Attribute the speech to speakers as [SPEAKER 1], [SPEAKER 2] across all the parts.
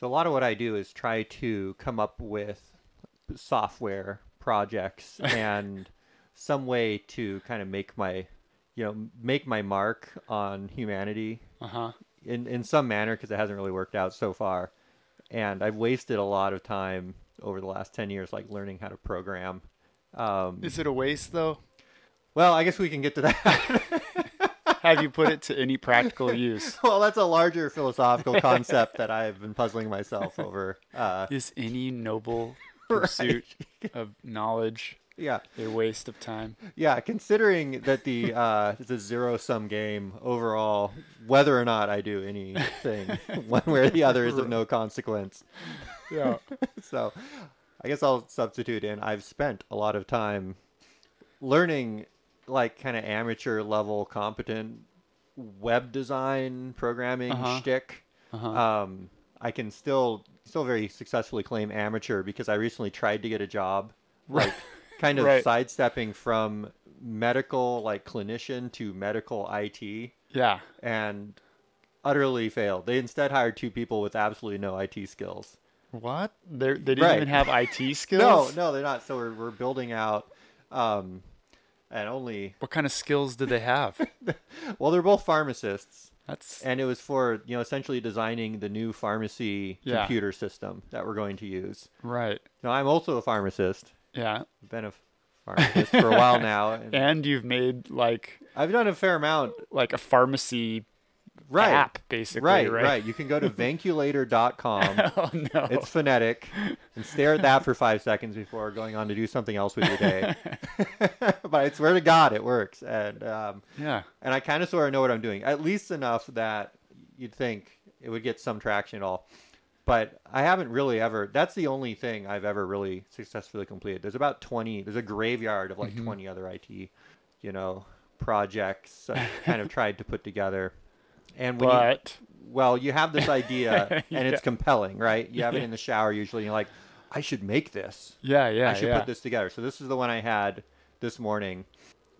[SPEAKER 1] So a lot of what I do is try to come up with software projects and some way to kind of make my you know make my mark on humanity
[SPEAKER 2] Uh huh.
[SPEAKER 1] in in some manner because it hasn't really worked out so far and i've wasted a lot of time over the last 10 years like learning how to program um,
[SPEAKER 2] Is it a waste though?
[SPEAKER 1] well i guess we can get to that
[SPEAKER 2] Have you put it to any practical use?
[SPEAKER 1] well that's a larger philosophical concept that i've been puzzling myself over uh,
[SPEAKER 2] Is any noble pursuit of knowledge
[SPEAKER 1] yeah
[SPEAKER 2] a waste of time?
[SPEAKER 1] yeah considering that the uh, it's a zero sum game overall whether or not i do anything one way or the other is of no consequence
[SPEAKER 2] Yeah.
[SPEAKER 1] so I guess I'll substitute in. I've spent a lot of time learning like kind of amateur level competent web design programming
[SPEAKER 2] Uh-huh.
[SPEAKER 1] shtick.
[SPEAKER 2] Uh-huh.
[SPEAKER 1] Um, I can still still very successfully claim amateur because I recently tried to get a job, like kind of
[SPEAKER 2] Right.
[SPEAKER 1] sidestepping from medical like clinician to medical IT
[SPEAKER 2] Yeah.
[SPEAKER 1] and utterly failed. They instead hired two people with absolutely no IT skills.
[SPEAKER 2] What? They're, they didn't
[SPEAKER 1] Right.
[SPEAKER 2] even have IT
[SPEAKER 1] No,
[SPEAKER 2] skills.
[SPEAKER 1] no, they're not. So we're, we're building out, um, and only
[SPEAKER 2] What kind of skills did they have?
[SPEAKER 1] well, they're both pharmacists,
[SPEAKER 2] That's
[SPEAKER 1] and it was for you know essentially designing the new pharmacy
[SPEAKER 2] Yeah.
[SPEAKER 1] computer system that we're going to use.
[SPEAKER 2] right.
[SPEAKER 1] Now I'm also a pharmacist.
[SPEAKER 2] Yeah.
[SPEAKER 1] I've been a pharmacist for a while now, and
[SPEAKER 2] And you've made like
[SPEAKER 1] I've done a fair amount.
[SPEAKER 2] like a pharmacy
[SPEAKER 1] Right,
[SPEAKER 2] app basically,
[SPEAKER 1] right,
[SPEAKER 2] right?
[SPEAKER 1] right, You can go to vanculator.com.
[SPEAKER 2] Oh no.
[SPEAKER 1] It's phonetic, and stare at that for five seconds before going on to do something else with your day. but I swear to God, it works. And um,
[SPEAKER 2] yeah.
[SPEAKER 1] and I kind of sort of know what I'm doing, at least enough that you'd think it would get some traction at all. But I haven't really ever. That's the only thing I've ever really successfully completed. There's about 20. There's a graveyard of like
[SPEAKER 2] Mm-hmm.
[SPEAKER 1] 20 other IT, you know, projects I've kind of tried to put together. And when you,
[SPEAKER 2] But
[SPEAKER 1] well, you have this idea and
[SPEAKER 2] Yeah.
[SPEAKER 1] it's compelling, right? You have it in the shower usually. And you're like, I should make this.
[SPEAKER 2] yeah, yeah,
[SPEAKER 1] I should
[SPEAKER 2] yeah.
[SPEAKER 1] put this together. So this is the one I had this morning.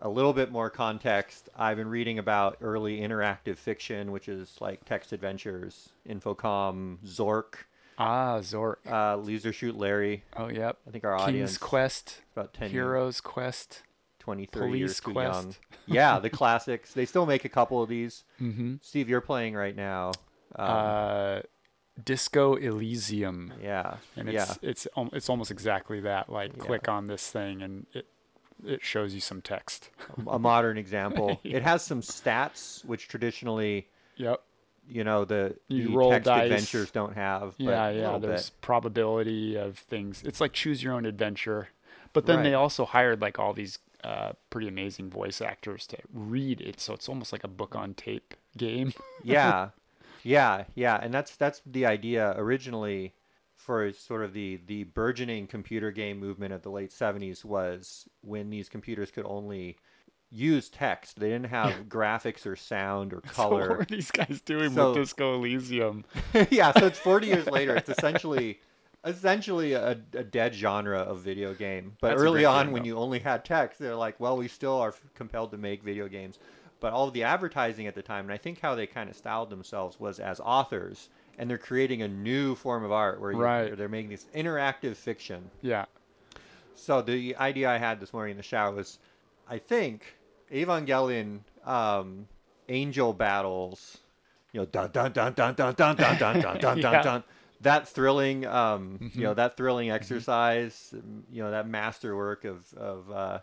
[SPEAKER 1] A little bit more context. I've been reading about early interactive fiction, which is like text adventures, Infocom, Zork,
[SPEAKER 2] Ah, Zork.
[SPEAKER 1] uh, Loser Shoot Larry.
[SPEAKER 2] Oh, yep.
[SPEAKER 1] I think our
[SPEAKER 2] King's
[SPEAKER 1] audience
[SPEAKER 2] Quest,
[SPEAKER 1] about 10 years,
[SPEAKER 2] Heroes Quest.
[SPEAKER 1] 20, 30 years
[SPEAKER 2] Police
[SPEAKER 1] too
[SPEAKER 2] Quest.
[SPEAKER 1] young. Yeah, the classics. They still make a couple of these.
[SPEAKER 2] Mm-hmm.
[SPEAKER 1] Steve, you're playing right now. Um,
[SPEAKER 2] uh, Disco Elysium,
[SPEAKER 1] yeah,
[SPEAKER 2] and
[SPEAKER 1] yeah,
[SPEAKER 2] it's it's al- it's almost exactly that. Like,
[SPEAKER 1] Yeah.
[SPEAKER 2] click on this thing, and it it shows you some text.
[SPEAKER 1] a modern example. It has some stats, which traditionally
[SPEAKER 2] Yep.
[SPEAKER 1] you know the,
[SPEAKER 2] You
[SPEAKER 1] the
[SPEAKER 2] roll
[SPEAKER 1] text
[SPEAKER 2] dice.
[SPEAKER 1] adventures don't have. But
[SPEAKER 2] Yeah,
[SPEAKER 1] a
[SPEAKER 2] yeah.
[SPEAKER 1] little
[SPEAKER 2] There's
[SPEAKER 1] bit.
[SPEAKER 2] probability of things. It's like choose your own adventure. But then they
[SPEAKER 1] Right.
[SPEAKER 2] also hired like all these uh, pretty amazing voice actors to read it, so it's almost like a book on tape game.
[SPEAKER 1] yeah, yeah, yeah. And that's that's the idea originally for sort of the the burgeoning computer game movement of the late '70s was when these computers could only use text. They didn't have graphics or sound or
[SPEAKER 2] So what were
[SPEAKER 1] color.
[SPEAKER 2] these guys doing
[SPEAKER 1] So-
[SPEAKER 2] with Disco Elysium?
[SPEAKER 1] yeah, so it's 40 years later. It's essentially essentially a, a dead genre of video game. But
[SPEAKER 2] That's a
[SPEAKER 1] early
[SPEAKER 2] great
[SPEAKER 1] on,
[SPEAKER 2] game,
[SPEAKER 1] when
[SPEAKER 2] though.
[SPEAKER 1] you only had text, they're like, well, we still are compelled to make video games. But all of the advertising at the time, and I think how they kind of styled themselves was as authors, and they're creating a new form of art where you,
[SPEAKER 2] Right.
[SPEAKER 1] they're making this interactive fiction.
[SPEAKER 2] Yeah.
[SPEAKER 1] So the idea I had this morning in the shower was, I think Evangelion um, angel battles, you know, dun dun dun dun dun dun dun dun dun dun
[SPEAKER 2] Yeah.
[SPEAKER 1] dun dun. That thrilling, um, you know, that thrilling exercise, you know, that masterwork of of uh,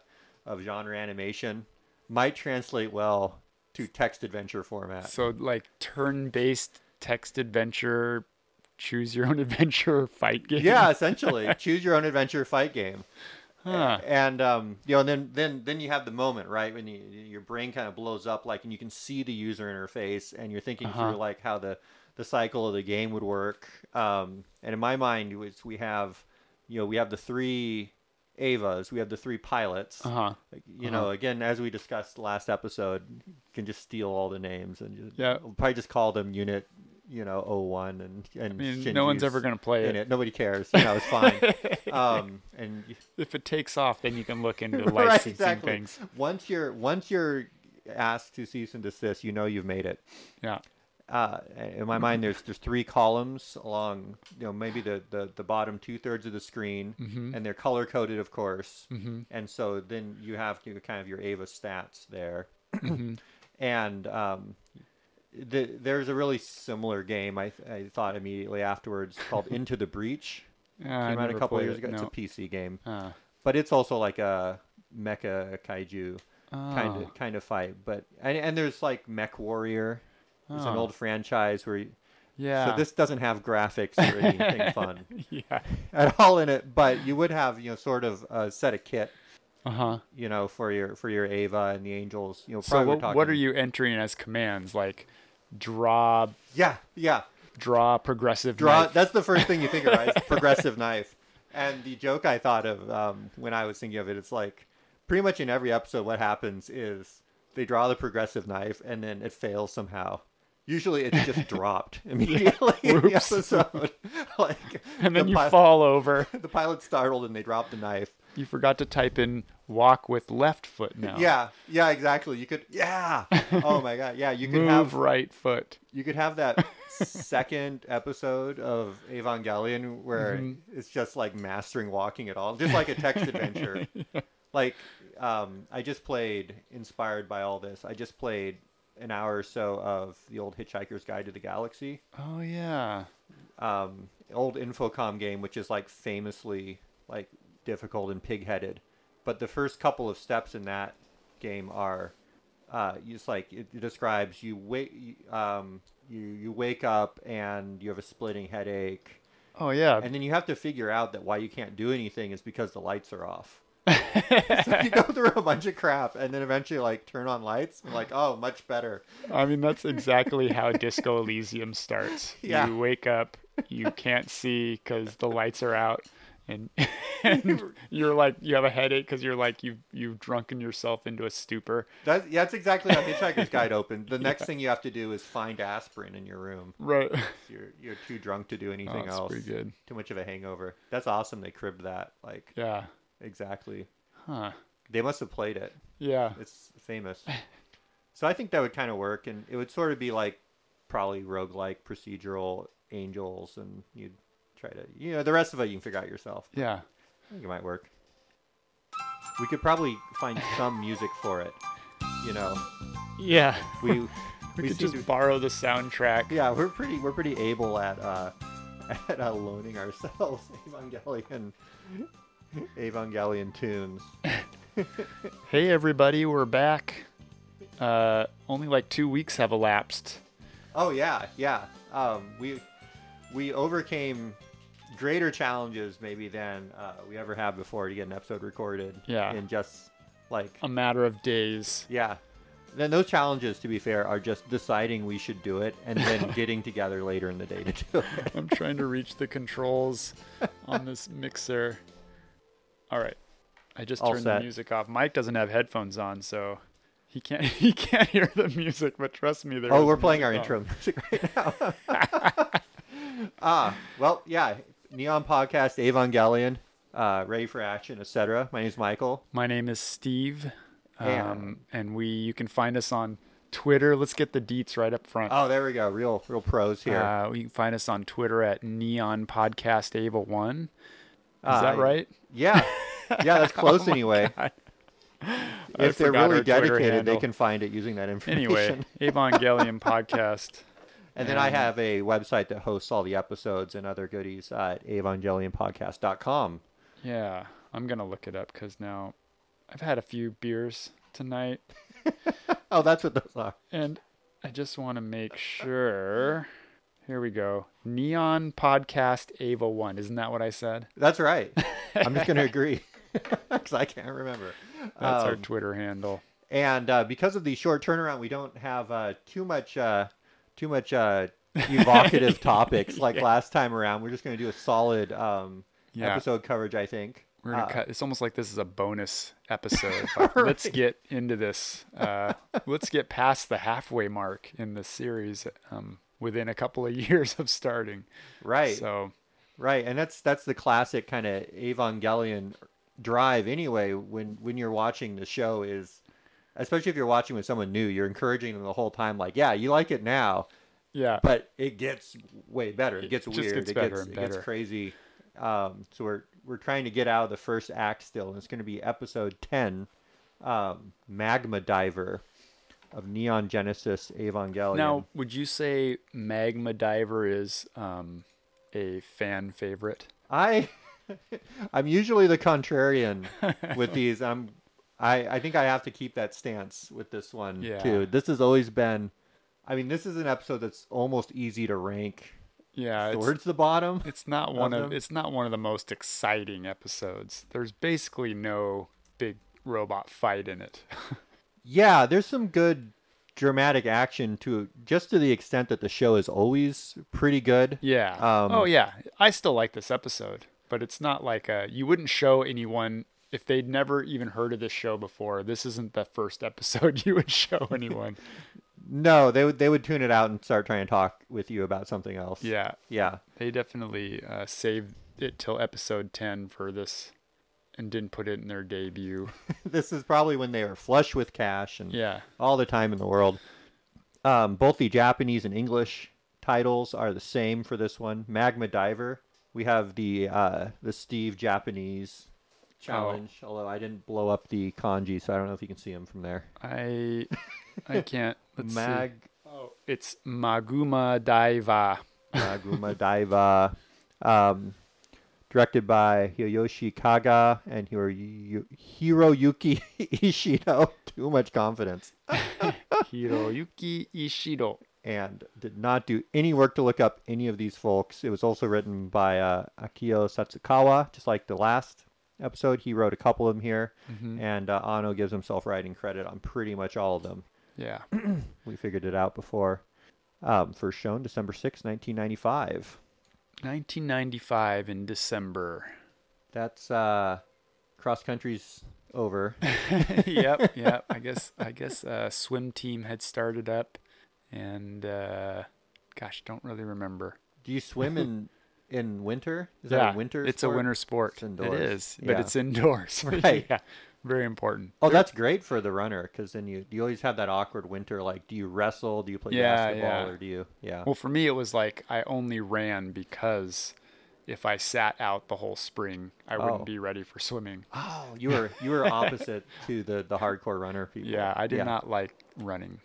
[SPEAKER 1] of genre animation might translate well to text adventure format.
[SPEAKER 2] So like turn-based text adventure, choose your own adventure fight game.
[SPEAKER 1] yeah, essentially, choose your own adventure fight game.
[SPEAKER 2] Huh.
[SPEAKER 1] and um, you know, and then then then you have the moment, right, when you, your brain kind of blows up, like, and you can see the user interface, and you're thinking
[SPEAKER 2] Uh-huh.
[SPEAKER 1] through like how the the cycle of the game would work. Um, and in my mind, it was we have, you know, we have the three Avas, we have the three pilots.
[SPEAKER 2] Uh-huh.
[SPEAKER 1] You know, again, as we discussed last episode, you can just steal all the names and just,
[SPEAKER 2] Yeah.
[SPEAKER 1] we'll probably just call them Unit, you know, 01 and and
[SPEAKER 2] I mean, no one's
[SPEAKER 1] Shinji's
[SPEAKER 2] ever gonna play
[SPEAKER 1] in
[SPEAKER 2] it.
[SPEAKER 1] it. Nobody cares. You know, it's fine. um, and
[SPEAKER 2] If it takes off, then you can look into
[SPEAKER 1] Right,
[SPEAKER 2] licensing
[SPEAKER 1] exactly.
[SPEAKER 2] things.
[SPEAKER 1] Once you're once you're asked to cease and desist, you know you've made it.
[SPEAKER 2] Yeah.
[SPEAKER 1] uh, in my mind, there's there's three columns along, you know, maybe the the, the bottom two thirds of the screen,
[SPEAKER 2] Mm-hmm.
[SPEAKER 1] and they're color coded, of course. And so then you have your kind of your Ava stats there,
[SPEAKER 2] Mm-hmm.
[SPEAKER 1] and um, the, there's a really similar game I, I thought immediately afterwards called Into the Breach.
[SPEAKER 2] Uh,
[SPEAKER 1] Came out
[SPEAKER 2] I
[SPEAKER 1] a
[SPEAKER 2] never
[SPEAKER 1] couple
[SPEAKER 2] played
[SPEAKER 1] years
[SPEAKER 2] it,
[SPEAKER 1] ago. It's
[SPEAKER 2] No.
[SPEAKER 1] a PC game,
[SPEAKER 2] Uh,
[SPEAKER 1] but it's also like a mecha kaiju kind
[SPEAKER 2] oh.
[SPEAKER 1] of kind of fight. But and, and there's like Mech Warrior. It's an
[SPEAKER 2] Oh.
[SPEAKER 1] old franchise where you,
[SPEAKER 2] yeah.
[SPEAKER 1] so this doesn't have graphics or anything fun
[SPEAKER 2] yeah.
[SPEAKER 1] at all in it, but you would have you know sort of a set of kit
[SPEAKER 2] Uh huh.
[SPEAKER 1] you know for your for your Ava and the angels. You know,
[SPEAKER 2] So
[SPEAKER 1] probably we're
[SPEAKER 2] what, what are
[SPEAKER 1] talking-
[SPEAKER 2] you entering as commands? Like draw
[SPEAKER 1] Yeah, yeah.
[SPEAKER 2] draw progressive
[SPEAKER 1] Draw.
[SPEAKER 2] knife.
[SPEAKER 1] That's the first thing you think of, right? It's progressive knife. And the joke I thought of um, when I was thinking of it, it's like pretty much in every episode, what happens is they draw the progressive knife and then it fails somehow. Usually, it's just dropped immediately in the
[SPEAKER 2] Whoops.
[SPEAKER 1] episode. like,
[SPEAKER 2] and then
[SPEAKER 1] the
[SPEAKER 2] you
[SPEAKER 1] pi-
[SPEAKER 2] fall over.
[SPEAKER 1] The pilot's startled and they drop the knife.
[SPEAKER 2] You forgot to type in walk with left foot now.
[SPEAKER 1] Yeah, yeah, exactly. You could, yeah. Oh my god, yeah. You could
[SPEAKER 2] Move
[SPEAKER 1] have
[SPEAKER 2] right foot.
[SPEAKER 1] you could have that second episode of Evangelion where it's just like mastering walking at all, just like a text adventure. Like, um, I just played, inspired by all this, I just played an hour or so of the old Hitchhiker's Guide to the Galaxy,
[SPEAKER 2] Oh yeah.
[SPEAKER 1] um, old Infocom game, which is like famously like difficult and pig-headed. But the first couple of steps in that game are uh, just like it, it describes you wake um, you you wake up and you have a splitting headache,
[SPEAKER 2] Oh yeah.
[SPEAKER 1] and then you have to figure out that why you can't do anything is because the lights are off. so you go through a bunch of crap and then eventually like turn on lights and like oh much better
[SPEAKER 2] I mean that's exactly how Disco Elysium starts.
[SPEAKER 1] Yeah.
[SPEAKER 2] You wake up, you can't see because the lights are out, and, and you're like you have a headache because you're like you you've drunken yourself into a stupor.
[SPEAKER 1] that's, yeah, that's exactly how hitchhiker's guide opened the next thing you have to do is find aspirin in your room
[SPEAKER 2] Right.
[SPEAKER 1] you're you're too drunk to do anything
[SPEAKER 2] that's
[SPEAKER 1] else.
[SPEAKER 2] pretty good.
[SPEAKER 1] Too much of a hangover. That's awesome. They cribbed that. Like
[SPEAKER 2] Yeah.
[SPEAKER 1] exactly.
[SPEAKER 2] Huh.
[SPEAKER 1] They must have played it.
[SPEAKER 2] Yeah.
[SPEAKER 1] It's famous. so I think that would kind of work, and it would sort of be like probably roguelike procedural angels, and you'd try to you know the rest of it you can figure out yourself.
[SPEAKER 2] Yeah.
[SPEAKER 1] I think it might work. We could probably find some music for it. You know,
[SPEAKER 2] Yeah.
[SPEAKER 1] we we,
[SPEAKER 2] We,
[SPEAKER 1] seem
[SPEAKER 2] could just
[SPEAKER 1] to-
[SPEAKER 2] borrow the soundtrack.
[SPEAKER 1] Yeah, we're pretty we're pretty able at uh, at uh, loaning ourselves Evangelion Evangelion tunes.
[SPEAKER 2] Hey everybody, we're back. Uh, only like two weeks have elapsed.
[SPEAKER 1] Oh yeah, yeah. Um, we we overcame greater challenges maybe than uh, we ever have before to get an episode recorded.
[SPEAKER 2] Yeah. Um,
[SPEAKER 1] In just like
[SPEAKER 2] A matter of days.
[SPEAKER 1] yeah. Then those challenges, to be fair, are just deciding we should do it and then getting together later in the day to do it.
[SPEAKER 2] I'm trying to reach the controls on this mixer. All right. I just
[SPEAKER 1] All
[SPEAKER 2] turned
[SPEAKER 1] set.
[SPEAKER 2] the music off. Mike doesn't have headphones on, so he can't he can't hear the music, but trust me there
[SPEAKER 1] Oh,
[SPEAKER 2] is
[SPEAKER 1] we're playing our
[SPEAKER 2] music
[SPEAKER 1] intro
[SPEAKER 2] on.
[SPEAKER 1] music right now. ah, well, yeah. Neon Podcast, Evangelion, uh, Ready for Action, etc. My name's Michael.
[SPEAKER 2] Oh, My name is Steve.
[SPEAKER 1] Yeah.
[SPEAKER 2] Um, and we you can find us on Twitter. Let's get the deets right up front.
[SPEAKER 1] Oh, there we go. Real, real pros here.
[SPEAKER 2] Uh, you can find us on Twitter at Neon Podcast Ava One. Is
[SPEAKER 1] Uh,
[SPEAKER 2] that right?
[SPEAKER 1] yeah, yeah.
[SPEAKER 2] Oh
[SPEAKER 1] That's close anyway. If they're
[SPEAKER 2] forgot
[SPEAKER 1] really
[SPEAKER 2] our Twitter
[SPEAKER 1] dedicated, they
[SPEAKER 2] handle.
[SPEAKER 1] can find it using that information.
[SPEAKER 2] Anyway, Evangelion Podcast.
[SPEAKER 1] and then I have a website that hosts all the episodes and other goodies at evangelionpodcast.com.
[SPEAKER 2] Yeah, I'm gonna look it up because now I've had a few beers tonight,
[SPEAKER 1] Oh, that's what those are.
[SPEAKER 2] and I just want to make sure. Here we go. Neon Podcast Ava One. Isn't that what I said?
[SPEAKER 1] That's right. I'm just going to agree because I can't remember.
[SPEAKER 2] That's our
[SPEAKER 1] Um,
[SPEAKER 2] Twitter handle.
[SPEAKER 1] and uh, because of the short turnaround, we don't have uh, too much uh, too much uh, evocative topics like last time around. We're just going to do a solid um,
[SPEAKER 2] Yeah.
[SPEAKER 1] episode coverage, I think.
[SPEAKER 2] We're gonna
[SPEAKER 1] Uh,
[SPEAKER 2] cut. It's almost like this is a bonus episode. but Let's get into this. Uh, let's get past the halfway mark in this series um, within a couple of years of starting.
[SPEAKER 1] Right,
[SPEAKER 2] So
[SPEAKER 1] right, and that's that's the classic kind of Evangelion drive. Anyway, when when you're watching the show is, especially if you're watching with someone new, you're encouraging them the whole time. Like, yeah, you like it now.
[SPEAKER 2] Yeah.
[SPEAKER 1] but it gets way better. It
[SPEAKER 2] It
[SPEAKER 1] gets
[SPEAKER 2] just
[SPEAKER 1] weird.
[SPEAKER 2] gets
[SPEAKER 1] it
[SPEAKER 2] better
[SPEAKER 1] gets
[SPEAKER 2] and
[SPEAKER 1] it
[SPEAKER 2] better.
[SPEAKER 1] gets crazy. Um, so we're we're trying to get out of the first act still, and it's going to be episode ten, um, Magma Diver, of Neon Genesis Evangelion.
[SPEAKER 2] Now, would you say Magma Diver is um, a fan favorite?
[SPEAKER 1] I I'm usually the contrarian with these. I'm I I think I have to keep that stance with this one
[SPEAKER 2] Yeah.
[SPEAKER 1] too. This has always been. I mean, this is an episode that's almost easy to rank
[SPEAKER 2] Yeah, it's,
[SPEAKER 1] towards the bottom.
[SPEAKER 2] it's not one of
[SPEAKER 1] them?
[SPEAKER 2] it's not one of the most exciting episodes. There's basically no big robot fight in it.
[SPEAKER 1] Yeah, there's some good dramatic action to just to the extent that the show is always pretty good.
[SPEAKER 2] yeah.
[SPEAKER 1] Um,
[SPEAKER 2] oh yeah, I still like this episode, but it's not like a you wouldn't show anyone if they'd never even heard of this show before. This isn't the first episode you would show anyone.
[SPEAKER 1] No, they would they would tune it out and start trying to talk with you about something else.
[SPEAKER 2] yeah,
[SPEAKER 1] Yeah.
[SPEAKER 2] They definitely uh, saved it till episode 10 for this and didn't put it in their debut.
[SPEAKER 1] this is probably when they were flush with cash and
[SPEAKER 2] yeah.
[SPEAKER 1] all the time in the world. Um, both the Japanese and English titles are the same for this one. Magma Diver. We have the uh, the Steve Japanese challenge, although I didn't blow up the kanji, so I don't know if you can see him from there.
[SPEAKER 2] I I can't. Let's see.
[SPEAKER 1] Mag
[SPEAKER 2] Oh, it's Maguma Daiva.
[SPEAKER 1] Naguma Daiva, um, directed by Hiroshi Kaga and Hiroyu- Hiroyuki Ishido. Too much confidence.
[SPEAKER 2] Hiroyuki Ishido.
[SPEAKER 1] And did not do any work to look up any of these folks. It was also written by uh, Akio Satsukawa, just like the last episode. He wrote a couple of them here. And uh, Ano gives himself writing credit on pretty much all of them.
[SPEAKER 2] Yeah.
[SPEAKER 1] We figured it out before. Um, first shown December sixth, 1995.
[SPEAKER 2] 1995 in December.
[SPEAKER 1] That's uh, cross country's over.
[SPEAKER 2] yep, yep. I guess I guess uh, swim team had started up and uh, gosh, don't really remember.
[SPEAKER 1] Do you swim in in winter? Is
[SPEAKER 2] yeah,
[SPEAKER 1] that a winter?
[SPEAKER 2] It's
[SPEAKER 1] sport?
[SPEAKER 2] a winter sport.
[SPEAKER 1] It's indoors.
[SPEAKER 2] It is, but
[SPEAKER 1] Yeah.
[SPEAKER 2] it's indoors.
[SPEAKER 1] Right.
[SPEAKER 2] yeah. Very important.
[SPEAKER 1] Oh, that's great for the runner because then you you always have that awkward winter. Like, do you wrestle? Do you play
[SPEAKER 2] Yeah,
[SPEAKER 1] basketball?
[SPEAKER 2] yeah.
[SPEAKER 1] Or do you? Yeah.
[SPEAKER 2] Well, for me, it was like I only ran because if I sat out the whole spring, I wouldn't
[SPEAKER 1] Oh.
[SPEAKER 2] be ready for swimming.
[SPEAKER 1] Oh, you were you were opposite to the the hardcore runner people.
[SPEAKER 2] Yeah, I did not like running.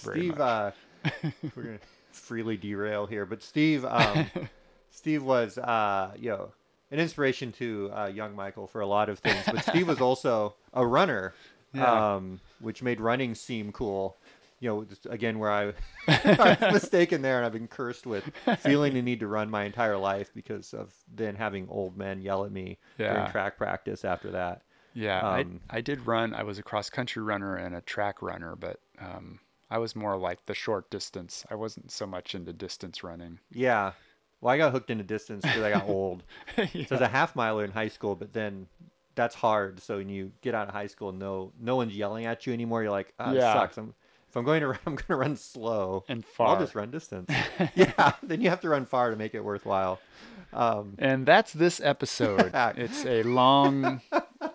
[SPEAKER 2] Very
[SPEAKER 1] Steve,
[SPEAKER 2] much.
[SPEAKER 1] uh, we're gonna freely derail here, but Steve, um, Steve was, uh, you know, an inspiration to uh, young Michael for a lot of things. But Steve was also a runner,
[SPEAKER 2] Yeah.
[SPEAKER 1] um, which made running seem cool. You know, just, again, where I, I was mistaken there, and I've been cursed with feeling the need to run my entire life because of then having old men yell at me during
[SPEAKER 2] Yeah.
[SPEAKER 1] track practice after that.
[SPEAKER 2] yeah,
[SPEAKER 1] um,
[SPEAKER 2] I, I did run. I was a cross country runner and a track runner, but um, I was more like the short distance. I wasn't so much into distance running.
[SPEAKER 1] Yeah. Well, I got hooked into distance because I got old. So it's a half miler in high school, but then that's hard. So when you get out of high school, no no one's yelling at you anymore. You're like, ah,
[SPEAKER 2] Yeah.
[SPEAKER 1] it sucks. I'm, if I'm going to run, I'm going to run slow.
[SPEAKER 2] And
[SPEAKER 1] I'll
[SPEAKER 2] far.
[SPEAKER 1] just run distance. yeah. Then you have to run far to make it worthwhile. Um,
[SPEAKER 2] And that's this episode. it's a long,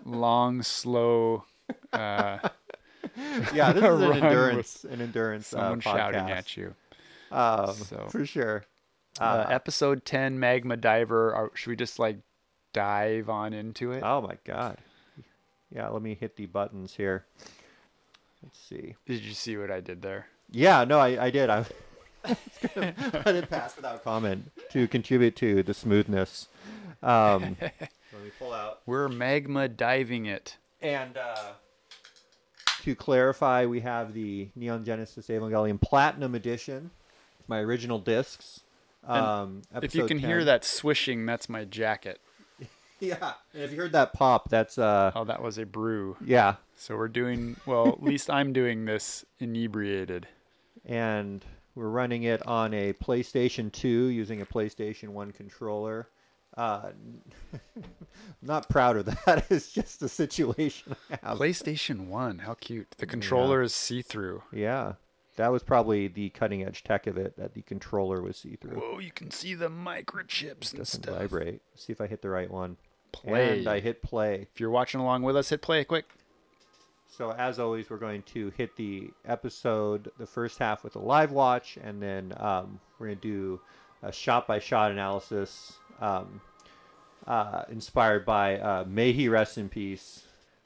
[SPEAKER 2] long, slow. Uh,
[SPEAKER 1] yeah. This is an
[SPEAKER 2] Run with
[SPEAKER 1] endurance, an endurance
[SPEAKER 2] someone
[SPEAKER 1] uh, podcast.
[SPEAKER 2] shouting at you.
[SPEAKER 1] Um,
[SPEAKER 2] So.
[SPEAKER 1] For sure.
[SPEAKER 2] Uh,
[SPEAKER 1] Uh-huh.
[SPEAKER 2] episode 10 magma diver are, should we just like dive on into it? Is
[SPEAKER 1] Oh, my God. Yeah. Let me hit the buttons here. Let's see.
[SPEAKER 2] did you see what i did there
[SPEAKER 1] Yeah, no, I, I did. I was gonna let it pass without comment to contribute to the smoothness. Um, Let me pull out.
[SPEAKER 2] we're magma diving it
[SPEAKER 1] And uh, to clarify, we have the Neon Genesis Evangelion Platinum Edition, my original discs. Um,
[SPEAKER 2] if you
[SPEAKER 1] episode
[SPEAKER 2] can hear
[SPEAKER 1] 10.
[SPEAKER 2] that swishing that's my jacket
[SPEAKER 1] yeah. And if you heard that pop, that's uh,
[SPEAKER 2] oh that was a brew
[SPEAKER 1] yeah.
[SPEAKER 2] so we're doing well at least i'm doing this inebriated
[SPEAKER 1] and we're running it on a PlayStation 2 using a PlayStation 1 controller. Uh, not proud of that. It's just the situation I have.
[SPEAKER 2] playstation 1 how cute the controller is see-through
[SPEAKER 1] Yeah, that was probably the cutting edge tech of it that the controller was see through.
[SPEAKER 2] whoa you can see the microchips and
[SPEAKER 1] Doesn't
[SPEAKER 2] stuff
[SPEAKER 1] vibrate. See if I hit the right one.
[SPEAKER 2] Play.
[SPEAKER 1] And I hit play.
[SPEAKER 2] if you're watching along with us hit play quick
[SPEAKER 1] So as always, we're going to hit the episode, the first half with a live watch, and then um, we're going to do a shot by shot analysis um, uh, inspired by uh, May He Rest in Peace,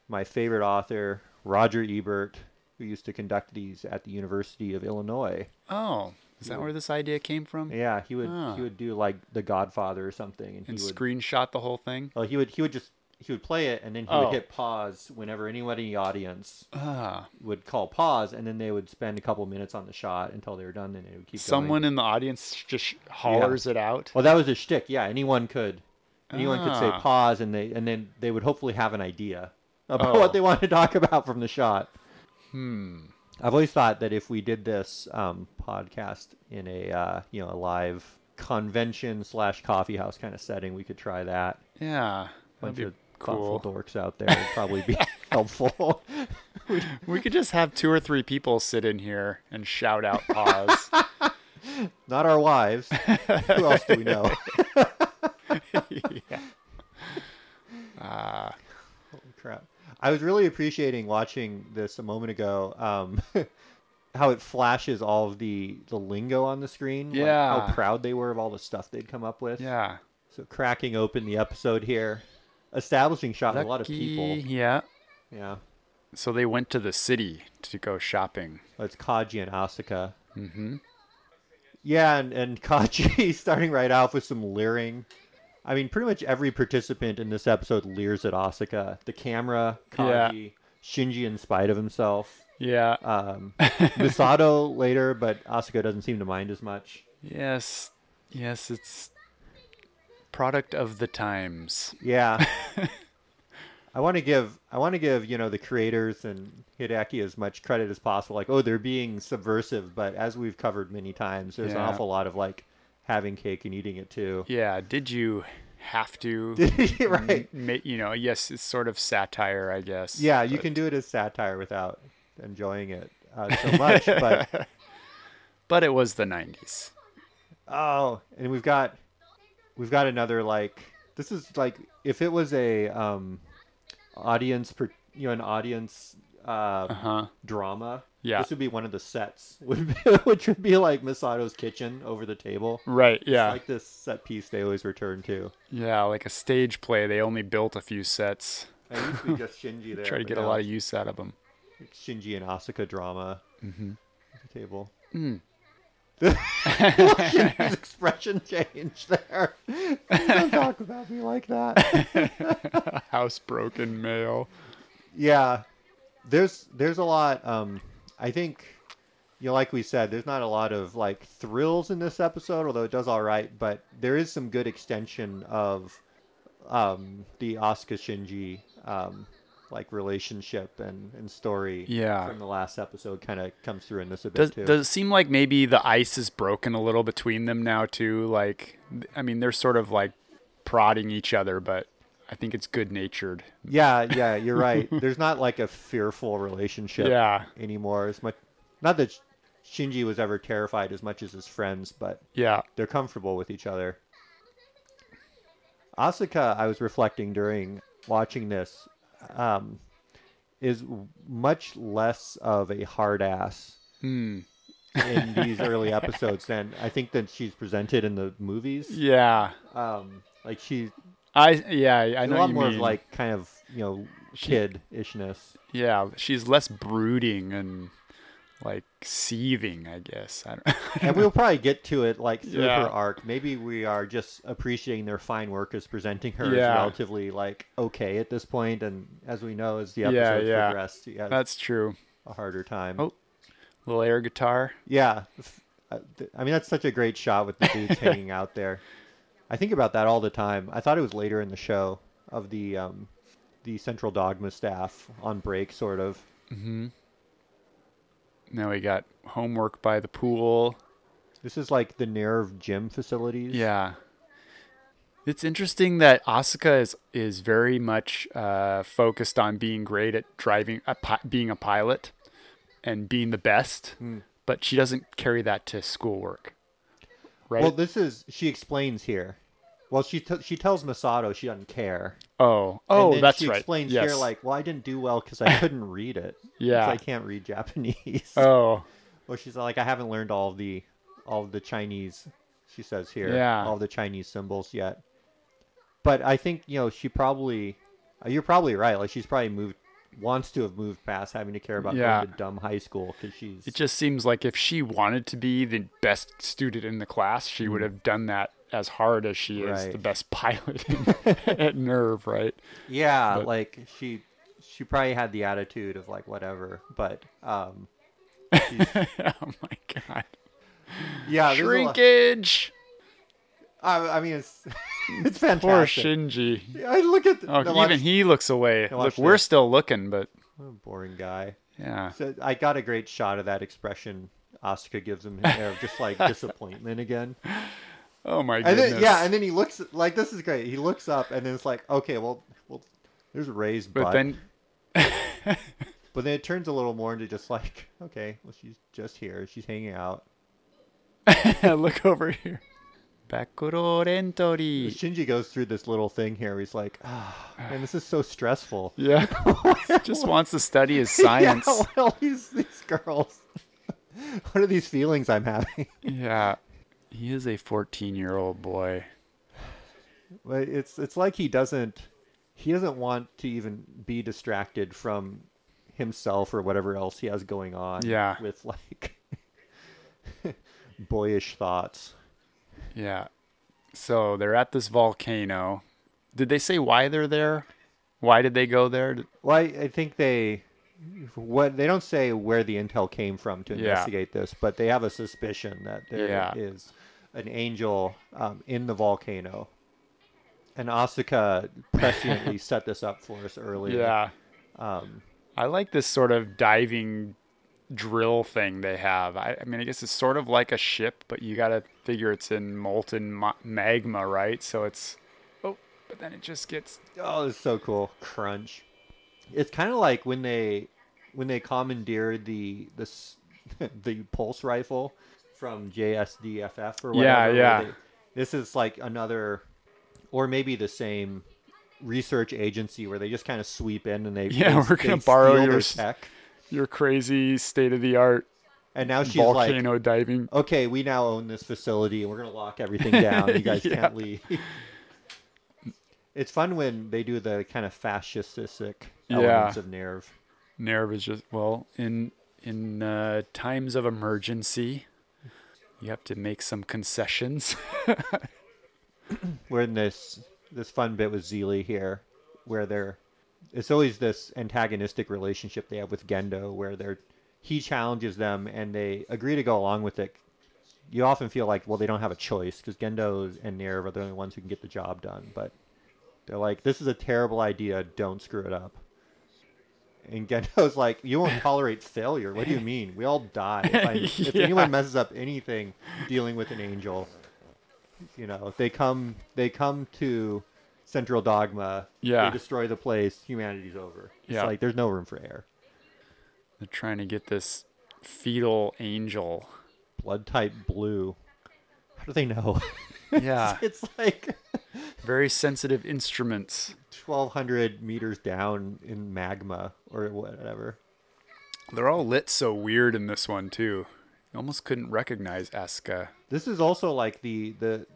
[SPEAKER 1] my favorite author, Roger Ebert, who used to conduct these at the University of Illinois.
[SPEAKER 2] Oh, is that where this idea came from?
[SPEAKER 1] Yeah, he would
[SPEAKER 2] Ah.
[SPEAKER 1] he would do like The Godfather or something, and he
[SPEAKER 2] And
[SPEAKER 1] would
[SPEAKER 2] screenshot the whole thing?
[SPEAKER 1] well, he would he would just he would play it, and then he
[SPEAKER 2] Oh.
[SPEAKER 1] would hit pause whenever anyone in the audience
[SPEAKER 2] Ah,
[SPEAKER 1] would call pause, and then they would spend a couple minutes on the shot until they were done, and they would keep going.
[SPEAKER 2] someone in the audience just hollers it out.
[SPEAKER 1] Well, that was his shtick. Yeah, anyone could, anyone could say
[SPEAKER 2] Ah.
[SPEAKER 1] pause, and they and then they would hopefully have an idea about
[SPEAKER 2] Oh.
[SPEAKER 1] what they want to talk about from the shot. Hmm. I've always thought that if we did this um, podcast in a uh, you know a live convention slash coffee house kind of setting, we could try that.
[SPEAKER 2] Yeah, that'd
[SPEAKER 1] bunch
[SPEAKER 2] be
[SPEAKER 1] of thoughtful
[SPEAKER 2] cool.
[SPEAKER 1] dorks out there would probably be helpful.
[SPEAKER 2] We could just have two or three people sit in here and shout out pause.
[SPEAKER 1] Not our wives. Who else do we know?
[SPEAKER 2] yeah. Ah,
[SPEAKER 1] Holy crap. I was really appreciating watching this a moment ago. Um, how it flashes all of the the lingo on the screen. like
[SPEAKER 2] Yeah.
[SPEAKER 1] how proud they were of all the stuff they'd come up with.
[SPEAKER 2] yeah.
[SPEAKER 1] So cracking open the episode here, establishing shot with a lot of people.
[SPEAKER 2] Lucky- Yeah.
[SPEAKER 1] Yeah.
[SPEAKER 2] So they went to the city to go shopping.
[SPEAKER 1] Well, it's Kaji and Asuka.
[SPEAKER 2] Mm-hmm.
[SPEAKER 1] Yeah, and, and Kaji starting right off with some leering. I mean, pretty much every participant in this episode leers at Asuka. The camera, Kaji, Shinji in spite of himself.
[SPEAKER 2] Yeah.
[SPEAKER 1] Um, Misato later, but Asuka doesn't seem to mind as much.
[SPEAKER 2] Yes. Yes, it's product of the times.
[SPEAKER 1] Yeah. I want to give I want to give you know the creators and Hideki as much credit as possible. Like, oh, they're being subversive, but as we've covered many times, there's an
[SPEAKER 2] Yeah.
[SPEAKER 1] awful lot of like having cake and eating it too.
[SPEAKER 2] Yeah, did you have to
[SPEAKER 1] right?
[SPEAKER 2] ma- you know, yes, it's sort of satire, I guess.
[SPEAKER 1] Yeah, you
[SPEAKER 2] but-
[SPEAKER 1] can do it as satire without enjoying it uh, so much. but
[SPEAKER 2] But it was the 90s.
[SPEAKER 1] oh, and we've got we've got another like this is like if it was a um audience per, you know an audience uh
[SPEAKER 2] Uh-huh.
[SPEAKER 1] drama.
[SPEAKER 2] Yeah.
[SPEAKER 1] This would be one of the sets, would be- which would be like Misato's kitchen over the table.
[SPEAKER 2] Right, yeah.
[SPEAKER 1] Like this set piece they always return to.
[SPEAKER 2] yeah, like a stage play, they only built a few sets.
[SPEAKER 1] And it used to be just Shinji there.
[SPEAKER 2] Try to
[SPEAKER 1] but
[SPEAKER 2] get a
[SPEAKER 1] now
[SPEAKER 2] lot of use out of them.
[SPEAKER 1] it's Shinji and Asuka drama at the table.
[SPEAKER 2] Mm.
[SPEAKER 1] Shinji's expression change there. Don't talk about me like that.
[SPEAKER 2] Housebroken male.
[SPEAKER 1] Yeah. There's there's a lot um I think you know, like we said, there's not a lot of like thrills in this episode, although it does all right. But there is some good extension of um, the Asuka Shinji um, like relationship and, and story
[SPEAKER 2] Yeah.
[SPEAKER 1] from the last episode. Kind of comes through in this a bit
[SPEAKER 2] Does,
[SPEAKER 1] too.
[SPEAKER 2] does it seem like maybe the ice is broken a little between them now too? Like, I mean, they're sort of like prodding each other, but I think it's good natured.
[SPEAKER 1] Yeah, yeah, you're right. there's not like a fearful relationship
[SPEAKER 2] Yeah,
[SPEAKER 1] anymore as much. Not that Shinji was ever terrified as much as his friends, but
[SPEAKER 2] yeah,
[SPEAKER 1] they're comfortable with each other. Asuka, I was reflecting during watching this, um, is much less of a hard ass
[SPEAKER 2] Hmm.
[SPEAKER 1] in these early episodes than I think that she's presented in the movies.
[SPEAKER 2] yeah.
[SPEAKER 1] Um, like she's
[SPEAKER 2] I yeah, I
[SPEAKER 1] a
[SPEAKER 2] know
[SPEAKER 1] lot
[SPEAKER 2] you
[SPEAKER 1] more
[SPEAKER 2] mean.
[SPEAKER 1] of like kind of you know kid ishness.
[SPEAKER 2] yeah, she's less brooding and like seething, I guess. I don't,
[SPEAKER 1] and we'll probably get to it like through
[SPEAKER 2] Yeah.
[SPEAKER 1] her arc. Maybe we are just appreciating their fine work as presenting her
[SPEAKER 2] Yeah.
[SPEAKER 1] as relatively like okay at this point, and as we know, as the
[SPEAKER 2] Yeah,
[SPEAKER 1] episode
[SPEAKER 2] yeah.
[SPEAKER 1] progressed, she had
[SPEAKER 2] that's true.
[SPEAKER 1] a harder time.
[SPEAKER 2] Oh. Little air guitar.
[SPEAKER 1] Yeah, F- I th- I mean that's such a great shot with the dudes hanging out there. I think about that all the time. I thought it was later in the show of the um, the Central Dogma staff on break, sort of.
[SPEAKER 2] Now we got homework by the pool.
[SPEAKER 1] This is like the Nerve Gym facilities.
[SPEAKER 2] Yeah. It's interesting that Asuka is is very much uh, focused on being great at driving, a pi- being a pilot, and being the best,
[SPEAKER 1] Hmm.
[SPEAKER 2] but she doesn't carry that to schoolwork, right?
[SPEAKER 1] Well, this is she explains here. Well, she t- she tells Masato she doesn't care.
[SPEAKER 2] Oh, oh,
[SPEAKER 1] and then
[SPEAKER 2] that's
[SPEAKER 1] she
[SPEAKER 2] right.
[SPEAKER 1] explains
[SPEAKER 2] yes.
[SPEAKER 1] here like, well, I didn't do well because I couldn't read it. 'Cause
[SPEAKER 2] Yeah.
[SPEAKER 1] I can't read Japanese.
[SPEAKER 2] oh,
[SPEAKER 1] Well, she's like, I haven't learned all of the all of the Chinese. She says here,
[SPEAKER 2] Yeah.
[SPEAKER 1] all the Chinese symbols yet. But I think you know she probably, uh, you're probably right. Like she's probably moved, wants to have moved past having to care about
[SPEAKER 2] Yeah.
[SPEAKER 1] going to dumb high school because she's
[SPEAKER 2] it just seems like if she wanted to be the best student in the class, she would have done that as hard as she is
[SPEAKER 1] Hmm. Right.
[SPEAKER 2] the best pilot at Nerve, right?
[SPEAKER 1] yeah,
[SPEAKER 2] but-
[SPEAKER 1] like she she probably had the attitude of like whatever. But um,
[SPEAKER 2] oh my god!
[SPEAKER 1] yeah, there's a lot-
[SPEAKER 2] Shrinkage.
[SPEAKER 1] I, I mean, it's it's fantastic.
[SPEAKER 2] Poor Shinji.
[SPEAKER 1] I look at the,
[SPEAKER 2] Oh,
[SPEAKER 1] the
[SPEAKER 2] even
[SPEAKER 1] watch-
[SPEAKER 2] he looks away. Look,
[SPEAKER 1] watch
[SPEAKER 2] we're
[SPEAKER 1] this.
[SPEAKER 2] still looking, but
[SPEAKER 1] What a boring guy.
[SPEAKER 2] yeah.
[SPEAKER 1] So I got a great shot of that expression Asuka gives him his air of just like disappointment again.
[SPEAKER 2] Oh my
[SPEAKER 1] And
[SPEAKER 2] goodness.
[SPEAKER 1] then yeah, and then he looks like this is great. He looks up and then it's like, okay, well, well there's raised
[SPEAKER 2] but
[SPEAKER 1] butt.
[SPEAKER 2] then
[SPEAKER 1] but then it turns a little more into just like, okay, well she's just here. She's hanging out.
[SPEAKER 2] look over here. Bakuro rentori.
[SPEAKER 1] Shinji goes through this little thing here. Where he's like, ah, man, this is so stressful.
[SPEAKER 2] Yeah. Just wants to study his science.
[SPEAKER 1] Yeah, well, these these girls. what are these feelings I'm having?
[SPEAKER 2] Yeah. He is a 14 year old boy.
[SPEAKER 1] Well, it's it's like he doesn't he doesn't want to even be distracted from himself or whatever else he has going on
[SPEAKER 2] Yeah.
[SPEAKER 1] with like boyish thoughts
[SPEAKER 2] Yeah. So they're at this volcano. Did they say why they're there? Why did they go there?
[SPEAKER 1] well I, I think they what they don't say where the intel came from to
[SPEAKER 2] Yeah.
[SPEAKER 1] investigate this but they have a suspicion that there is
[SPEAKER 2] Yeah.
[SPEAKER 1] an angel um, in the volcano and Asuka presciently set this up for us earlier
[SPEAKER 2] Yeah.
[SPEAKER 1] um,
[SPEAKER 2] I like this sort of diving drill thing they have. I, I mean, I guess it's sort of like a ship, but you got to figure it's in molten ma- magma, right? So it's. Oh, but then it just gets.
[SPEAKER 1] Oh, it's so cool. Crunch. It's kind of like when they when they commandeered the the s- the pulse rifle from JSDFF or whatever.
[SPEAKER 2] Yeah,
[SPEAKER 1] where
[SPEAKER 2] yeah.
[SPEAKER 1] they- this is like another, or maybe the same research agency where they just kind of sweep in and they
[SPEAKER 2] Yeah,
[SPEAKER 1] they-
[SPEAKER 2] we're gonna
[SPEAKER 1] they
[SPEAKER 2] borrow
[SPEAKER 1] steal their
[SPEAKER 2] yours.
[SPEAKER 1] tech.
[SPEAKER 2] Your crazy state of the art
[SPEAKER 1] And now she's like,
[SPEAKER 2] volcano diving.
[SPEAKER 1] okay, we now own this facility and we're going to lock everything down. You guys
[SPEAKER 2] Yeah.
[SPEAKER 1] can't leave. it's fun when they do the kind of fascistic elements
[SPEAKER 2] Yeah.
[SPEAKER 1] of nerve.
[SPEAKER 2] Nerve is just well in in uh, times of emergency, you have to make some concessions.
[SPEAKER 1] We're in this this fun bit with Zeely here where they're it's always this antagonistic relationship they have with Gendo where they're he challenges them and they agree to go along with it. You often feel like, well, they don't have a choice because Gendo and Nerve are the only ones who can get the job done. But they're like, this is a terrible idea. Don't screw it up. And Gendo's like, you won't tolerate failure. What do you mean? We all die. If, I, if
[SPEAKER 2] Yeah.
[SPEAKER 1] anyone messes up anything dealing with an angel, you know, they come, they come to Central Dogma.
[SPEAKER 2] Yeah.
[SPEAKER 1] They destroy the place. Humanity's over. It's
[SPEAKER 2] Yeah.
[SPEAKER 1] like there's no room for error.
[SPEAKER 2] They're trying to get this fetal angel.
[SPEAKER 1] Blood type blue. How do they know?
[SPEAKER 2] Yeah,
[SPEAKER 1] it's like
[SPEAKER 2] very sensitive instruments.
[SPEAKER 1] 1,200 meters down in magma or whatever.
[SPEAKER 2] They're all lit so weird in this one too. You almost couldn't recognize Asuka.
[SPEAKER 1] This is also like the the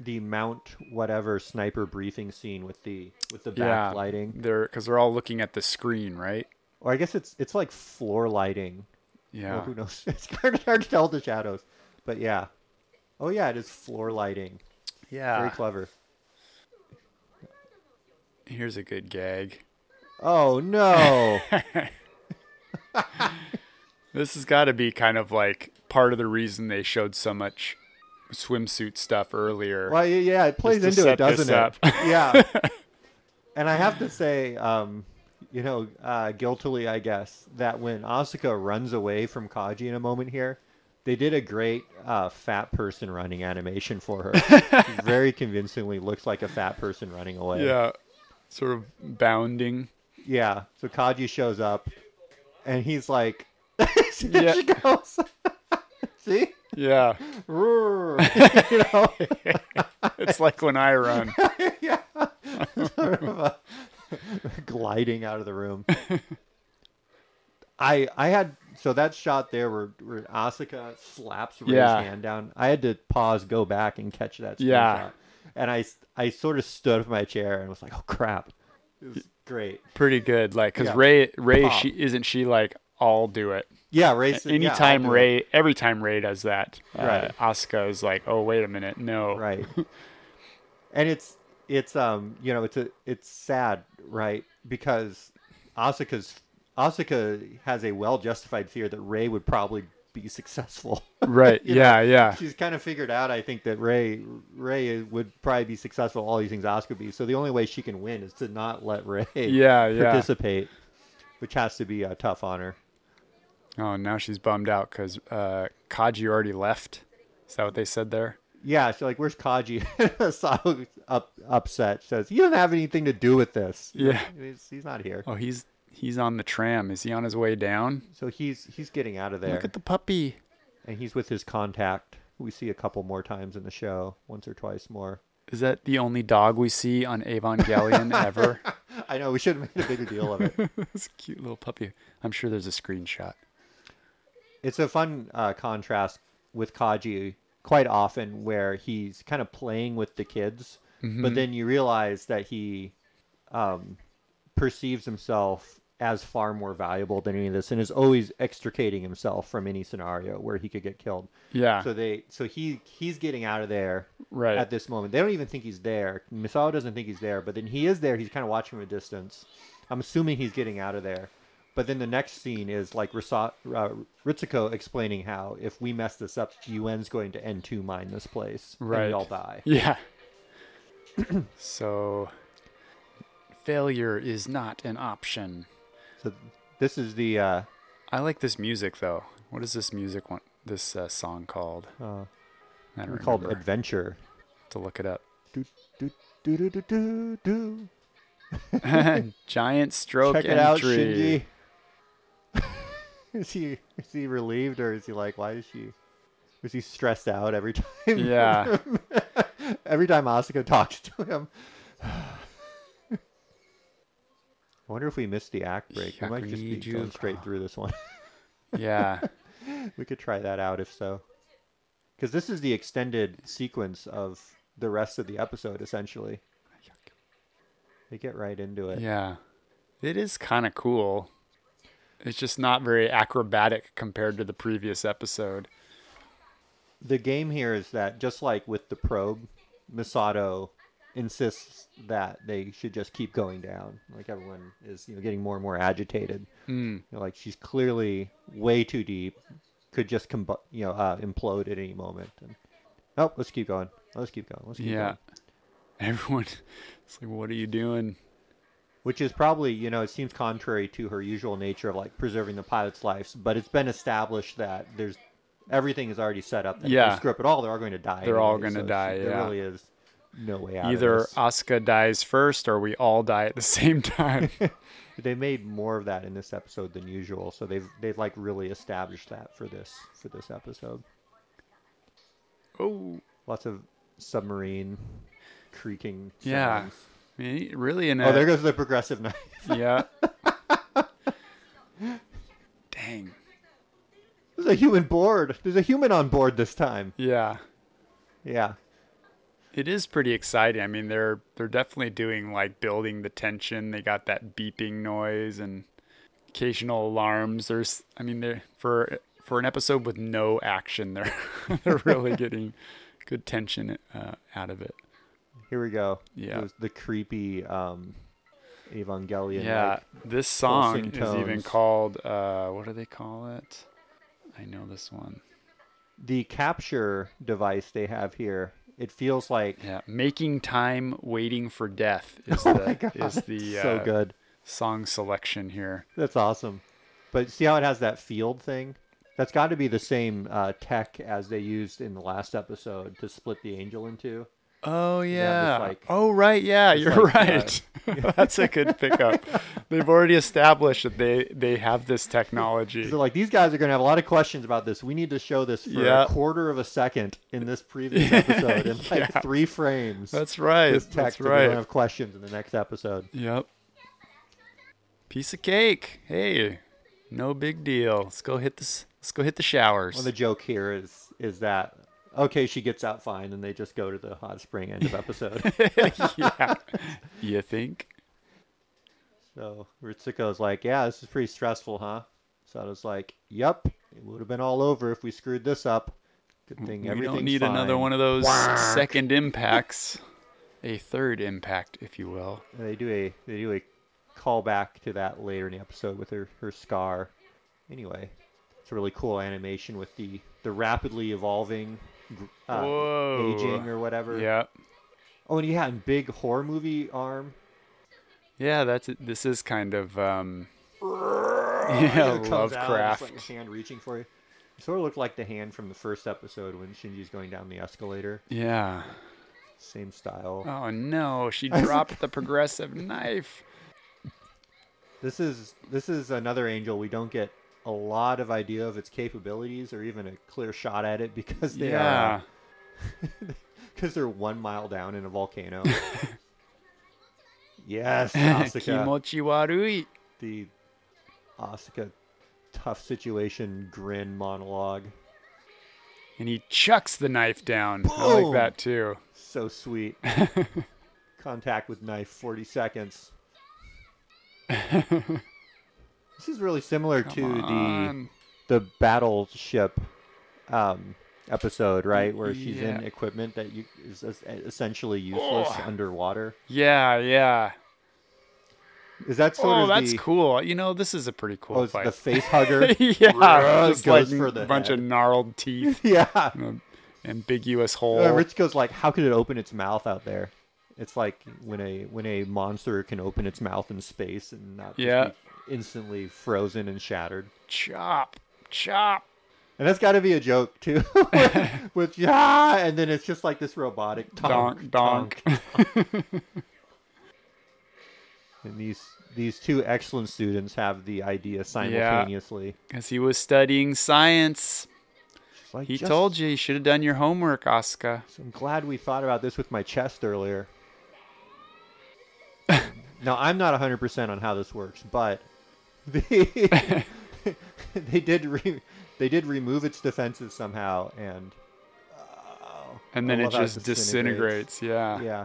[SPEAKER 1] the mount whatever sniper briefing scene with the with the back lighting.
[SPEAKER 2] They're because they're all looking at the screen, right?
[SPEAKER 1] Or I guess it's it's like floor lighting. Well,
[SPEAKER 2] Yeah.
[SPEAKER 1] who knows? It's hard, hard to tell with the shadows. But yeah. Oh yeah, it is floor lighting. Very
[SPEAKER 2] Yeah.
[SPEAKER 1] clever.
[SPEAKER 2] Here's a good gag.
[SPEAKER 1] Oh no.
[SPEAKER 2] This has got to be kind of like part of the reason they showed so much swimsuit stuff earlier.
[SPEAKER 1] Well, y- yeah, it plays
[SPEAKER 2] to
[SPEAKER 1] into it,
[SPEAKER 2] set this
[SPEAKER 1] doesn't it?
[SPEAKER 2] up.
[SPEAKER 1] yeah. And I have to say, um, you know, uh, guiltily, I guess, that when Asuka runs away from Kaji in a moment here, they did a great uh, fat person running animation for her. She very convincingly looks like a fat person running away.
[SPEAKER 2] Yeah. Sort of bounding.
[SPEAKER 1] Yeah. So Kaji shows up, and he's like, there
[SPEAKER 2] Yeah.
[SPEAKER 1] she goes. See?
[SPEAKER 2] Yeah.
[SPEAKER 1] Roar. you know?
[SPEAKER 2] It's like when I run.
[SPEAKER 1] yeah. Sort of a- gliding out of the room. I I had so that shot there where where Asuka slaps Ray's
[SPEAKER 2] Yeah.
[SPEAKER 1] hand down. I had to pause, go back, and catch that.
[SPEAKER 2] Yeah.
[SPEAKER 1] screenshot. And I s- I sort of stood up in my chair and was like, oh crap, it was great.
[SPEAKER 2] Pretty good. Like, because
[SPEAKER 1] Yeah.
[SPEAKER 2] Ray, Ray,
[SPEAKER 1] Pop.
[SPEAKER 2] she isn't she like, I'll do it.
[SPEAKER 1] Yeah, Ray. said, "Yeah, I'll
[SPEAKER 2] Anytime
[SPEAKER 1] do it."
[SPEAKER 2] Ray, every time Ray does that, uh,
[SPEAKER 1] Right.
[SPEAKER 2] Asuka is like, oh wait a minute, no.
[SPEAKER 1] right and it's it's um you know it's a it's sad right because asuka's asuka has a well justified fear that ray would probably be successful
[SPEAKER 2] Right.
[SPEAKER 1] You
[SPEAKER 2] yeah. Yeah.
[SPEAKER 1] she's kind of figured out i think that ray ray would probably be successful all these things asuka would be so the only way she can win is to not let ray
[SPEAKER 2] Yeah, yeah.
[SPEAKER 1] participate which has to be uh, tough on her
[SPEAKER 2] Oh, now she's bummed out because uh, Kaji already left. Is that what they said there?
[SPEAKER 1] yeah, so like, where's Kaji? Asawa up upset. Says he doesn't have anything to do with this.
[SPEAKER 2] Yeah.
[SPEAKER 1] He's, he's not here.
[SPEAKER 2] Oh, he's he's on the tram. Is he on his way down?
[SPEAKER 1] So he's he's getting out of there,
[SPEAKER 2] Look at the puppy.
[SPEAKER 1] and he's with his contact. who We see a couple more times in the show, once or twice more.
[SPEAKER 2] Is that the only dog we see on Avon Galleon ever?
[SPEAKER 1] I know we should have made a bigger deal of it.
[SPEAKER 2] this cute little puppy. I'm sure there's a screenshot.
[SPEAKER 1] It's a fun uh, contrast with Kaji quite often, where he's kind of playing with the kids,
[SPEAKER 2] Mm-hmm.
[SPEAKER 1] but then you realize that he um, perceives himself as far more valuable than any of this, and is always extricating himself from any scenario where he could get killed.
[SPEAKER 2] Yeah.
[SPEAKER 1] So they, so he he's getting out of there
[SPEAKER 2] Right.
[SPEAKER 1] at this moment. They don't even think he's there. Misao doesn't think he's there, but then he is there. He's kind of watching from a distance. I'm assuming he's getting out of there. But then the next scene is like Risa, uh, Ritsuko explaining how if we mess this up, UN's going to N2 mine this place. And
[SPEAKER 2] Right.
[SPEAKER 1] we all die.
[SPEAKER 2] yeah. so failure is not an option.
[SPEAKER 1] So this is the. Uh,
[SPEAKER 2] I like this music though. What is this music one? This uh, song called?
[SPEAKER 1] uh,
[SPEAKER 2] I don't
[SPEAKER 1] we called
[SPEAKER 2] remember.
[SPEAKER 1] Adventure.
[SPEAKER 2] to look it up.
[SPEAKER 1] Do, do, do, do, do, do, do.
[SPEAKER 2] Giant stroke
[SPEAKER 1] Check it
[SPEAKER 2] entry.
[SPEAKER 1] out, Shinji. is he is he relieved or is he like why is she? Is he stressed out every time?
[SPEAKER 2] Yeah.
[SPEAKER 1] Every time Asuka talks to him. I wonder if we missed the act break. We might just be
[SPEAKER 2] Yakuji
[SPEAKER 1] going
[SPEAKER 2] Jupa.
[SPEAKER 1] straight through this one.
[SPEAKER 2] Yeah.
[SPEAKER 1] we could try that out if so. Because this is the extended sequence of the rest of the episode, essentially. They get right into it.
[SPEAKER 2] Yeah. It is kind of cool. It's just not very acrobatic compared to the previous episode.
[SPEAKER 1] The game here is that, just like with the probe, Misato insists that they should just keep going down. Like everyone is, you know, getting more and more agitated.
[SPEAKER 2] Mm.
[SPEAKER 1] You know, like she's clearly way too deep, could just combu- you know uh, implode at any moment. And, oh, let's keep going. Let's keep going. Let's keep going.
[SPEAKER 2] Yeah. Everyone, it's like, what are you doing?
[SPEAKER 1] Which is probably you know it seems contrary to her usual nature of like preserving the pilot's lives, but it's been established that there's everything is already set up. That if
[SPEAKER 2] Yeah.
[SPEAKER 1] they screw up at all, they're all going to die.
[SPEAKER 2] They're all
[SPEAKER 1] anyway,
[SPEAKER 2] gonna
[SPEAKER 1] so
[SPEAKER 2] die,
[SPEAKER 1] There
[SPEAKER 2] yeah.
[SPEAKER 1] really is no way out.
[SPEAKER 2] Either
[SPEAKER 1] of this.
[SPEAKER 2] Asuka dies first or we all die at the same time.
[SPEAKER 1] they made more of that in this episode than usual so they've they've like really established that for this for this episode
[SPEAKER 2] oh.
[SPEAKER 1] lots of submarine creaking
[SPEAKER 2] Yeah.
[SPEAKER 1] sounds.
[SPEAKER 2] I mean, really in a.
[SPEAKER 1] oh there goes the progressive knife
[SPEAKER 2] Yeah. Dang.
[SPEAKER 1] there's a human board there's a human on board this time
[SPEAKER 2] Yeah.
[SPEAKER 1] yeah
[SPEAKER 2] It is pretty exciting. I mean, they're they're definitely doing like building the tension. They got that beeping noise and occasional alarms. There's, I mean, they're for for an episode with no action, they're they're really getting good tension uh, out of it.
[SPEAKER 1] here we go
[SPEAKER 2] Yeah.
[SPEAKER 1] it was the creepy um evangelion
[SPEAKER 2] Yeah, this song
[SPEAKER 1] pulsing
[SPEAKER 2] is even
[SPEAKER 1] tones.
[SPEAKER 2] called uh, what do they call it? I know this one.
[SPEAKER 1] the capture device they have here it feels like
[SPEAKER 2] Yeah, making time, waiting for death is
[SPEAKER 1] Oh my
[SPEAKER 2] the
[SPEAKER 1] God,
[SPEAKER 2] is the
[SPEAKER 1] so
[SPEAKER 2] uh,
[SPEAKER 1] good
[SPEAKER 2] song selection here.
[SPEAKER 1] That's awesome. But see how it has that field thing? That's got to be the same uh, tech as they used in the last episode to split the angel in two.
[SPEAKER 2] Oh
[SPEAKER 1] have this,
[SPEAKER 2] yeah.
[SPEAKER 1] like-
[SPEAKER 2] oh right, yeah,
[SPEAKER 1] this,
[SPEAKER 2] you're
[SPEAKER 1] like, uh,
[SPEAKER 2] right. That's a good pickup. They've already established that they they have this technology.
[SPEAKER 1] So like these guys are going to have a lot of questions about this. We need to show this for
[SPEAKER 2] Yeah.
[SPEAKER 1] a quarter of a second in this previous episode in like
[SPEAKER 2] Yeah.
[SPEAKER 1] three frames.
[SPEAKER 2] That's right.
[SPEAKER 1] this text
[SPEAKER 2] That's
[SPEAKER 1] so we don't
[SPEAKER 2] right.
[SPEAKER 1] have questions in the next episode.
[SPEAKER 2] Yep. Piece of cake. Hey, no big deal. Let's go hit this. Let's go hit the showers.
[SPEAKER 1] Well, the joke here is is that okay, she gets out fine, and they just go to the hot spring end of episode.
[SPEAKER 2] yeah. You think?
[SPEAKER 1] so Ritsuko's like, "Yeah, this is pretty stressful, huh?" Sada's like, "Yep, it would have been all over if we screwed this up. Good thing
[SPEAKER 2] We
[SPEAKER 1] everything's
[SPEAKER 2] don't need another
[SPEAKER 1] fine."
[SPEAKER 2] one of those second impacts. A third impact, if you will.
[SPEAKER 1] And they do a they do a callback to that later in the episode with her her scar. Anyway, it's a really cool animation with the the rapidly evolving gr- uh,
[SPEAKER 2] Whoa.
[SPEAKER 1] aging or whatever.
[SPEAKER 2] Yeah.
[SPEAKER 1] Oh, and yeah, and big horror movie arm.
[SPEAKER 2] Yeah, that's it. This is kind of um Yeah,
[SPEAKER 1] It comes out, it's
[SPEAKER 2] Lovecraft.
[SPEAKER 1] like a hand reaching for you. It sort of looked like the hand from the first episode when Shinji's going down the escalator.
[SPEAKER 2] yeah.
[SPEAKER 1] Same style.
[SPEAKER 2] Oh no, she dropped the progressive knife.
[SPEAKER 1] This is this is another angel. We don't get a lot of idea of its capabilities or even a clear shot at it because they
[SPEAKER 2] yeah.
[SPEAKER 1] are because they're one mile down in a volcano. yes, Asuka.
[SPEAKER 2] Kimochi warui.
[SPEAKER 1] the Asuka tough situation grin monologue.
[SPEAKER 2] And he chucks the knife down. I
[SPEAKER 1] Boom.
[SPEAKER 2] like that too.
[SPEAKER 1] So sweet. Contact with knife, 40 seconds. this is really similar to
[SPEAKER 2] Come on.
[SPEAKER 1] the the battleship um, episode, right? Where she's in
[SPEAKER 2] Mm, Yeah.
[SPEAKER 1] equipment that you, is es- essentially useless
[SPEAKER 2] Oh.
[SPEAKER 1] underwater.
[SPEAKER 2] Yeah, yeah.
[SPEAKER 1] Is that sort
[SPEAKER 2] Oh,
[SPEAKER 1] of
[SPEAKER 2] that's
[SPEAKER 1] the,
[SPEAKER 2] cool. You know, this is a pretty cool
[SPEAKER 1] oh, it's
[SPEAKER 2] fight.
[SPEAKER 1] the face hugger?
[SPEAKER 2] yeah, just like
[SPEAKER 1] goes for
[SPEAKER 2] a
[SPEAKER 1] the
[SPEAKER 2] bunch of
[SPEAKER 1] head.
[SPEAKER 2] gnarled teeth,
[SPEAKER 1] yeah.
[SPEAKER 2] and a ambiguous hole.
[SPEAKER 1] Uh, Rich goes like, "How could it open its mouth out there?" It's like when a when a monster can open its mouth in space and not just
[SPEAKER 2] Yeah.
[SPEAKER 1] be instantly frozen and shattered.
[SPEAKER 2] chop, chop.
[SPEAKER 1] And that's got to be a joke too, with, with yeah, and then it's just like this robotic
[SPEAKER 2] Donk,
[SPEAKER 1] donk,
[SPEAKER 2] donk.
[SPEAKER 1] And these these two excellent students have the idea simultaneously.
[SPEAKER 2] Because he was studying science.
[SPEAKER 1] It's like,
[SPEAKER 2] He
[SPEAKER 1] just-
[SPEAKER 2] told you you should have done your homework, Asuka.
[SPEAKER 1] So I'm glad we thought about this with my chest earlier. now, I'm not 100% on how this works, but the, they did re, they did remove its defenses somehow and oh,
[SPEAKER 2] And
[SPEAKER 1] I
[SPEAKER 2] then
[SPEAKER 1] love
[SPEAKER 2] it
[SPEAKER 1] how
[SPEAKER 2] just disintegrates. Yeah.
[SPEAKER 1] Yeah.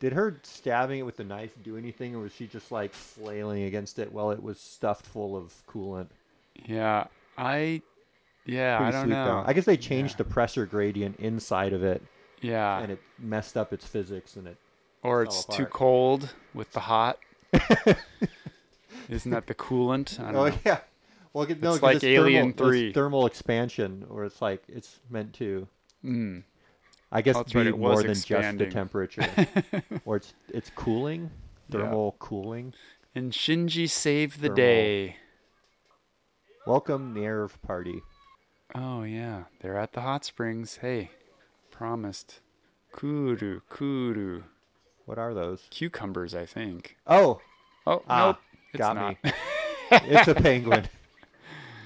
[SPEAKER 1] Did her stabbing it with the knife do anything or was she just like flailing against it while it was stuffed full of coolant?
[SPEAKER 2] Yeah. I. Yeah, I
[SPEAKER 1] Pretty
[SPEAKER 2] don't
[SPEAKER 1] sweet,
[SPEAKER 2] know.
[SPEAKER 1] though. I guess they changed the pressure gradient inside of it
[SPEAKER 2] yeah.
[SPEAKER 1] and it messed up its physics and it
[SPEAKER 2] or
[SPEAKER 1] fell
[SPEAKER 2] it's too
[SPEAKER 1] apart.
[SPEAKER 2] cold with the hot. Isn't that the coolant? I don't
[SPEAKER 1] Oh
[SPEAKER 2] know.
[SPEAKER 1] yeah. Well, no, 'cause
[SPEAKER 2] like
[SPEAKER 1] it's
[SPEAKER 2] Alien
[SPEAKER 1] thermal, it's
[SPEAKER 2] 3.
[SPEAKER 1] thermal expansion, or it's like it's meant to.
[SPEAKER 2] Mm.
[SPEAKER 1] I guess
[SPEAKER 2] That's
[SPEAKER 1] be
[SPEAKER 2] right, it
[SPEAKER 1] more
[SPEAKER 2] was
[SPEAKER 1] than just the
[SPEAKER 2] expanding.
[SPEAKER 1] temperature, or it's it's cooling,
[SPEAKER 2] Yeah.
[SPEAKER 1] thermal cooling.
[SPEAKER 2] And Shinji saved the
[SPEAKER 1] Thermal.
[SPEAKER 2] day.
[SPEAKER 1] Welcome nerve party.
[SPEAKER 2] Oh yeah, they're at the hot springs. Hey, promised. Kuru, kuru,
[SPEAKER 1] What are those?
[SPEAKER 2] cucumbers, I think.
[SPEAKER 1] Oh,
[SPEAKER 2] Oh
[SPEAKER 1] ah,
[SPEAKER 2] nope, it's
[SPEAKER 1] got
[SPEAKER 2] not.
[SPEAKER 1] me. it's a penguin.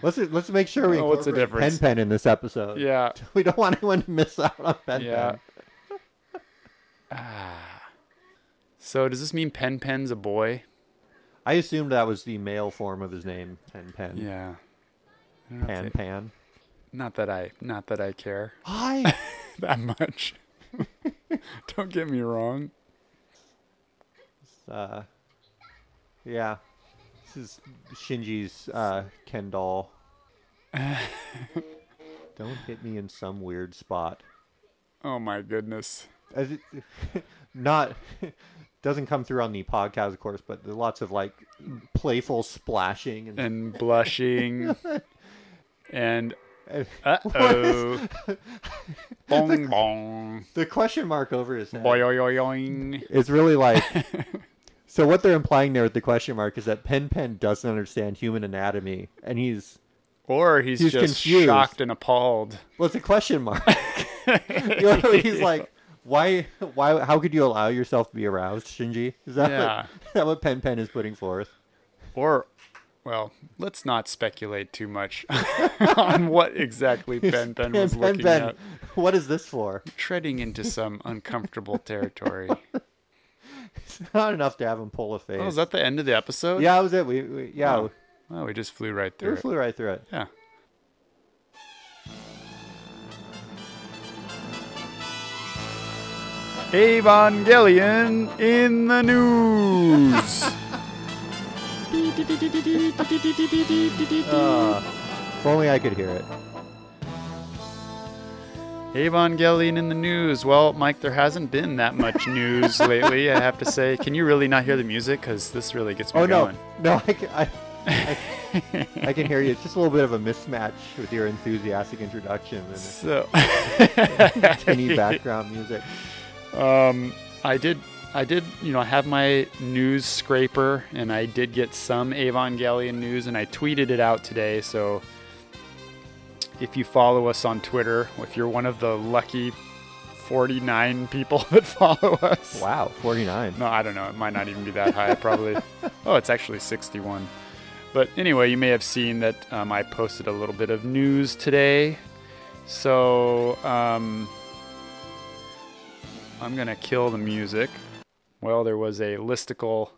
[SPEAKER 1] Let's let's make sure we
[SPEAKER 2] Oh, what's the
[SPEAKER 1] incorporate
[SPEAKER 2] difference?
[SPEAKER 1] Pen Pen in this episode.
[SPEAKER 2] yeah,
[SPEAKER 1] We don't want anyone to miss out on Pen
[SPEAKER 2] yeah.
[SPEAKER 1] Pen.
[SPEAKER 2] ah. So does this mean Pen Pen's a boy?
[SPEAKER 1] I assumed that was the male form of his name, Pen Pen.
[SPEAKER 2] Yeah. I don't know if
[SPEAKER 1] Pan
[SPEAKER 2] it-
[SPEAKER 1] Pan.
[SPEAKER 2] not that I, not that I care
[SPEAKER 1] Hi.
[SPEAKER 2] that much. don't get me wrong.
[SPEAKER 1] uh, yeah, this is Shinji's uh, Ken doll. Don't hit me in some weird spot.
[SPEAKER 2] Oh my goodness.
[SPEAKER 1] As it, not doesn't come through on the podcast, of course, but there are lots of like playful splashing and,
[SPEAKER 2] And blushing. and
[SPEAKER 1] and
[SPEAKER 2] uh oh. bong bong.
[SPEAKER 1] the question mark over his head.
[SPEAKER 2] Boyoyoyoing.
[SPEAKER 1] It's really like. so what they're implying there with the question mark is that Pen Pen doesn't understand human anatomy, and he's
[SPEAKER 2] Or he's,
[SPEAKER 1] He's
[SPEAKER 2] just
[SPEAKER 1] confused.
[SPEAKER 2] shocked and appalled.
[SPEAKER 1] Well, it's a question mark. you know, he's like, Why? Why? How could you allow yourself to be aroused, Shinji? Is that
[SPEAKER 2] Yeah.
[SPEAKER 1] what, is that what Pen Pen is putting forth?
[SPEAKER 2] Or, well, let's not speculate too much on what exactly Ben Ben was
[SPEAKER 1] Pen
[SPEAKER 2] looking
[SPEAKER 1] Pen,
[SPEAKER 2] at.
[SPEAKER 1] what is this for?
[SPEAKER 2] Treading into some uncomfortable territory.
[SPEAKER 1] It's not enough to have him pull a face.
[SPEAKER 2] Oh, is that the end of the episode?
[SPEAKER 1] yeah, that was it. We, we yeah,
[SPEAKER 2] Oh, Wow, we just flew right
[SPEAKER 1] we
[SPEAKER 2] through it.
[SPEAKER 1] flew right through it.
[SPEAKER 2] Yeah. Evangelion in the news.
[SPEAKER 1] Uh, if only I could hear it.
[SPEAKER 2] Evangelion in the news. Well, Mike, there hasn't been that much news lately, I have to say. Can you really not hear the music? Because this really gets me
[SPEAKER 1] Oh no,
[SPEAKER 2] going.
[SPEAKER 1] no, I can, I, I, I can hear you. It's just a little bit of a mismatch with your enthusiastic introduction and
[SPEAKER 2] So,
[SPEAKER 1] tinny background music.
[SPEAKER 2] um, I did, I did, you know, I have my news scraper, and I did get some Evangelion news, and I tweeted it out today. So, if you follow us on Twitter, if you're one of the lucky 49 people that follow us,
[SPEAKER 1] Wow, 49.
[SPEAKER 2] No, I don't know. It might not even be that high, probably. oh, it's actually 61. But anyway, you may have seen that um, I posted a little bit of news today. So um, I'm going to kill the music. Well, there was a listicle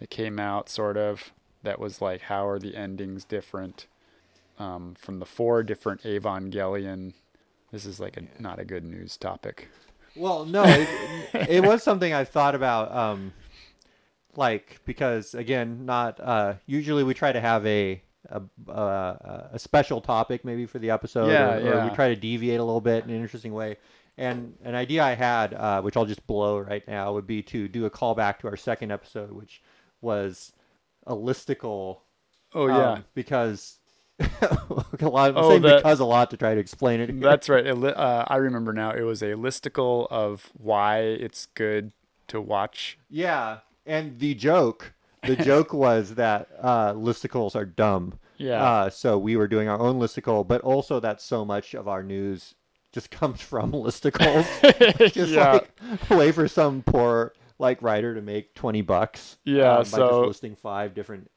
[SPEAKER 2] that came out, sort of, that was like, how are the endings different um, from the four different Evangelion? This is like a, not a good news topic.
[SPEAKER 1] Well, no, it, it was something I've thought about. Um, like because again, not uh, usually we try to have a a, uh, a special topic maybe for the episode,
[SPEAKER 2] Yeah,
[SPEAKER 1] or, or
[SPEAKER 2] yeah.
[SPEAKER 1] we try to deviate a little bit in an interesting way. And an idea I had, uh, which I'll just blow right now, would be to do a callback to our second episode, which was a listicle
[SPEAKER 2] Oh,
[SPEAKER 1] um,
[SPEAKER 2] yeah.
[SPEAKER 1] because a lot. I'm
[SPEAKER 2] Oh,
[SPEAKER 1] saying
[SPEAKER 2] that-
[SPEAKER 1] because a lot to try to explain it.
[SPEAKER 2] That's right. A li- uh, I remember now. It was a listicle of why it's good to watch.
[SPEAKER 1] Yeah, and the joke, the joke was that uh, listicles are dumb.
[SPEAKER 2] Yeah.
[SPEAKER 1] Uh, so we were doing our own listicle, but also that so much of our news just comes from listicles. just
[SPEAKER 2] Yeah.
[SPEAKER 1] like a way for some poor like writer to make twenty bucks. um,
[SPEAKER 2] Yeah,
[SPEAKER 1] by
[SPEAKER 2] so-
[SPEAKER 1] just listing five different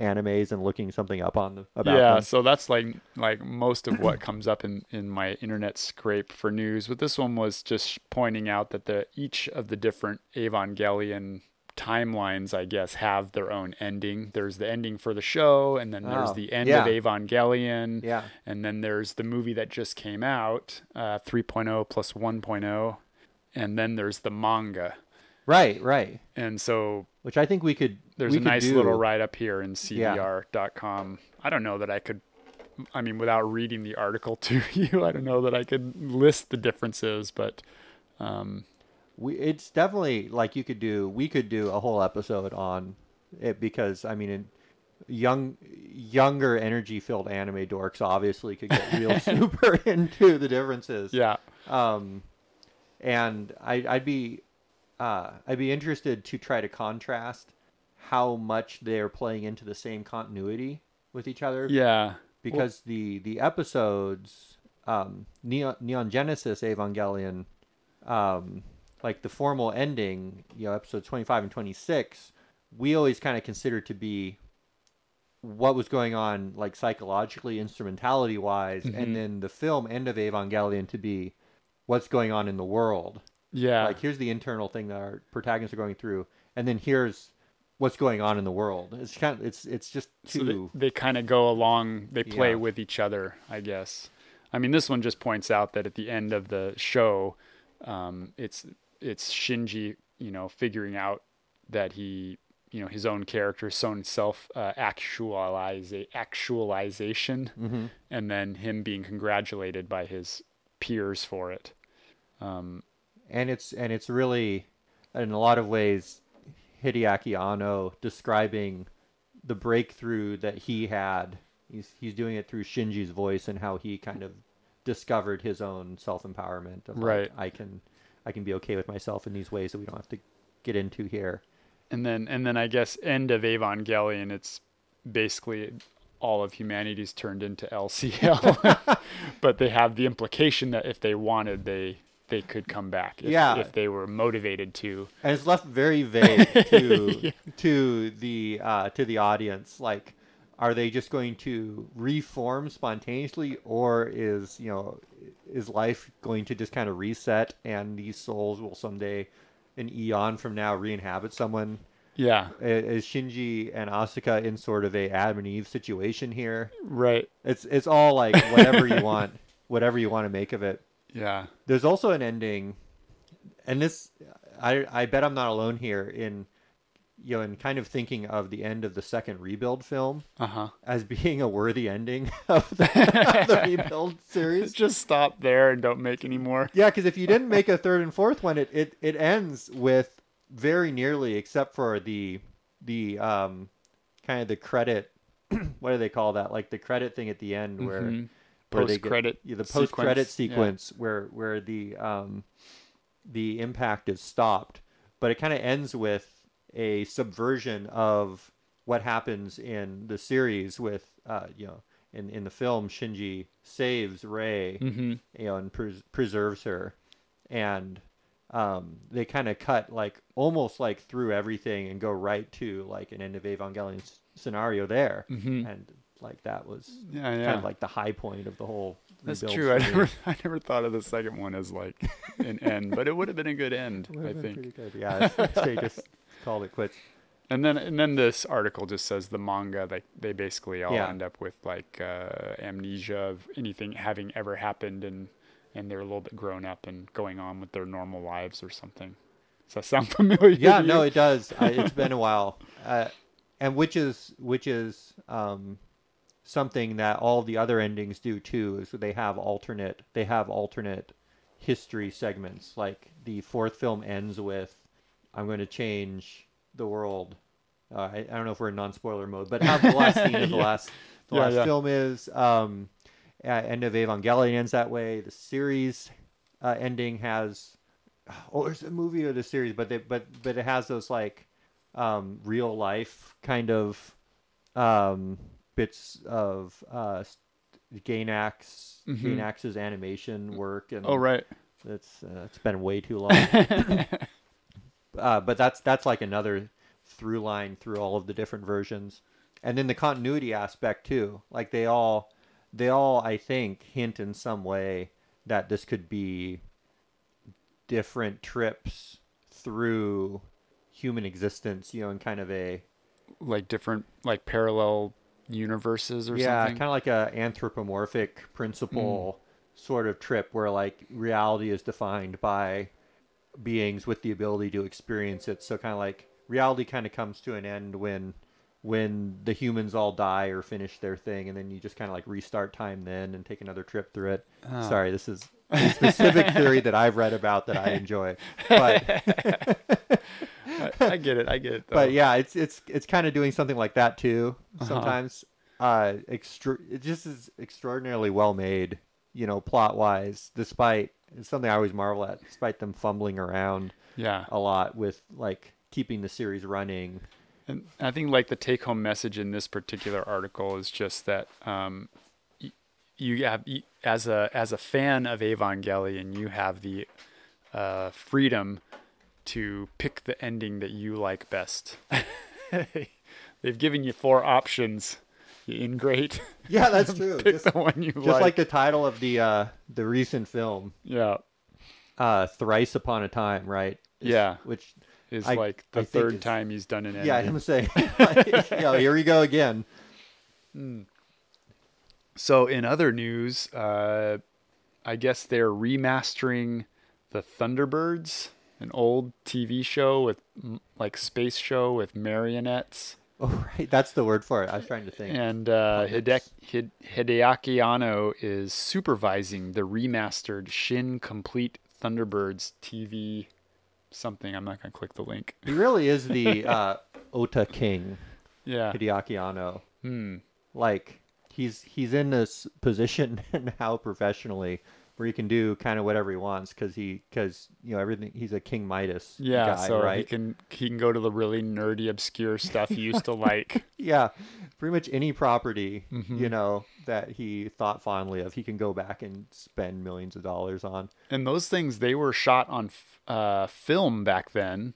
[SPEAKER 1] animes and looking something up on them about
[SPEAKER 2] yeah.
[SPEAKER 1] them.
[SPEAKER 2] So that's like like most of what comes up in in my internet scrape for news. But this one was just pointing out that the each of the different Evangelion timelines, I guess, have their own ending. There's the ending for the show, and then there's
[SPEAKER 1] Oh,
[SPEAKER 2] the end of
[SPEAKER 1] yeah.
[SPEAKER 2] Evangelion.
[SPEAKER 1] Yeah.
[SPEAKER 2] And then there's the movie that just came out, uh, 3.0 plus 1.0. And then there's the manga.
[SPEAKER 1] Right, right.
[SPEAKER 2] And so
[SPEAKER 1] Which I think we could.
[SPEAKER 2] there's
[SPEAKER 1] we
[SPEAKER 2] a
[SPEAKER 1] could
[SPEAKER 2] nice
[SPEAKER 1] do.
[SPEAKER 2] little write up here in cbr.com. I don't know that I could, I mean, without reading the article to you, I don't know that I could list the differences, but um,
[SPEAKER 1] we it's definitely like you could do we could do a whole episode on it because i mean in young younger energy filled anime dorks obviously could get real super into the differences
[SPEAKER 2] yeah.
[SPEAKER 1] um and i i'd be uh i'd be interested to try to contrast how much they're playing into the same continuity with each other
[SPEAKER 2] Yeah.
[SPEAKER 1] because the the episodes um neon, neon genesis evangelion um like the formal ending you know episode 25 and 26 we always kind of consider to be what was going on like psychologically instrumentality wise and then the film end of evangelion to be what's going on in the world
[SPEAKER 2] Yeah.
[SPEAKER 1] like here's the internal thing that our protagonists are going through and then here's what's going on in the world it's kind of it's it's just
[SPEAKER 2] so
[SPEAKER 1] too
[SPEAKER 2] they, they kind of go along they play
[SPEAKER 1] Yeah.
[SPEAKER 2] with each other i guess i mean this one just points out that at the end of the show um, it's it's shinji you know figuring out that he you know his own character his own self uh, actualiza- actualization and then him being congratulated by his peers for it
[SPEAKER 1] and it's and it's really in a lot of ways Hideaki Anno describing the breakthrough that he had. He's he's doing it through Shinji's voice and how he kind of discovered his own self empowerment. Of like,
[SPEAKER 2] Right.
[SPEAKER 1] I can I can be okay with myself in these ways that we don't have to get into here.
[SPEAKER 2] and then and then I guess end of Evangelion, it's basically all of humanity's turned into LCL, but they have the implication that if they wanted, they they could come back if,
[SPEAKER 1] Yeah.
[SPEAKER 2] if they were motivated to.
[SPEAKER 1] and it's left very vague to to the uh, to the audience. Like, are they just going to reform spontaneously, or is you know is life going to just kind of reset, and these souls will someday, an eon from now, re-inhabit someone?
[SPEAKER 2] Yeah,
[SPEAKER 1] I- Is Shinji and Asuka in sort of a Adam and Eve situation here?
[SPEAKER 2] right.
[SPEAKER 1] It's it's all like whatever you want, whatever you want to make of it.
[SPEAKER 2] Yeah,
[SPEAKER 1] There's also an ending, and this, I I bet I'm not alone here in, you know, in kind of thinking of the end of the second rebuild film
[SPEAKER 2] uh huh.
[SPEAKER 1] as being a worthy ending of the, of the rebuild series.
[SPEAKER 2] Just stop there and don't make any more.
[SPEAKER 1] Yeah, because if you didn't make a third and fourth one, it it, it ends with very nearly, except for the the um kind of the credit. what do they call that? Like the credit thing at the end where.
[SPEAKER 2] Mhm.
[SPEAKER 1] where they get-
[SPEAKER 2] Post-credit
[SPEAKER 1] yeah, the post credit
[SPEAKER 2] sequence, yeah.
[SPEAKER 1] sequence where where the um the impact is stopped but it kind of ends with a subversion of what happens in the series with uh you know in in the film Shinji saves Rei
[SPEAKER 2] Mhm.
[SPEAKER 1] you know and pres- preserves her and um they kind of cut like almost like through everything and go right to like an end of Evangelion s- scenario there
[SPEAKER 2] Mhm.
[SPEAKER 1] and like that was
[SPEAKER 2] Yeah, yeah.
[SPEAKER 1] kind of like the high point of the whole.
[SPEAKER 2] That's
[SPEAKER 1] rebuild
[SPEAKER 2] true. I
[SPEAKER 1] story.
[SPEAKER 2] never, I never thought of the second one as like an end, but it would have been a good end,
[SPEAKER 1] Would've
[SPEAKER 2] I
[SPEAKER 1] been
[SPEAKER 2] think.
[SPEAKER 1] pretty good. Yeah, it's- they just called it quits.
[SPEAKER 2] And then, and then this article just says the manga, like they basically all
[SPEAKER 1] Yeah.
[SPEAKER 2] end up with like uh, amnesia of anything having ever happened, and and they're a little bit grown up and going on with their normal lives or something. Does that sound familiar?
[SPEAKER 1] Yeah,
[SPEAKER 2] to
[SPEAKER 1] no,
[SPEAKER 2] you?
[SPEAKER 1] it does. I, it's been a while, uh, and which is which is um, something that all the other endings do too. Is they have alternate they have alternate history segments. Like the fourth film ends with, "I'm going to change the world." Uh, I, I don't know if we're in non spoiler mode, but how the last scene of the last the
[SPEAKER 2] Yeah,
[SPEAKER 1] last
[SPEAKER 2] yeah.
[SPEAKER 1] film is. Um, uh, end of Evangelion ends that way. The series uh, ending has oh, there's a movie or the series, but they but but it has those like um, real life kind of um, bits of uh, s- Gainax
[SPEAKER 2] Mhm.
[SPEAKER 1] Gainax's animation work and
[SPEAKER 2] Oh right.
[SPEAKER 1] it's uh, it's been way too long. uh, but that's that's like another through line through all of the different versions, and then the continuity aspect too. Like they all they all I think hint in some way that this could be different trips through human existence, you know, in kind of a
[SPEAKER 2] Like different, like parallel universes or
[SPEAKER 1] yeah,
[SPEAKER 2] something. Hmm.
[SPEAKER 1] kind of like a anthropomorphic principle sort of trip where like reality is defined by beings with the ability to experience it. So kind of like reality kind of comes to an end when when the humans all die or finish their thing, and then you just kind of like restart time then and take another trip through it.
[SPEAKER 2] Oh.
[SPEAKER 1] Sorry, this is a specific theory that I've read about that I enjoy, but.
[SPEAKER 2] I, I get it. I get it. though.
[SPEAKER 1] but yeah, it's it's it's kind of doing something like that too sometimes. Uh, extra, it just is extraordinarily well made, you know, plot wise. Despite it's something I always marvel at, despite them fumbling around
[SPEAKER 2] yeah.
[SPEAKER 1] a lot with like keeping the series running.
[SPEAKER 2] And I think like the take home message in this particular article is just that um, y- you have y- as a as a fan of Evangelion, you have the uh, freedom to pick the ending that you like best. They've given you four options. You ingrate,
[SPEAKER 1] Yeah, that's true.
[SPEAKER 2] pick
[SPEAKER 1] just
[SPEAKER 2] the one you
[SPEAKER 1] just like the title of the uh, the recent film,
[SPEAKER 2] yeah,
[SPEAKER 1] uh, Thrice Upon a Time, right? Is-
[SPEAKER 2] Yeah.
[SPEAKER 1] which
[SPEAKER 2] is
[SPEAKER 1] I-
[SPEAKER 2] like the
[SPEAKER 1] I think
[SPEAKER 2] third
[SPEAKER 1] it's-
[SPEAKER 2] time he's done an ending.
[SPEAKER 1] yeah, I'm gonna say, like, you know, here we go again.
[SPEAKER 2] So in other news, uh, I guess they're remastering the Thunderbirds, an old TV show with m- like space show with marionettes,
[SPEAKER 1] Oh, right, that's the word for it. I was trying to think.
[SPEAKER 2] and uh, Hidek
[SPEAKER 1] Puppets.
[SPEAKER 2] Hide- Hideaki Anno is supervising the remastered Shin Complete Thunderbirds TV something. I'm not gonna click the link.
[SPEAKER 1] He really is the uh, Ota King.
[SPEAKER 2] Yeah,
[SPEAKER 1] Hideaki Anno.
[SPEAKER 2] Hmm.
[SPEAKER 1] Like he's he's in this position now professionally where he can do kind of whatever he wants because he because you know everything he's a King Midas
[SPEAKER 2] Yeah,
[SPEAKER 1] guy
[SPEAKER 2] so
[SPEAKER 1] right
[SPEAKER 2] he can he can go to the really nerdy, obscure stuff he used to like.
[SPEAKER 1] yeah pretty much any property
[SPEAKER 2] Mm-hmm.
[SPEAKER 1] you know that he thought fondly of he can go back and spend millions of dollars on
[SPEAKER 2] And those things they were shot on f- uh, film back then.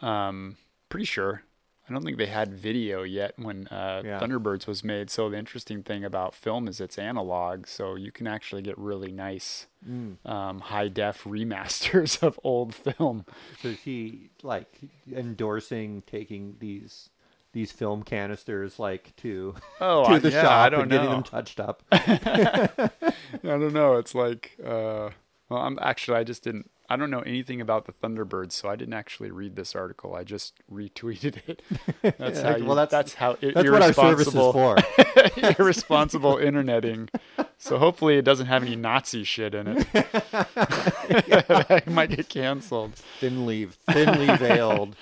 [SPEAKER 2] Um, pretty sure. I don't think they had video yet when uh,
[SPEAKER 1] Yeah.
[SPEAKER 2] Thunderbirds was made. So the interesting thing about film is it's analog, so you can actually get really nice um, high def remasters of old film.
[SPEAKER 1] so is he like endorsing taking these these film canisters like to
[SPEAKER 2] Oh,
[SPEAKER 1] to
[SPEAKER 2] I-
[SPEAKER 1] the
[SPEAKER 2] yeah,
[SPEAKER 1] shop
[SPEAKER 2] I don't
[SPEAKER 1] and getting
[SPEAKER 2] know.
[SPEAKER 1] them touched up
[SPEAKER 2] I don't know. It's like, uh, well, I'm actually, I just didn't, I don't know anything about the Thunderbirds, so I didn't actually read this article. I just retweeted it. That's how.
[SPEAKER 1] Like,
[SPEAKER 2] You,
[SPEAKER 1] well,
[SPEAKER 2] that's,
[SPEAKER 1] that's-
[SPEAKER 2] how. i-
[SPEAKER 1] that's what our service is
[SPEAKER 2] irresponsible-
[SPEAKER 1] for
[SPEAKER 2] irresponsible interneting. So hopefully it doesn't have any Nazi shit in it. I might get canceled.
[SPEAKER 1] thinly thinly veiled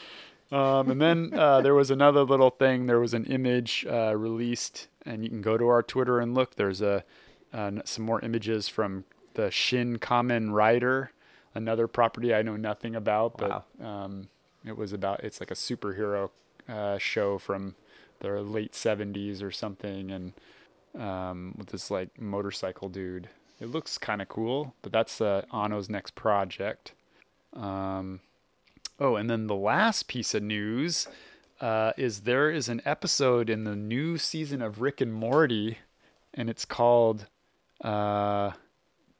[SPEAKER 2] Um, and then uh, there was another little thing. There was an image uh, released, and you can go to our Twitter and look. There's a an some more images from the Shin Kamen Rider, another property I know nothing about, but um, it was about it's like a superhero uh, show from the late '70s or something, and um, with this like motorcycle dude. It looks kind of cool, but that's uh, Ano's next project. Um, oh, and then the last piece of news uh, is there is an episode in the new season of Rick and Morty, and it's called uh,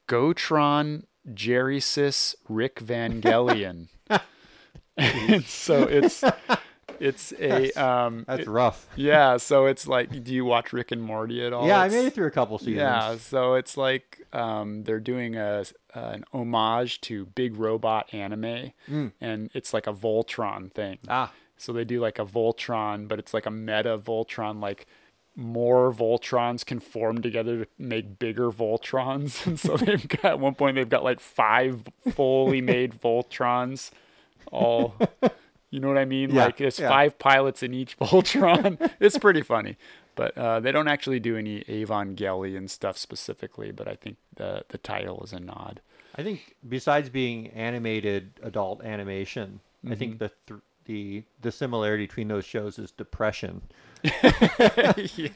[SPEAKER 2] Gotron Jerrysis Rick Vangelion. and so it's it's a um
[SPEAKER 1] that's rough
[SPEAKER 2] yeah so it's like do you watch rick and morty at all
[SPEAKER 1] yeah i
[SPEAKER 2] It's-
[SPEAKER 1] made it through a couple seasons
[SPEAKER 2] yeah, so it's like um, they're doing a an homage to Big Robot anime, and it's like a Voltron thing.
[SPEAKER 1] ah
[SPEAKER 2] So they do like a Voltron, but it's like a meta Voltron, like more Voltrons can form together to make bigger Voltrons. And so they've got at one point they've got like five fully made Voltrons, all. You know what I mean?
[SPEAKER 1] Yeah,
[SPEAKER 2] like there's
[SPEAKER 1] yeah.
[SPEAKER 2] five pilots in each Voltron. it's pretty funny. But uh, they don't actually do any Avon and stuff specifically, but I think the the title is a nod.
[SPEAKER 1] I think besides being animated adult animation, I think the th- the the similarity between those shows is depression.
[SPEAKER 2] yeah.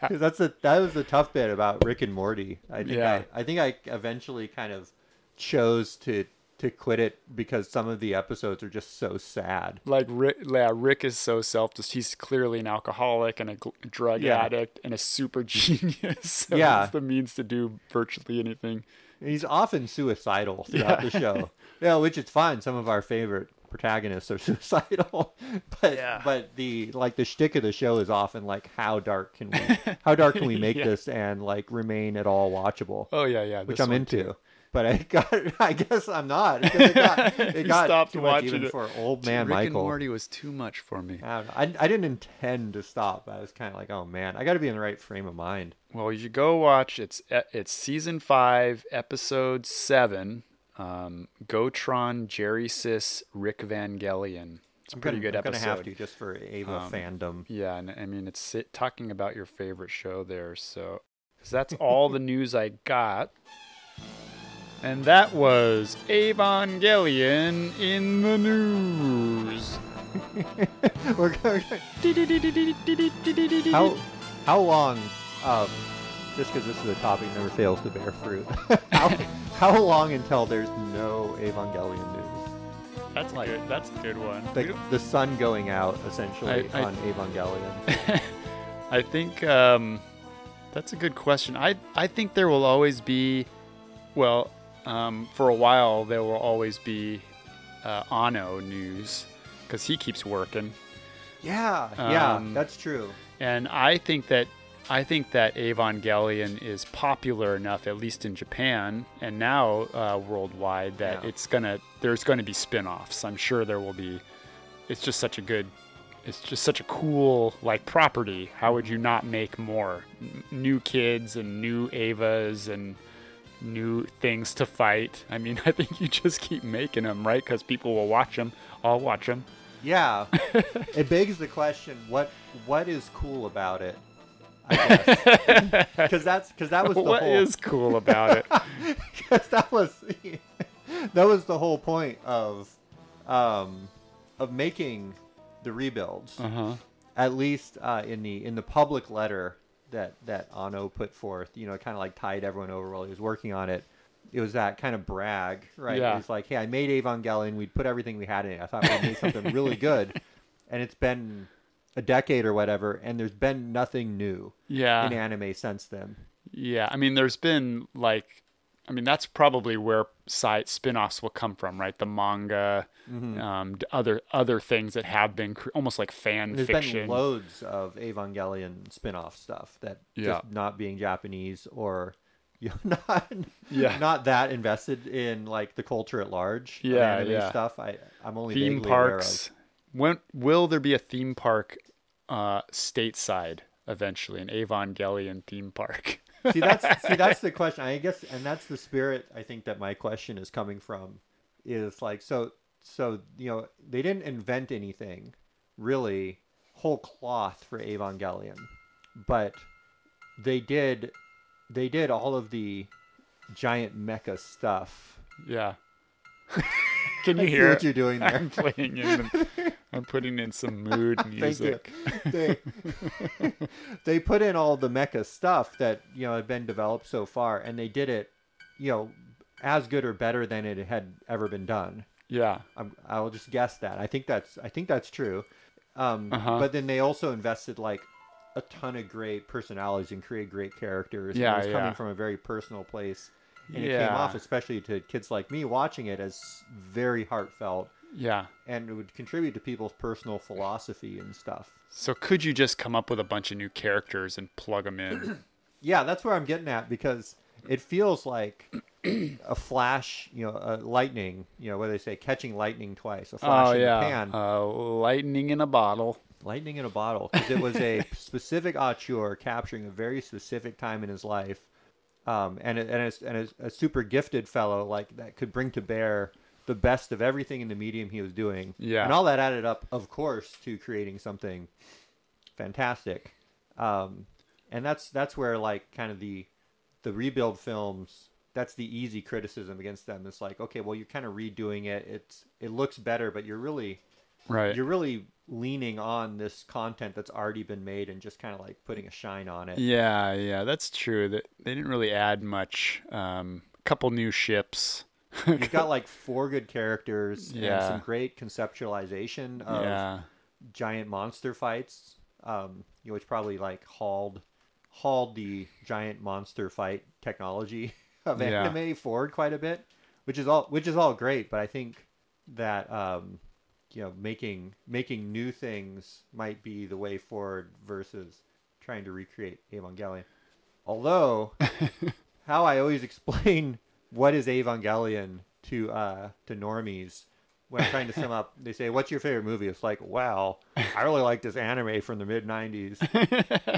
[SPEAKER 1] 'Cause that's the that was the tough bit about Rick and Morty. I think
[SPEAKER 2] Yeah.
[SPEAKER 1] I, I think I eventually kind of chose to to quit it because some of the episodes are just so sad.
[SPEAKER 2] like Rick, yeah, Rick is so self. Just he's clearly an alcoholic and a gl- drug
[SPEAKER 1] Yeah.
[SPEAKER 2] addict and a super genius. so
[SPEAKER 1] Yeah.
[SPEAKER 2] he's the means to do virtually anything.
[SPEAKER 1] And he's often suicidal throughout the show. Yeah, which is fine. Some of our favorite protagonists are suicidal, but
[SPEAKER 2] Yeah.
[SPEAKER 1] but the like the shtick of the show is often like how dark can we how dark can we make
[SPEAKER 2] Yeah.
[SPEAKER 1] this and like remain at all watchable,
[SPEAKER 2] Oh yeah, yeah.
[SPEAKER 1] which
[SPEAKER 2] this
[SPEAKER 1] I'm
[SPEAKER 2] one
[SPEAKER 1] into.
[SPEAKER 2] too.
[SPEAKER 1] But I got I guess I'm not. because It got, it
[SPEAKER 2] You
[SPEAKER 1] got
[SPEAKER 2] stopped
[SPEAKER 1] too much
[SPEAKER 2] watching
[SPEAKER 1] even
[SPEAKER 2] it.
[SPEAKER 1] for old Oh, man
[SPEAKER 2] Rick
[SPEAKER 1] Michael.
[SPEAKER 2] and Morty was too much for me.
[SPEAKER 1] I, don't know. I I didn't intend to stop. I was kind of like, oh man, I got to be in the right frame of mind.
[SPEAKER 2] Well, you should go watch. It's e- it's season five, episode seven. Um, Gotron, Jerry Sis, Rick Vangelion. It's a
[SPEAKER 1] I'm
[SPEAKER 2] pretty
[SPEAKER 1] gonna,
[SPEAKER 2] good
[SPEAKER 1] I'm
[SPEAKER 2] episode. Um,
[SPEAKER 1] gonna have to just for Ava fandom.
[SPEAKER 2] Yeah, and I mean it's si- talking about your favorite show there, so 'cause that's all the news I got. And that was Evangelion in the news.
[SPEAKER 1] We're going. How how long? Um, just because this is a topic never fails to bear fruit. how, how long until there's no Evangelion news?
[SPEAKER 2] That's good. That's a good one. We
[SPEAKER 1] Like
[SPEAKER 2] don't-
[SPEAKER 1] the sun going out essentially
[SPEAKER 2] I- I-
[SPEAKER 1] on Evangelion.
[SPEAKER 2] I think um, that's a good question. I I think there will always be, well, um, for a while there will always be uh, Ano news because he keeps working.
[SPEAKER 1] yeah, yeah,
[SPEAKER 2] Um,
[SPEAKER 1] that's true.
[SPEAKER 2] and I think that I think that Evangelion is popular enough, at least in Japan and now uh, worldwide, that
[SPEAKER 1] Yeah.
[SPEAKER 2] it's gonna there's gonna be spin-offs. I'm sure there will be. It's just such a good, it's just such a cool like property. How would you not make more N- new kids and new Avas and new things to fight? I mean, I think you just keep making them, right? Because people will watch them. I'll watch them.
[SPEAKER 1] Yeah, it begs the question: what what is cool about it? because that's because that was the
[SPEAKER 2] What
[SPEAKER 1] whole
[SPEAKER 2] is cool about it?
[SPEAKER 1] because that was that was the whole point of um, of making the rebuilds
[SPEAKER 2] Uh-huh.
[SPEAKER 1] at least uh, in the in the public letter that that Ano put forth, you know, kind of like tied everyone over while he was working on it. It was that kind of brag, right?
[SPEAKER 2] Yeah.
[SPEAKER 1] It was like, hey, I made Evangelion. We put everything we had in it. I thought we made something really good, and it's been a decade or whatever, and there's been nothing new
[SPEAKER 2] Yeah.
[SPEAKER 1] in anime since then.
[SPEAKER 2] Yeah, I mean, there's been like, I mean, that's probably where side spin-offs will come from, right? The manga,
[SPEAKER 1] Mm-hmm.
[SPEAKER 2] um, d- other other things that have been cr- almost like fan
[SPEAKER 1] There's
[SPEAKER 2] fiction.
[SPEAKER 1] been loads of Evangelion spin-off stuff that
[SPEAKER 2] Yeah.
[SPEAKER 1] just not being Japanese or you know, not
[SPEAKER 2] Yeah.
[SPEAKER 1] not that invested in like the culture at large. of
[SPEAKER 2] Yeah,
[SPEAKER 1] anime
[SPEAKER 2] yeah.
[SPEAKER 1] stuff. I I'm only
[SPEAKER 2] theme
[SPEAKER 1] vaguely aware of.
[SPEAKER 2] parks. When will there be a theme park uh, stateside eventually? An Evangelion theme park?
[SPEAKER 1] see that's see that's the question. I guess and that's the spirit I think that my question is coming from is like so so you know they didn't invent anything really whole cloth for Evangelion, but they did they did all of the giant mecha stuff.
[SPEAKER 2] yeah. Can
[SPEAKER 1] I
[SPEAKER 2] you
[SPEAKER 1] see
[SPEAKER 2] hear?
[SPEAKER 1] what you're doing there.
[SPEAKER 2] I'm playing in. the- I'm putting in some mood music.
[SPEAKER 1] Thank you. They, they put in all the mecha stuff that you know had been developed so far, and they did it, you know, as good or better than it had ever been done.
[SPEAKER 2] Yeah.
[SPEAKER 1] I'm, I'll just guess that. I think that's I think that's true. Um,
[SPEAKER 2] Uh-huh.
[SPEAKER 1] But then they also invested like a ton of great personalities and created great characters.
[SPEAKER 2] Yeah,
[SPEAKER 1] and it was
[SPEAKER 2] yeah.
[SPEAKER 1] coming from a very personal place, and it came
[SPEAKER 2] Yeah.
[SPEAKER 1] off, especially to kids like me watching it, as very heartfelt.
[SPEAKER 2] Yeah.
[SPEAKER 1] And it would contribute to people's personal philosophy and stuff.
[SPEAKER 2] So could you just come up with a bunch of new characters and plug them in?
[SPEAKER 1] yeah, that's where I'm getting at because it feels like a flash, you know, a lightning, you know, where they say catching lightning twice, a flash
[SPEAKER 2] oh
[SPEAKER 1] in
[SPEAKER 2] yeah,
[SPEAKER 1] the pan,
[SPEAKER 2] Uh, lightning in a bottle.
[SPEAKER 1] lightning in a bottle. 'Cause it was a specific auteur capturing a very specific time in his life, um, and a, and, a, and a, a super gifted fellow like that could bring to bear the best of everything in the medium he was doing.
[SPEAKER 2] Yeah.
[SPEAKER 1] and all that added up, of course, to creating something fantastic. Um, and that's that's where like kind of the the rebuild films that's the easy criticism against them it's like okay well you're kind of redoing it it's it looks better but you're really
[SPEAKER 2] Right.
[SPEAKER 1] you're really leaning on this content that's already been made and just kind of like putting a shine on it
[SPEAKER 2] Yeah, yeah, that's true. That they didn't really add much. Um, couple new ships.
[SPEAKER 1] you've got like four good characters and
[SPEAKER 2] Yeah.
[SPEAKER 1] some great conceptualization of
[SPEAKER 2] yeah.
[SPEAKER 1] giant monster fights um you know, which probably like hauled hauled the giant monster fight technology of
[SPEAKER 2] Yeah.
[SPEAKER 1] anime forward quite a bit which is all which is all great but i think that um you know making making new things might be the way forward versus trying to recreate evangelion although how i always explain what is evangelion to uh to normies when I'm trying to sum up, they say, "What's your favorite movie?" It's like, "Wow, I really like this anime from the mid '90s,"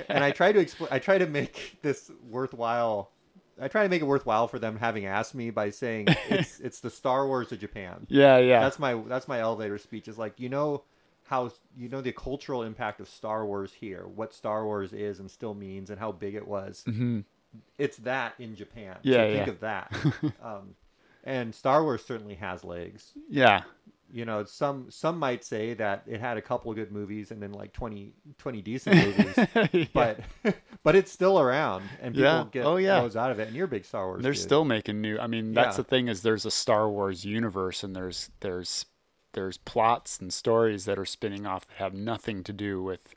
[SPEAKER 1] and I try to explain. I try to make this worthwhile. I try to make it worthwhile for them having asked me by saying it's it's the Star Wars of Japan.
[SPEAKER 2] Yeah, yeah.
[SPEAKER 1] That's my that's my elevator speech. Is like you know how you know the cultural impact of Star Wars here, what Star Wars is and still means, and how big it was.
[SPEAKER 2] Mhm.
[SPEAKER 1] It's that in Japan.
[SPEAKER 2] Yeah,
[SPEAKER 1] so think
[SPEAKER 2] yeah.
[SPEAKER 1] of that. um, and Star Wars certainly has legs
[SPEAKER 2] Yeah.
[SPEAKER 1] you know some some might say that it had a couple of good movies and then like 20, 20 decent movies but but it's still around and people
[SPEAKER 2] Yeah.
[SPEAKER 1] get
[SPEAKER 2] Oh, yeah.
[SPEAKER 1] loads out of it and you're a big star wars
[SPEAKER 2] They're
[SPEAKER 1] dude.
[SPEAKER 2] still making new. I mean, that's
[SPEAKER 1] Yeah.
[SPEAKER 2] the thing is there's a Star Wars universe and there's there's there's plots and stories that are spinning off that have nothing to do with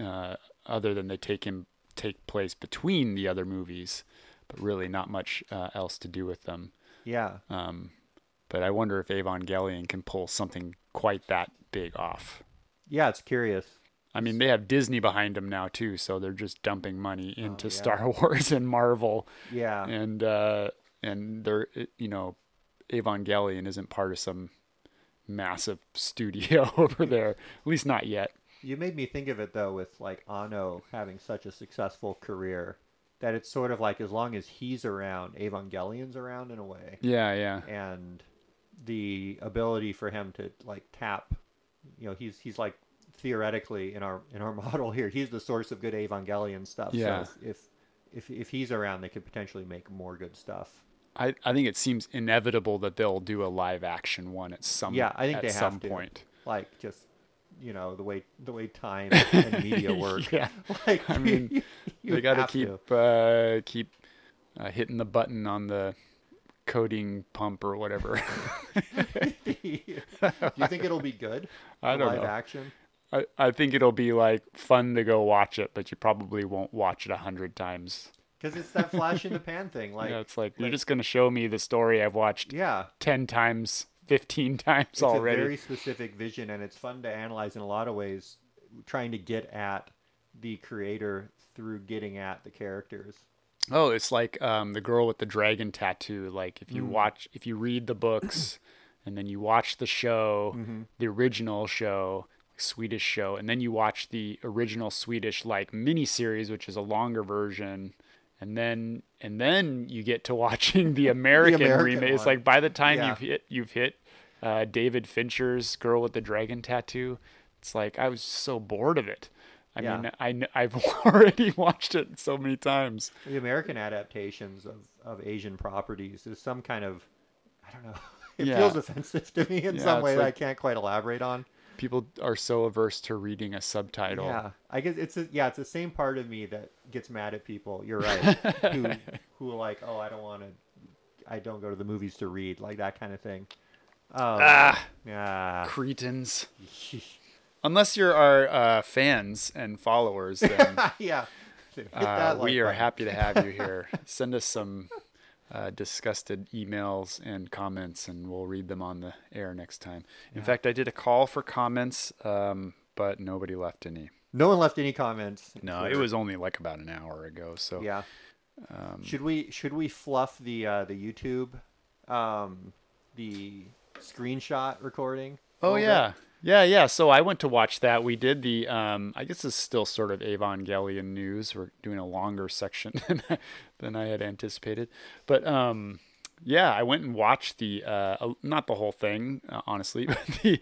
[SPEAKER 2] uh, other than they take in take place between the other movies, but really not much uh, else to do with them.
[SPEAKER 1] yeah
[SPEAKER 2] Um, but I wonder if Evangelion can pull something quite that big off.
[SPEAKER 1] yeah it's curious
[SPEAKER 2] I mean, they have Disney behind them now too, so they're just dumping money into
[SPEAKER 1] Oh, yeah.
[SPEAKER 2] Star Wars and Marvel,
[SPEAKER 1] yeah
[SPEAKER 2] and uh, and they're it- you know, Evangelion isn't part of some massive studio over there, at least not yet.
[SPEAKER 1] you made me think of it though with like ano having such a successful career that it's sort of like as long as he's around evangelion's around in a way
[SPEAKER 2] Yeah, yeah,
[SPEAKER 1] and the ability for him to like tap you know he's he's like theoretically in our in our model here. He's the source of good Evangelion stuff.
[SPEAKER 2] Yeah.
[SPEAKER 1] So if if if he's around, they could potentially make more good stuff.
[SPEAKER 2] I, I think it seems inevitable that they'll do a live action one at some
[SPEAKER 1] Yeah, I think
[SPEAKER 2] at
[SPEAKER 1] they have
[SPEAKER 2] some
[SPEAKER 1] to.
[SPEAKER 2] point.
[SPEAKER 1] Like just you know the way the way time and media work.
[SPEAKER 2] Yeah.
[SPEAKER 1] Like
[SPEAKER 2] I mean,
[SPEAKER 1] you
[SPEAKER 2] they got
[SPEAKER 1] have
[SPEAKER 2] to keep uh, keep uh, hitting the button on the coding pump or whatever.
[SPEAKER 1] Do you think it'll be good?
[SPEAKER 2] I
[SPEAKER 1] The
[SPEAKER 2] don't
[SPEAKER 1] live
[SPEAKER 2] know.
[SPEAKER 1] action.
[SPEAKER 2] I, I think it'll be like fun to go watch it, but you probably won't watch it a hundred times.
[SPEAKER 1] Because it's that flash in the pan thing. Like
[SPEAKER 2] you know, it's like you're just gonna show me the story I've watched
[SPEAKER 1] yeah,
[SPEAKER 2] ten times, fifteen times
[SPEAKER 1] it's
[SPEAKER 2] already.
[SPEAKER 1] a very specific vision, and it's fun to analyze in a lot of ways. Trying to get at the creator through getting at the characters.
[SPEAKER 2] Oh, it's like um, the girl with the dragon tattoo. Like if you
[SPEAKER 1] Mm.
[SPEAKER 2] watch, if you read the books, and then you watch the show,
[SPEAKER 1] Mm-hmm.
[SPEAKER 2] the original show, Swedish show, and then you watch the original Swedish like miniseries, which is a longer version, and then and then you get to watching the American,
[SPEAKER 1] American
[SPEAKER 2] remake. It's
[SPEAKER 1] one.
[SPEAKER 2] like by the time
[SPEAKER 1] Yeah.
[SPEAKER 2] you've hit you've hit uh, David Fincher's Girl with the Dragon Tattoo, it's like I was so bored of it. I
[SPEAKER 1] Yeah.
[SPEAKER 2] mean, I, kn- I've already watched it so many times.
[SPEAKER 1] The American adaptations of, of Asian properties is some kind of, I don't know. It
[SPEAKER 2] Yeah.
[SPEAKER 1] feels offensive to me in
[SPEAKER 2] Yeah,
[SPEAKER 1] some
[SPEAKER 2] it's
[SPEAKER 1] way that I
[SPEAKER 2] like-
[SPEAKER 1] can't quite elaborate on.
[SPEAKER 2] people are so averse to reading a subtitle.
[SPEAKER 1] Yeah, I guess it's a, yeah, it's the same part of me that gets mad at people. You're right. who who like, oh, I don't want to, I don't go to the movies to read, like that kind of thing. Um,
[SPEAKER 2] Ah,
[SPEAKER 1] yeah.
[SPEAKER 2] cretins. Unless you're our uh, fans and followers, then
[SPEAKER 1] yeah. Hit
[SPEAKER 2] uh,
[SPEAKER 1] that
[SPEAKER 2] we
[SPEAKER 1] like
[SPEAKER 2] are
[SPEAKER 1] button.
[SPEAKER 2] happy to have you here. Send us some uh, disgusted emails and comments, and we'll read them on the air next time. In fact, I did a call for comments, um, but nobody left any.
[SPEAKER 1] No one left any comments. on
[SPEAKER 2] No, it
[SPEAKER 1] Twitter.
[SPEAKER 2] was only like about an hour ago. So
[SPEAKER 1] Yeah.
[SPEAKER 2] Um,
[SPEAKER 1] should we should we fluff the uh, the YouTube, um, the screenshot recording? a
[SPEAKER 2] Oh
[SPEAKER 1] little bit?
[SPEAKER 2] yeah. Yeah, yeah. So I went to watch that. We did the um I guess it's still sort of Evangelion news. We're doing a longer section than I, than I had anticipated. But um yeah, I went and watched the uh not the whole thing, uh, honestly, but the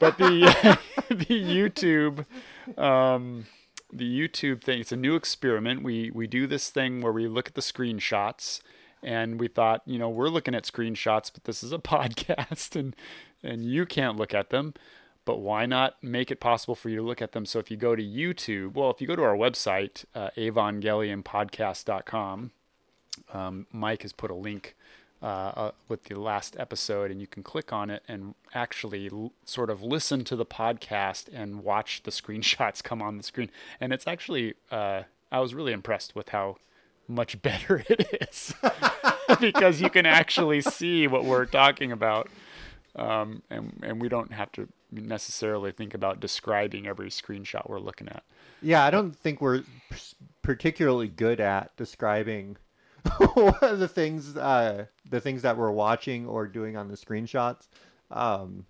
[SPEAKER 2] but the the YouTube um the YouTube thing. It's a new experiment. We we do this thing where we look at the screenshots and we thought, you know, we're looking at screenshots, but this is a podcast and and you can't look at them. But why not make it possible for you to look at them? So if you go to YouTube, well, if you go to our website, uh, evangelionpodcast.com, um, Mike has put a link uh, uh, with the last episode, and you can click on it and actually l- sort of listen to the podcast and watch the screenshots come on the screen. And it's actually, uh, I was really impressed with how much better it is because you can actually see what we're talking about. Um, and, and we don't have to necessarily think about describing every screenshot we're looking at.
[SPEAKER 1] Yeah, I don't think we're particularly good at describing what are the things uh, the things that we're watching or doing on the screenshots. Um,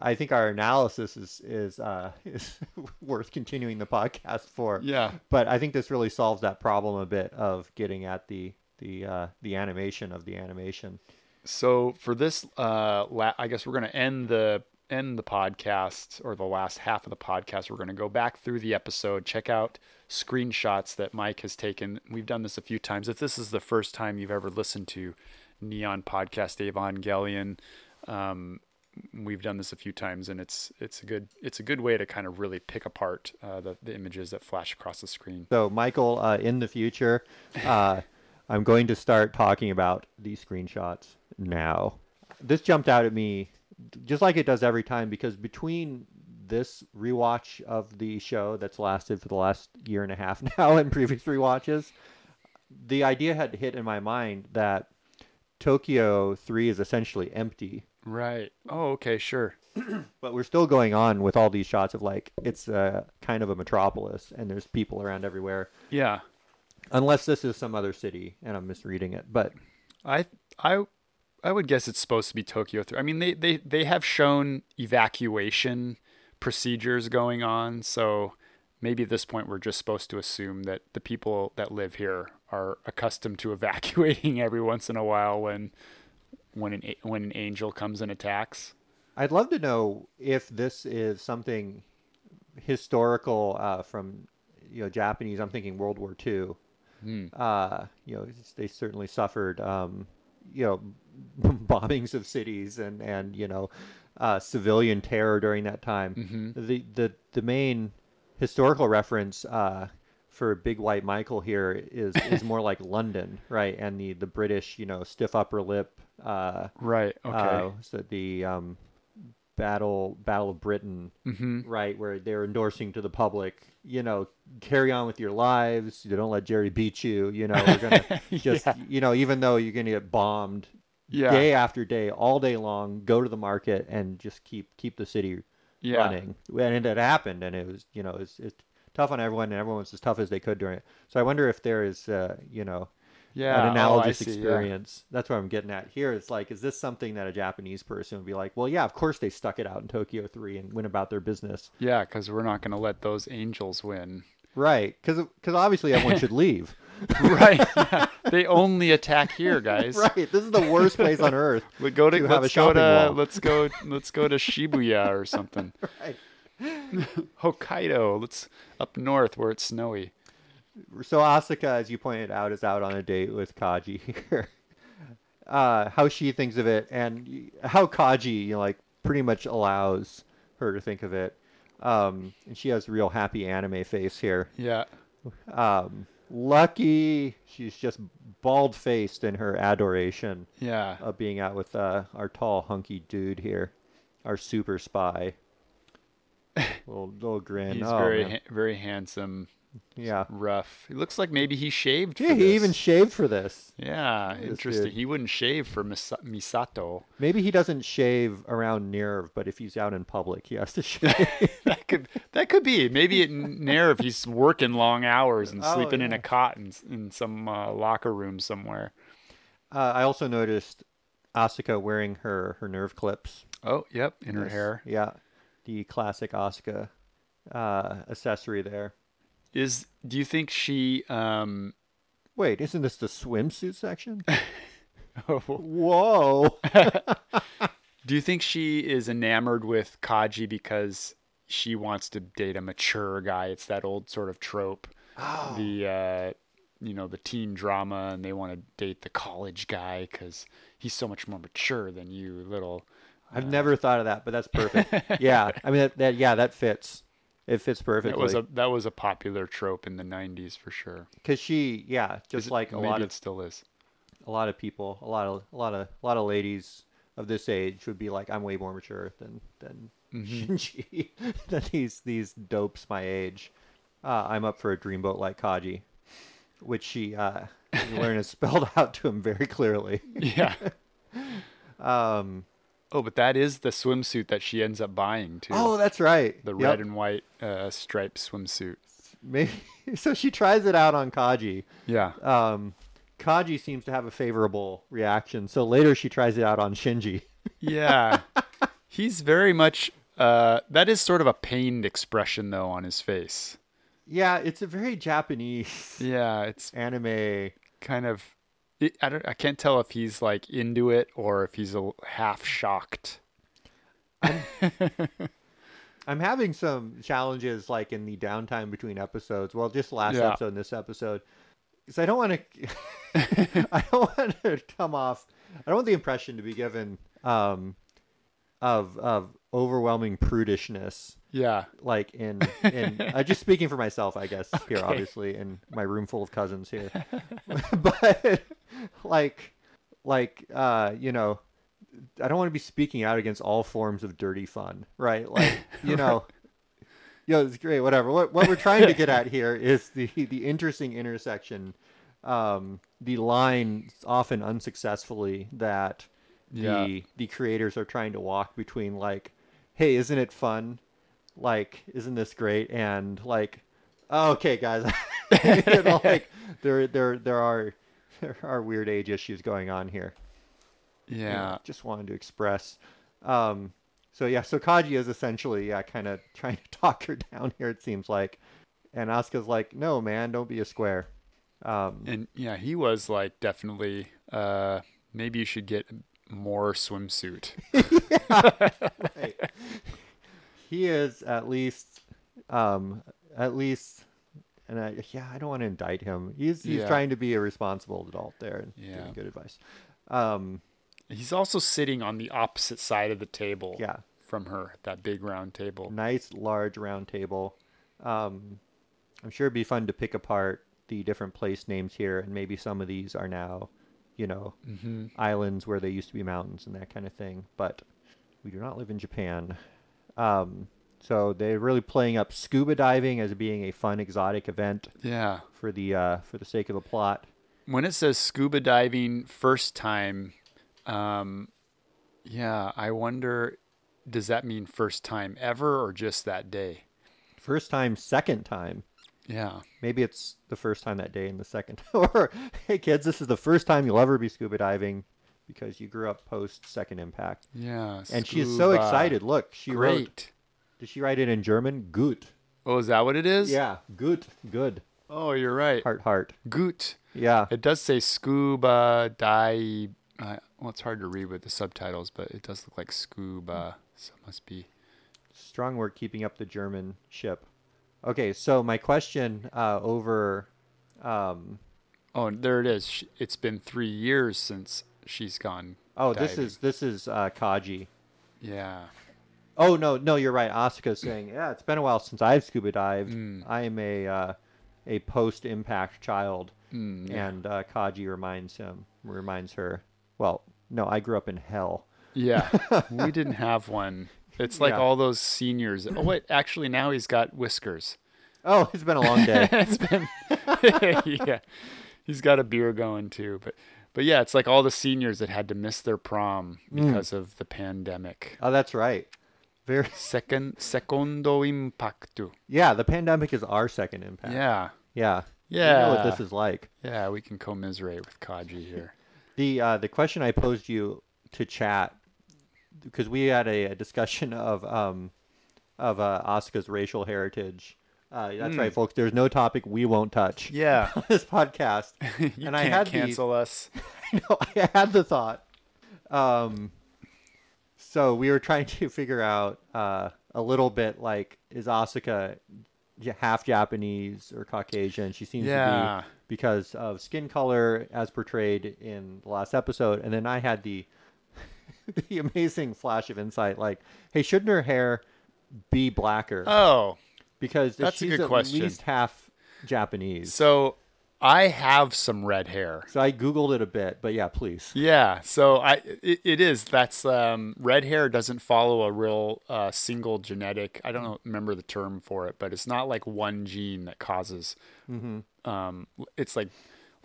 [SPEAKER 1] I think our analysis is is, uh, is worth continuing the podcast for.
[SPEAKER 2] Yeah.
[SPEAKER 1] but I think this really solves that problem a bit of getting at the the uh, the animation of the animation.
[SPEAKER 2] So for this, uh, la- I guess we're going to end the end the podcast or the last half of the podcast. We're going to go back through the episode, check out screenshots that Mike has taken. We've done this a few times. If this is the first time you've ever listened to Neon Podcast Evangelion, um, we've done this a few times, and it's it's a good it's a good way to kind of really pick apart uh, the the images that flash across the screen.
[SPEAKER 1] So, Michael, uh, in the future, uh, I'm going to start talking about these screenshots now. This jumped out at me just like it does every time because between this rewatch of the show that's lasted for the last year and a half now and previous rewatches, the idea had hit in my mind that Tokyo 3 is essentially empty
[SPEAKER 2] Right. Oh, okay, sure.
[SPEAKER 1] but we're still going on with all these shots of like it's a kind of a metropolis and there's people around everywhere
[SPEAKER 2] Yeah.
[SPEAKER 1] unless this is some other city and i'm misreading it but
[SPEAKER 2] I I I would guess it's supposed to be Tokyo three. I mean they they they have shown evacuation procedures going on, so maybe at this point we're just supposed to assume that the people that live here are accustomed to evacuating every once in a while when when an a- when an angel comes and attacks.
[SPEAKER 1] i'd love to know if this is something historical uh, from you know Japanese. I'm thinking World War II.
[SPEAKER 2] Hmm.
[SPEAKER 1] Uh, you know, it's- they certainly suffered um, you know bombings of cities and and you know uh, civilian terror during that time. The the the main historical reference uh, for Big White Michael here is is more like London, right? And the the British, you know, stiff upper lip. Uh,
[SPEAKER 2] Right. Okay.
[SPEAKER 1] uh, so the um, battle Battle of Britain,
[SPEAKER 2] mm-hmm.
[SPEAKER 1] right, where they're endorsing to the public, you know, carry on with your lives. You don't let Jerry beat you. You know, we're gonna just,
[SPEAKER 2] Yeah.
[SPEAKER 1] you know, even though you're gonna get bombed
[SPEAKER 2] Yeah.
[SPEAKER 1] day after day, all day long, go to the market and just keep keep the city
[SPEAKER 2] Yeah.
[SPEAKER 1] running. And it happened, and it was, you know, it's it's tough on everyone, and everyone was as tough as they could during it. So I wonder if there is, uh, you know,
[SPEAKER 2] Yeah.
[SPEAKER 1] an
[SPEAKER 2] Oh, I
[SPEAKER 1] analogous
[SPEAKER 2] see, yeah.
[SPEAKER 1] experience. That's what I'm getting at here. It's like, is this something that a Japanese person would be like, well, yeah, of course they stuck it out in Tokyo 3 and went about their business.
[SPEAKER 2] Yeah, because we're not going to let those angels win.
[SPEAKER 1] Right. Because obviously everyone should leave.
[SPEAKER 2] right. yeah. They only attack here, guys.
[SPEAKER 1] right. This is the worst place on earth.
[SPEAKER 2] We go to,
[SPEAKER 1] To have a
[SPEAKER 2] let's go
[SPEAKER 1] shopping
[SPEAKER 2] to
[SPEAKER 1] mall.
[SPEAKER 2] let's go let's go to Shibuya or something.
[SPEAKER 1] Right.
[SPEAKER 2] Hokkaido. Let's up north where it's snowy.
[SPEAKER 1] So Asuka, as you pointed out, is out on a date with Kaji here. Uh, how she thinks of it and how Kaji, you know, like pretty much allows her to think of it. Um, and she has a real happy anime face here.
[SPEAKER 2] Yeah.
[SPEAKER 1] um, lucky she's just bald faced in her adoration
[SPEAKER 2] Yeah.
[SPEAKER 1] of being out with uh, our tall hunky dude here our super spy little, little grin
[SPEAKER 2] He's
[SPEAKER 1] oh,
[SPEAKER 2] very
[SPEAKER 1] man.
[SPEAKER 2] ha- very handsome,
[SPEAKER 1] yeah
[SPEAKER 2] rough. He looks like maybe he shaved.
[SPEAKER 1] yeah
[SPEAKER 2] for
[SPEAKER 1] he even
[SPEAKER 2] this.
[SPEAKER 1] shaved for this
[SPEAKER 2] yeah, interesting.
[SPEAKER 1] dude.
[SPEAKER 2] He wouldn't shave for Mis- Misato.
[SPEAKER 1] maybe he doesn't shave around nerve but if he's out in public he has to shave
[SPEAKER 2] that could that could be maybe at Nair if he's working long hours and
[SPEAKER 1] Oh,
[SPEAKER 2] sleeping in
[SPEAKER 1] yeah.
[SPEAKER 2] a cot in, s- in some uh, locker room somewhere.
[SPEAKER 1] uh, i also noticed asuka wearing her her nerve clips
[SPEAKER 2] Oh, yep, in her
[SPEAKER 1] Yes.
[SPEAKER 2] hair
[SPEAKER 1] yeah the classic asuka uh, accessory there
[SPEAKER 2] is. Do you think she? Um,
[SPEAKER 1] wait isn't this the swimsuit section
[SPEAKER 2] do
[SPEAKER 1] Whoa.
[SPEAKER 2] you think she is enamored with Kaji because she wants to date a mature guy? It's that old sort of trope.
[SPEAKER 1] Oh.
[SPEAKER 2] The uh, you know the teen drama, and they want to date the college guy because he's so much more mature than you, little.
[SPEAKER 1] I've never thought of that, but that's perfect. yeah. I mean, that, that, yeah, that fits. It fits
[SPEAKER 2] That
[SPEAKER 1] perfectly.
[SPEAKER 2] was a that was a popular trope in the '90s for sure.
[SPEAKER 1] Cause she, yeah, just
[SPEAKER 2] Is it-
[SPEAKER 1] like a
[SPEAKER 2] maybe
[SPEAKER 1] lot
[SPEAKER 2] it
[SPEAKER 1] of,
[SPEAKER 2] still is.
[SPEAKER 1] a lot of people, a lot of, a lot of, a lot of ladies of this age would be like, I'm way more mature than, than
[SPEAKER 2] Mm-hmm.
[SPEAKER 1] Shinji, than these, these dopes my age. Uh, I'm up for a dreamboat like Kaji, which she, uh, you learn is spelled out to him very clearly.
[SPEAKER 2] Yeah.
[SPEAKER 1] Um,
[SPEAKER 2] Oh, but that is the swimsuit that she ends up buying too.
[SPEAKER 1] oh, that's right.
[SPEAKER 2] the
[SPEAKER 1] Yep.
[SPEAKER 2] red and white uh, striped swimsuit.
[SPEAKER 1] Maybe, so she tries it out on Kaji.
[SPEAKER 2] Yeah.
[SPEAKER 1] um, Kaji seems to have a favorable reaction. So later she tries it out on Shinji.
[SPEAKER 2] Yeah. He's very much. Uh, that is sort of a pained expression though on his face.
[SPEAKER 1] Yeah, it's a very Japanese
[SPEAKER 2] Yeah, it's
[SPEAKER 1] anime.
[SPEAKER 2] kind of. It, I don't. I can't tell if he's like into it or if he's a, l- half shocked.
[SPEAKER 1] I'm having some challenges like in the downtime between episodes. Well, just last
[SPEAKER 2] Yeah.
[SPEAKER 1] episode and this episode. Because I don't want to. I don't want to come off. I don't want the impression to be given um, of of overwhelming prudishness.
[SPEAKER 2] Yeah.
[SPEAKER 1] like in in uh, just speaking for myself i guess here obviously in my room full of cousins here but like like uh you know i don't want to be speaking out against all forms of dirty fun right like you know you know it's great whatever what, what we're trying to get at here is the the interesting intersection um the line often unsuccessfully that the
[SPEAKER 2] Yeah.
[SPEAKER 1] the creators are trying to walk between like hey isn't it fun like isn't this great and like oh, okay guys you know, like there there there are there are weird age issues going on here you know,
[SPEAKER 2] Yeah.
[SPEAKER 1] just wanted to express um so yeah so kaji is essentially yeah kind of trying to talk her down here it seems like and asuka's like no man don't be a square um
[SPEAKER 2] And yeah, he was like definitely. Uh, maybe you should get more swimsuit.
[SPEAKER 1] he is at least um, at least, and I, yeah, I don't want to indict him. He's he's
[SPEAKER 2] Yeah.
[SPEAKER 1] trying to be a responsible adult there and
[SPEAKER 2] Yeah.
[SPEAKER 1] giving good advice. Um,
[SPEAKER 2] He's also sitting on the opposite side of the table
[SPEAKER 1] Yeah.
[SPEAKER 2] from her, that big round table.
[SPEAKER 1] nice large round table. Um, I'm sure it'd be fun to pick apart the different place names here, and maybe some of these are now, you know, islands where they used to be mountains and that kind of thing. But we do not live in Japan. Um, so they're really playing up scuba diving as being a fun, exotic event
[SPEAKER 2] Yeah.
[SPEAKER 1] for the uh, for the sake of the plot.
[SPEAKER 2] When it says scuba diving first time, um, yeah, I wonder does that mean first time ever or just that day?
[SPEAKER 1] First time, second time.
[SPEAKER 2] Yeah.
[SPEAKER 1] Maybe it's the first time that day and the second. or, hey kids, this is the first time you'll ever be scuba diving because you grew up post second impact.
[SPEAKER 2] Yeah.
[SPEAKER 1] And she's so
[SPEAKER 2] scuba.
[SPEAKER 1] excited. Look, she wrote.
[SPEAKER 2] Great.
[SPEAKER 1] Did she write it in German? Gut.
[SPEAKER 2] Oh, is that what it is?
[SPEAKER 1] Yeah, gut, good.
[SPEAKER 2] Oh, you're right.
[SPEAKER 1] Heart, heart.
[SPEAKER 2] Goot.
[SPEAKER 1] Yeah,
[SPEAKER 2] It does say scuba di. Uh, well, it's hard to read with the subtitles, but it does look like scuba. So it must be.
[SPEAKER 1] strong work keeping up the German ship. Okay, so my question uh, over. Um,
[SPEAKER 2] Oh, and there it is. Sh- It's been three years since she's gone.
[SPEAKER 1] oh, this
[SPEAKER 2] diving.
[SPEAKER 1] is this is uh, Kaji.
[SPEAKER 2] Yeah.
[SPEAKER 1] Oh no, no, you're right. Asuka's saying, "Yeah, it's been a while since I've scuba dived.
[SPEAKER 2] Hmm.
[SPEAKER 1] I am a uh, a post impact child."
[SPEAKER 2] Hmm,
[SPEAKER 1] And uh, Kaji reminds him, reminds her, "Well, no, I grew up in hell."
[SPEAKER 2] Yeah. we didn't have one. It's like
[SPEAKER 1] Yeah.
[SPEAKER 2] all those seniors. Oh, wait. Actually, now he's got whiskers.
[SPEAKER 1] Oh, it's been a long day.
[SPEAKER 2] it's been. yeah. He's got a beer going too. But, but yeah, it's like all the seniors that had to miss their prom because of the pandemic.
[SPEAKER 1] oh, that's right. Very
[SPEAKER 2] Second, secondo impacto.
[SPEAKER 1] yeah. The pandemic is our second impact.
[SPEAKER 2] Yeah.
[SPEAKER 1] yeah, You know what
[SPEAKER 2] Yeah.
[SPEAKER 1] this is like.
[SPEAKER 2] Yeah, we can commiserate with Kaji here.
[SPEAKER 1] The uh, the question I posed you to chat because we had a, a discussion of um of uh, Asuka's racial heritage. Uh, that's right, folks. There's no topic we won't touch.
[SPEAKER 2] Hmm. Yeah.
[SPEAKER 1] on this podcast,
[SPEAKER 2] you
[SPEAKER 1] and
[SPEAKER 2] can't
[SPEAKER 1] I had
[SPEAKER 2] cancel us.
[SPEAKER 1] The, no, I had the thought. Um, so we were trying to figure out uh, a little bit like is Asuka j- half Japanese or Caucasian? She seems to
[SPEAKER 2] Yeah.
[SPEAKER 1] be because of skin color as portrayed in the last episode, and then I had the the amazing flash of insight like, hey, shouldn't her hair be blacker?
[SPEAKER 2] Oh,
[SPEAKER 1] because if
[SPEAKER 2] that's a
[SPEAKER 1] she's
[SPEAKER 2] good
[SPEAKER 1] at
[SPEAKER 2] question.
[SPEAKER 1] least half Japanese.
[SPEAKER 2] so I have some red hair.
[SPEAKER 1] So I googled it a bit, but yeah, please.
[SPEAKER 2] Yeah, so I it, it is that's um, red hair doesn't follow a real uh, single genetic. I don't know, remember the term for it, but it's not like one gene that causes. Um, it's like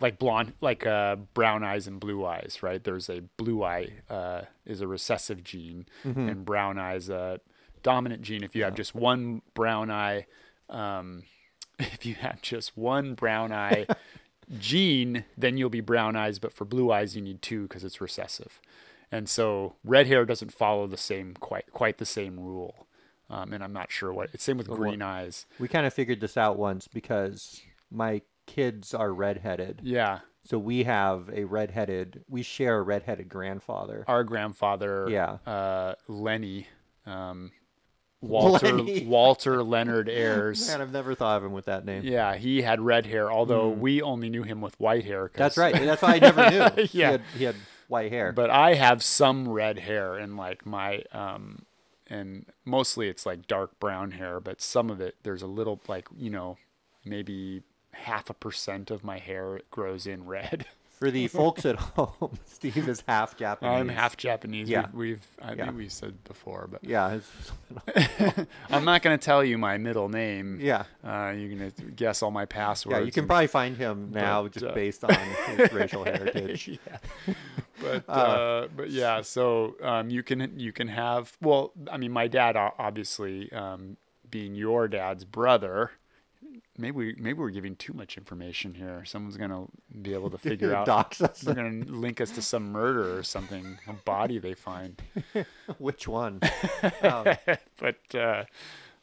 [SPEAKER 2] like blonde, like uh, brown eyes and blue eyes, right? There's a blue eye uh, is a recessive gene, and brown eyes a dominant gene. If you have just one brown eye, um, if you have just one brown eye gene, then you'll be brown eyes. But for blue eyes, you need two because it's recessive. And so red hair doesn't follow the same quite quite the same rule. Um, and I'm not sure what it's same with green eyes.
[SPEAKER 1] We kind of figured this out once because my kids are redheaded.
[SPEAKER 2] Yeah,
[SPEAKER 1] So we have a redheaded, we share a redheaded grandfather.
[SPEAKER 2] our grandfather,
[SPEAKER 1] Yeah.
[SPEAKER 2] uh, Lenny, um, Walter
[SPEAKER 1] Lenny.
[SPEAKER 2] Walter Leonard Ayers.
[SPEAKER 1] Man, I've never thought of him with that name.
[SPEAKER 2] Yeah, he had red hair, although we only knew him with white hair. 'cause-
[SPEAKER 1] Hmm. That's right. That's why I never knew. He
[SPEAKER 2] Yeah.
[SPEAKER 1] had, he had white hair.
[SPEAKER 2] but I have some red hair and like my um and mostly it's like dark brown hair, but some of it there's a little like, you know, maybe half a percent of my hair grows in red.
[SPEAKER 1] For the folks at home, Steve is half Japanese.
[SPEAKER 2] I'm half Japanese.
[SPEAKER 1] Yeah.
[SPEAKER 2] We've, we've I
[SPEAKER 1] Yeah.
[SPEAKER 2] think we said before, but
[SPEAKER 1] Yeah. it's-
[SPEAKER 2] I'm not going to tell you my middle name.
[SPEAKER 1] Yeah.
[SPEAKER 2] Uh, you're going to guess all my passwords.
[SPEAKER 1] Yeah, you can
[SPEAKER 2] and-
[SPEAKER 1] probably find him now
[SPEAKER 2] But,
[SPEAKER 1] just
[SPEAKER 2] uh,
[SPEAKER 1] based on his racial heritage.
[SPEAKER 2] but uh, but yeah so um, you can you can have well i mean my dad o- obviously um, being your dad's brother maybe we, maybe we're giving too much information here someone's gonna be able to figure out
[SPEAKER 1] Dox us.
[SPEAKER 2] they're gonna link us to some murder or something a body they find
[SPEAKER 1] Which one?
[SPEAKER 2] but uh,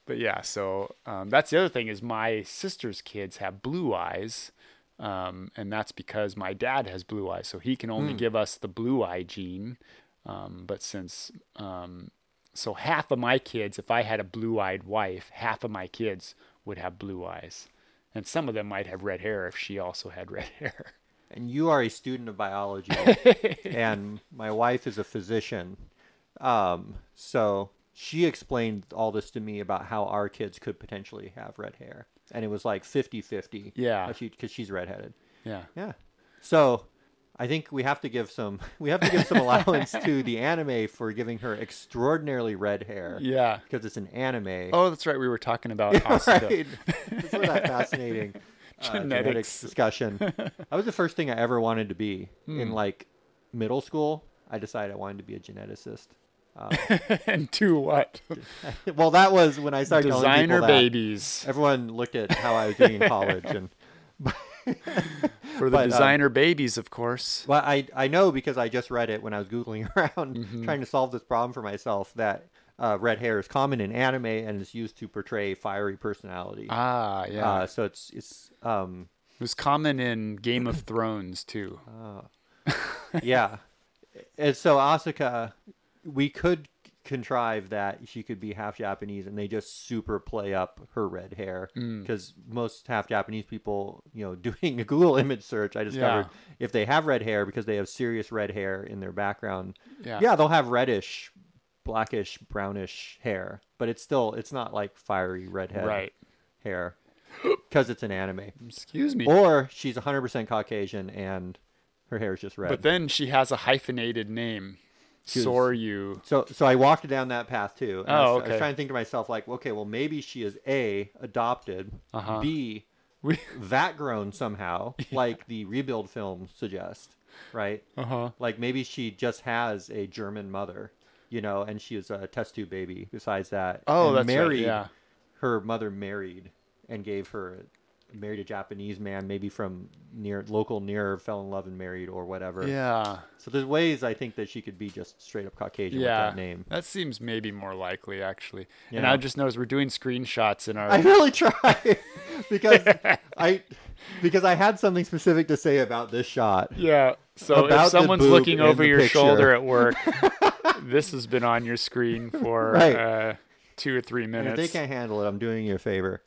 [SPEAKER 2] but yeah, so um, that's the other thing is my sister's kids have blue eyes, um, and that's because my dad has blue Hmm. eyes, so he can only give us the blue eye gene. Um, but since um, So half of my kids, if I had a blue-eyed wife, half of my kids would have blue eyes, and some of them might have red hair if she also had red hair.
[SPEAKER 1] and you are a student of biology, and my wife is a physician. Um, so she explained all this to me about how our kids could potentially have red hair, and it was like 50-50.
[SPEAKER 2] Yeah.
[SPEAKER 1] because she's redheaded.
[SPEAKER 2] Yeah.
[SPEAKER 1] Yeah. So I think we have to give some we have to give some allowance to the anime for giving her extraordinarily red hair.
[SPEAKER 2] Yeah.
[SPEAKER 1] Because it's an anime.
[SPEAKER 2] Oh, that's right. We were talking about Asuka.
[SPEAKER 1] right. That's what that fascinating uh, genetics.
[SPEAKER 2] Genetics.
[SPEAKER 1] discussion. That was the first thing I ever wanted to be
[SPEAKER 2] Hmm.
[SPEAKER 1] in like middle school. I decided I wanted to be a geneticist.
[SPEAKER 2] and two what?
[SPEAKER 1] well, that was when I started telling people
[SPEAKER 2] Designer
[SPEAKER 1] that.
[SPEAKER 2] babies
[SPEAKER 1] Everyone looked at how I was doing in college, and
[SPEAKER 2] for the
[SPEAKER 1] But, um,
[SPEAKER 2] designer babies, of course.
[SPEAKER 1] Well, I I know because I just read it when I was googling around
[SPEAKER 2] Mm-hmm.
[SPEAKER 1] trying to solve this problem for myself that uh, red hair is common in anime and is used to portray fiery personality.
[SPEAKER 2] Ah, yeah.
[SPEAKER 1] Uh, so it's it's um
[SPEAKER 2] it was common in Game of Thrones too.
[SPEAKER 1] yeah, and so Asuka, we could contrive that she could be half Japanese and they just super play up her red hair
[SPEAKER 2] Mm.
[SPEAKER 1] because most half Japanese people, you know, doing a Google image search, I discovered if they have red hair because they have serious red hair in their background,
[SPEAKER 2] Yeah.
[SPEAKER 1] yeah they'll have reddish blackish brownish hair but it's still it's not like fiery redhead
[SPEAKER 2] Right.
[SPEAKER 1] hair because it's an anime
[SPEAKER 2] Excuse me.
[SPEAKER 1] or she's 100% caucasian and her hair is just red
[SPEAKER 2] but then she has a hyphenated name,
[SPEAKER 1] was-
[SPEAKER 2] Soryu.
[SPEAKER 1] so so i walked down that path too and I,
[SPEAKER 2] Oh,
[SPEAKER 1] was, I was
[SPEAKER 2] okay.
[SPEAKER 1] trying to think to myself like okay well maybe she is a adopted
[SPEAKER 2] Uh-huh.
[SPEAKER 1] b
[SPEAKER 2] We-
[SPEAKER 1] vat grown somehow like the rebuild film suggests right
[SPEAKER 2] Uh huh.
[SPEAKER 1] like maybe she just has a German mother, you know, and she was a test tube baby. Besides that,
[SPEAKER 2] Oh,
[SPEAKER 1] and
[SPEAKER 2] that's right,
[SPEAKER 1] married,
[SPEAKER 2] yeah.
[SPEAKER 1] Her mother married and gave her married a Japanese man, maybe from near local near, fell in love and married or whatever.
[SPEAKER 2] Yeah.
[SPEAKER 1] So there's ways I think that she could be just straight up Caucasian
[SPEAKER 2] Yeah.
[SPEAKER 1] with that name.
[SPEAKER 2] That seems maybe more likely, actually. And
[SPEAKER 1] Yeah.
[SPEAKER 2] I just noticed we're doing screenshots in our.
[SPEAKER 1] I really try because I because I had something specific to say about this shot.
[SPEAKER 2] yeah. So
[SPEAKER 1] About the
[SPEAKER 2] if someone's
[SPEAKER 1] boob
[SPEAKER 2] looking
[SPEAKER 1] in
[SPEAKER 2] over
[SPEAKER 1] the
[SPEAKER 2] your
[SPEAKER 1] picture.
[SPEAKER 2] shoulder at work, this has been on your screen for
[SPEAKER 1] Right.
[SPEAKER 2] uh, two or three
[SPEAKER 1] And if
[SPEAKER 2] minutes.
[SPEAKER 1] they can't handle it, I'm doing you a favor.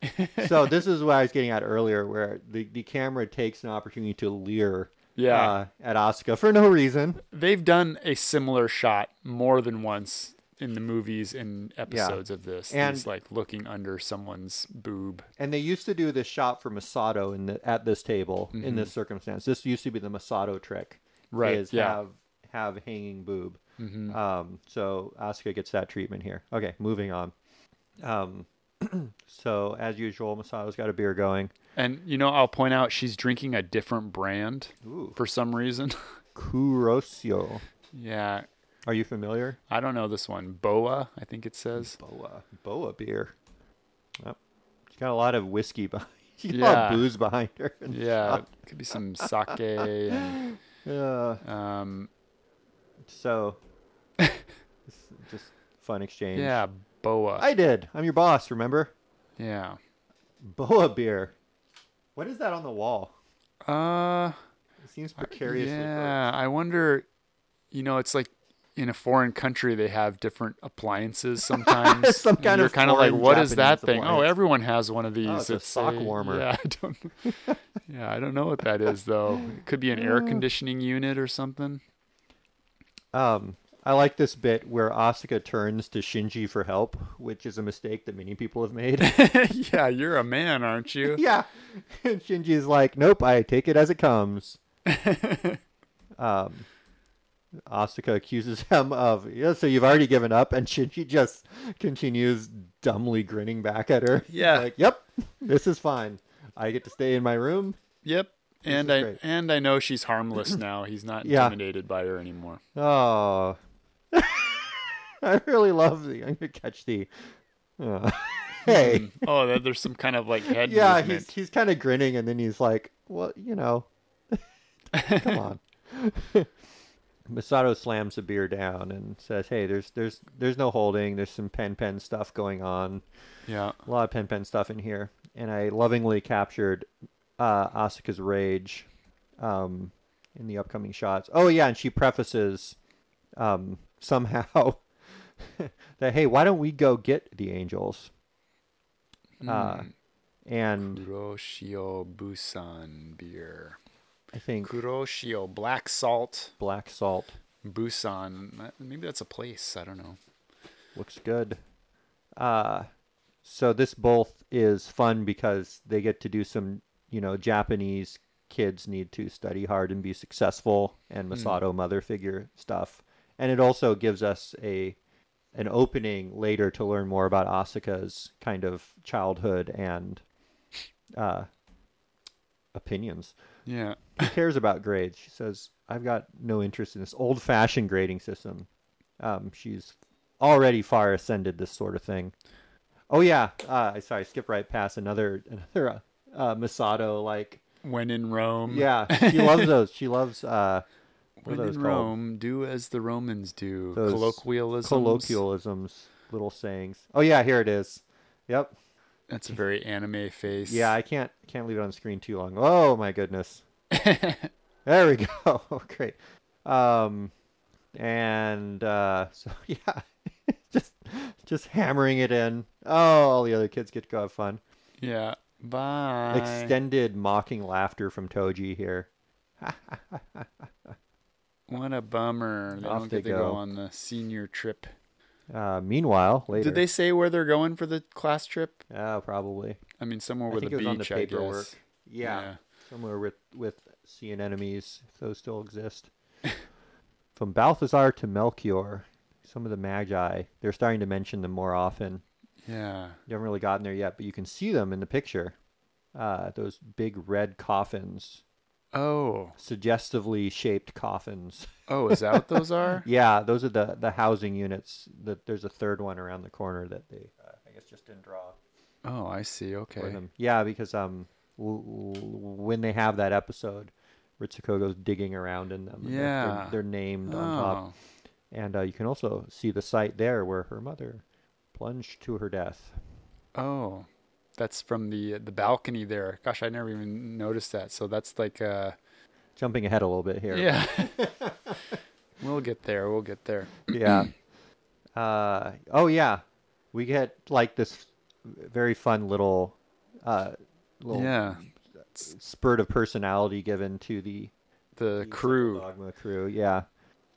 [SPEAKER 1] so this is what I was getting at earlier, where the, the camera takes an opportunity to leer
[SPEAKER 2] Yeah.
[SPEAKER 1] uh, at Asuka for no reason.
[SPEAKER 2] They've done a similar shot more than once in the movies and episodes of this.
[SPEAKER 1] And-
[SPEAKER 2] It's like looking under someone's boob.
[SPEAKER 1] And they used to do this shot for Masato in the, at this table in this circumstance. This used to be the Masato trick,
[SPEAKER 2] Mm-hmm. Right,
[SPEAKER 1] Is
[SPEAKER 2] yeah. Mm-hmm.
[SPEAKER 1] have have hanging boob. Um, so Asuka gets that treatment here. Okay, moving on. Um, so as usual, Masato's got a beer going.
[SPEAKER 2] And you know, I'll point out she's drinking a different brand
[SPEAKER 1] Ooh.
[SPEAKER 2] for some reason.
[SPEAKER 1] Kurosio.
[SPEAKER 2] yeah.
[SPEAKER 1] Are you familiar?
[SPEAKER 2] I don't know this one. Boa, I think it says.
[SPEAKER 1] Boa boa beer. Yep. She's got a lot of whiskey behind. She's got a lot of
[SPEAKER 2] Yeah.
[SPEAKER 1] booze behind her. and
[SPEAKER 2] Yeah. Could be some sake and
[SPEAKER 1] stuff. Uh,
[SPEAKER 2] um
[SPEAKER 1] so, it's just fun exchange.
[SPEAKER 2] yeah, boa.
[SPEAKER 1] I did. I'm your boss. Remember?
[SPEAKER 2] yeah.
[SPEAKER 1] Boa beer. What is that on the wall?
[SPEAKER 2] Uh
[SPEAKER 1] It seems precariously. close.
[SPEAKER 2] yeah, I wonder you know, it's like in a foreign country they have different appliances sometimes.
[SPEAKER 1] Some
[SPEAKER 2] and
[SPEAKER 1] kind
[SPEAKER 2] you're
[SPEAKER 1] of
[SPEAKER 2] kind of like
[SPEAKER 1] foreign
[SPEAKER 2] what is
[SPEAKER 1] Japanese
[SPEAKER 2] that thing? Oh,
[SPEAKER 1] appliance. Oh,
[SPEAKER 2] everyone has one of these.
[SPEAKER 1] it's a sock warmer.
[SPEAKER 2] Yeah, I don't Yeah, I don't know what that is though. It could be an
[SPEAKER 1] Uh.
[SPEAKER 2] air conditioning unit or something.
[SPEAKER 1] Um, I like this bit where Asuka turns to Shinji for help, which is a mistake that many people have made.
[SPEAKER 2] yeah, you're a man, aren't you?
[SPEAKER 1] yeah. And Shinji is like, nope, I take it as it comes. um, Asuka accuses him of, yeah, so you've already given up. And Shinji just continues dumbly grinning back at her.
[SPEAKER 2] Yeah.
[SPEAKER 1] Like, yep, this is fine. I get to stay in my room.
[SPEAKER 2] Yep. And
[SPEAKER 1] is
[SPEAKER 2] I
[SPEAKER 1] great.
[SPEAKER 2] and I know she's harmless now. He's not
[SPEAKER 1] Yeah.
[SPEAKER 2] intimidated by her anymore.
[SPEAKER 1] Oh. I really love the. I'm going to catch the. Uh, hey.
[SPEAKER 2] Oh, that, there's some kind of like head
[SPEAKER 1] Yeah, he's,
[SPEAKER 2] movement.
[SPEAKER 1] he's kind of grinning and then he's like, well, you know, come on. Masato slams the beer down and says, "Hey, there's there's there's no holding. There's some pen pen stuff going on.
[SPEAKER 2] Yeah.
[SPEAKER 1] A lot of pen pen stuff in here." And I lovingly captured uh, Asuka's rage um, in the upcoming shots. Oh yeah, and she prefaces um, somehow that hey, why don't we go get the angels? Uh,
[SPEAKER 2] Mm.
[SPEAKER 1] and
[SPEAKER 2] Kuroshio Busan beer.
[SPEAKER 1] I think
[SPEAKER 2] Kuroshio Black Salt
[SPEAKER 1] black salt
[SPEAKER 2] Busan. Uh, Maybe that's a place. I don't know.
[SPEAKER 1] looks good. Uh, so this both is fun because they get to do some, you know, Japanese kids need to study hard and be successful and Masato mother figure stuff. And it also gives us a an opening later to learn more about Asuka's kind of childhood and uh, opinions.
[SPEAKER 2] Yeah.
[SPEAKER 1] Who cares about grades? She says, I've got no interest in this old fashioned grading system. Um, she's already far ascended this sort of thing. Oh, yeah. Uh, sorry, skip right past another, another uh, uh, Masato. Like,
[SPEAKER 2] When in Rome.
[SPEAKER 1] yeah, she loves those. She loves uh, what
[SPEAKER 2] When
[SPEAKER 1] are
[SPEAKER 2] in
[SPEAKER 1] those called?
[SPEAKER 2] Rome, do as the Romans do.
[SPEAKER 1] Those
[SPEAKER 2] Colloquialisms.
[SPEAKER 1] Colloquialisms, little sayings. Oh, yeah, here it is. Yep.
[SPEAKER 2] That's a very anime face.
[SPEAKER 1] Yeah, I can't can't leave it on screen too long. Oh my goodness. there we go. Oh, Great. Um, and uh, so yeah, just just hammering it in. Oh, all the other kids get to go have fun.
[SPEAKER 2] Yeah. Bye.
[SPEAKER 1] Extended mocking laughter from Toji here.
[SPEAKER 2] What a bummer. They
[SPEAKER 1] Off
[SPEAKER 2] don't
[SPEAKER 1] they
[SPEAKER 2] get to go.
[SPEAKER 1] go.
[SPEAKER 2] on the senior trip.
[SPEAKER 1] Uh, meanwhile, later.
[SPEAKER 2] Did they say where they're going for the class trip?
[SPEAKER 1] Oh, probably.
[SPEAKER 2] I mean, somewhere
[SPEAKER 1] I
[SPEAKER 2] with
[SPEAKER 1] think
[SPEAKER 2] a
[SPEAKER 1] it was on the
[SPEAKER 2] beach, I
[SPEAKER 1] paperwork.
[SPEAKER 2] guess.
[SPEAKER 1] Yeah. somewhere with with sea and enemies, if those still exist. From Balthazar to Melchior, some of the magi, they're starting to mention them more often.
[SPEAKER 2] Yeah.
[SPEAKER 1] You haven't really gotten there yet, but you can see them in the picture. Uh, those big red coffins,
[SPEAKER 2] Oh.
[SPEAKER 1] suggestively shaped coffins.
[SPEAKER 2] Oh, is that what those are?
[SPEAKER 1] Yeah, those are the, the housing units. That there's a third one around the corner that they, uh, I guess, just didn't draw
[SPEAKER 2] Oh, I see.
[SPEAKER 1] for
[SPEAKER 2] Okay.
[SPEAKER 1] them. Yeah, because um, w- w- when they have that episode, Ritsuko goes digging around in them. and um, they're- they're-
[SPEAKER 2] Yeah.
[SPEAKER 1] they're, named
[SPEAKER 2] Oh.
[SPEAKER 1] on top, and uh, you can also see the site there where her mother plunged to her death.
[SPEAKER 2] Oh. That's from the the balcony there. Gosh, I never even noticed that. So that's like uh
[SPEAKER 1] Jumping ahead a little bit here.
[SPEAKER 2] Yeah. we'll get there. We'll get there.
[SPEAKER 1] yeah. Uh, oh yeah, we get like this very fun little, uh, little
[SPEAKER 2] Yeah.
[SPEAKER 1] spurt of personality given to the
[SPEAKER 2] The crew.
[SPEAKER 1] dogma crew. Yeah.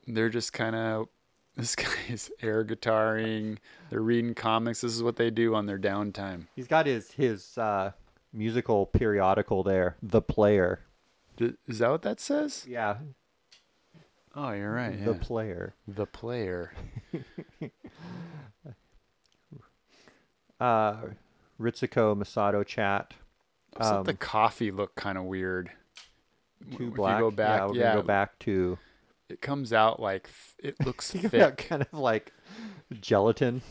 [SPEAKER 2] they're just kind of this guy is air guitaring. They're reading comics. This is what they do on their downtime.
[SPEAKER 1] He's got his his uh, musical periodical there, The Player.
[SPEAKER 2] D- Is that what that says?
[SPEAKER 1] Yeah,
[SPEAKER 2] Oh, you're right.
[SPEAKER 1] The
[SPEAKER 2] yeah.
[SPEAKER 1] Player.
[SPEAKER 2] the player.
[SPEAKER 1] Uh, Ritsuko Masato chat.
[SPEAKER 2] Just let
[SPEAKER 1] Um,
[SPEAKER 2] the coffee look kind of weird.
[SPEAKER 1] Two
[SPEAKER 2] if you
[SPEAKER 1] black.
[SPEAKER 2] go back,
[SPEAKER 1] yeah, we're
[SPEAKER 2] yeah.
[SPEAKER 1] gonna go back to
[SPEAKER 2] It comes out like th- it looks
[SPEAKER 1] Think about
[SPEAKER 2] thick.
[SPEAKER 1] kind of like gelatin.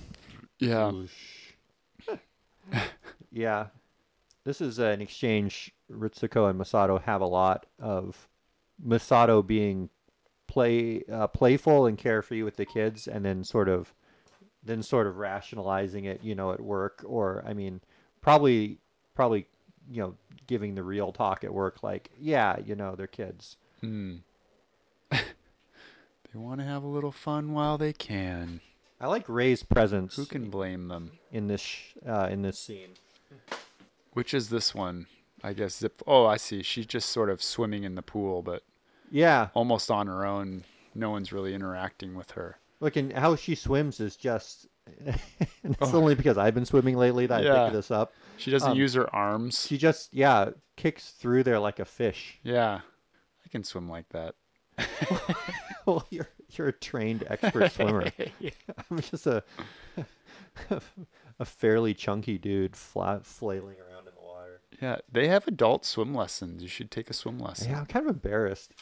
[SPEAKER 2] Yeah.
[SPEAKER 1] Yeah, this is an exchange Ritsuko and Masato have a lot of. Masato being play uh, playful and carefree with the kids, and then sort of then sort of rationalizing it, you know, at work, or I mean, probably probably you know giving the real talk at work, like yeah, you know, they're kids.
[SPEAKER 2] Hmm. they want to have a little fun while they can.
[SPEAKER 1] I like Ray's presence
[SPEAKER 2] Who can blame them?
[SPEAKER 1] in this sh- uh, in this scene.
[SPEAKER 2] Which is this one? I guess zip. Oh, I see. She's just sort of swimming in the pool, but
[SPEAKER 1] Yeah,
[SPEAKER 2] almost on her own. No one's really interacting with her.
[SPEAKER 1] Look, and how she swims is just. and it's only because I've been swimming lately that I
[SPEAKER 2] Yeah.
[SPEAKER 1] picked this up.
[SPEAKER 2] She doesn't
[SPEAKER 1] Um,
[SPEAKER 2] use her arms.
[SPEAKER 1] She just, yeah, kicks through there like a fish.
[SPEAKER 2] Yeah, I can swim like that.
[SPEAKER 1] well, you're you're a trained expert swimmer. I'm just a a fairly chunky dude fla flailing around in the water.
[SPEAKER 2] Yeah, they have adult swim lessons. You should take a swim lesson.
[SPEAKER 1] Yeah, I'm kind of embarrassed.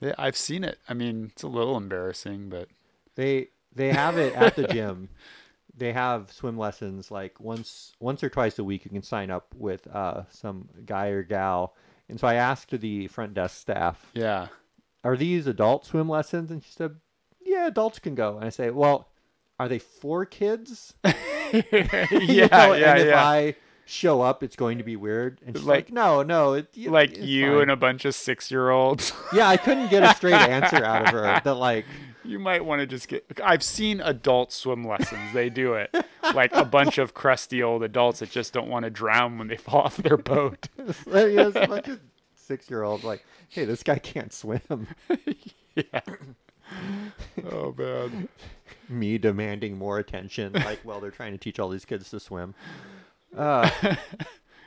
[SPEAKER 2] They, I've seen it. I mean, it's a little embarrassing, but
[SPEAKER 1] They they have it at the gym. They have swim lessons like once once or twice a week. You can sign up with uh, some guy or gal. And so I asked the front desk staff,
[SPEAKER 2] yeah,
[SPEAKER 1] "Are these adult swim lessons?" And she said, "Yeah, adults can go." And I say, "Well, are they for kids?" yeah,
[SPEAKER 2] yeah, yeah,
[SPEAKER 1] And if
[SPEAKER 2] yeah.
[SPEAKER 1] I show up, it's going to be weird. And she's like,
[SPEAKER 2] Like-
[SPEAKER 1] "No, no, it, it-
[SPEAKER 2] like
[SPEAKER 1] it's
[SPEAKER 2] you
[SPEAKER 1] fine."
[SPEAKER 2] and a bunch of six-year-olds.
[SPEAKER 1] yeah." I couldn't get a straight answer out of her that like
[SPEAKER 2] You might want to just get. I've seen adult swim lessons. They do it like a bunch of crusty old adults that just don't want to drown when they fall off their boat.
[SPEAKER 1] There's a bunch of six year olds like, hey, this guy can't swim.
[SPEAKER 2] yeah. Oh man.
[SPEAKER 1] Me demanding more attention, like while they're trying to teach all these kids to swim. Uh,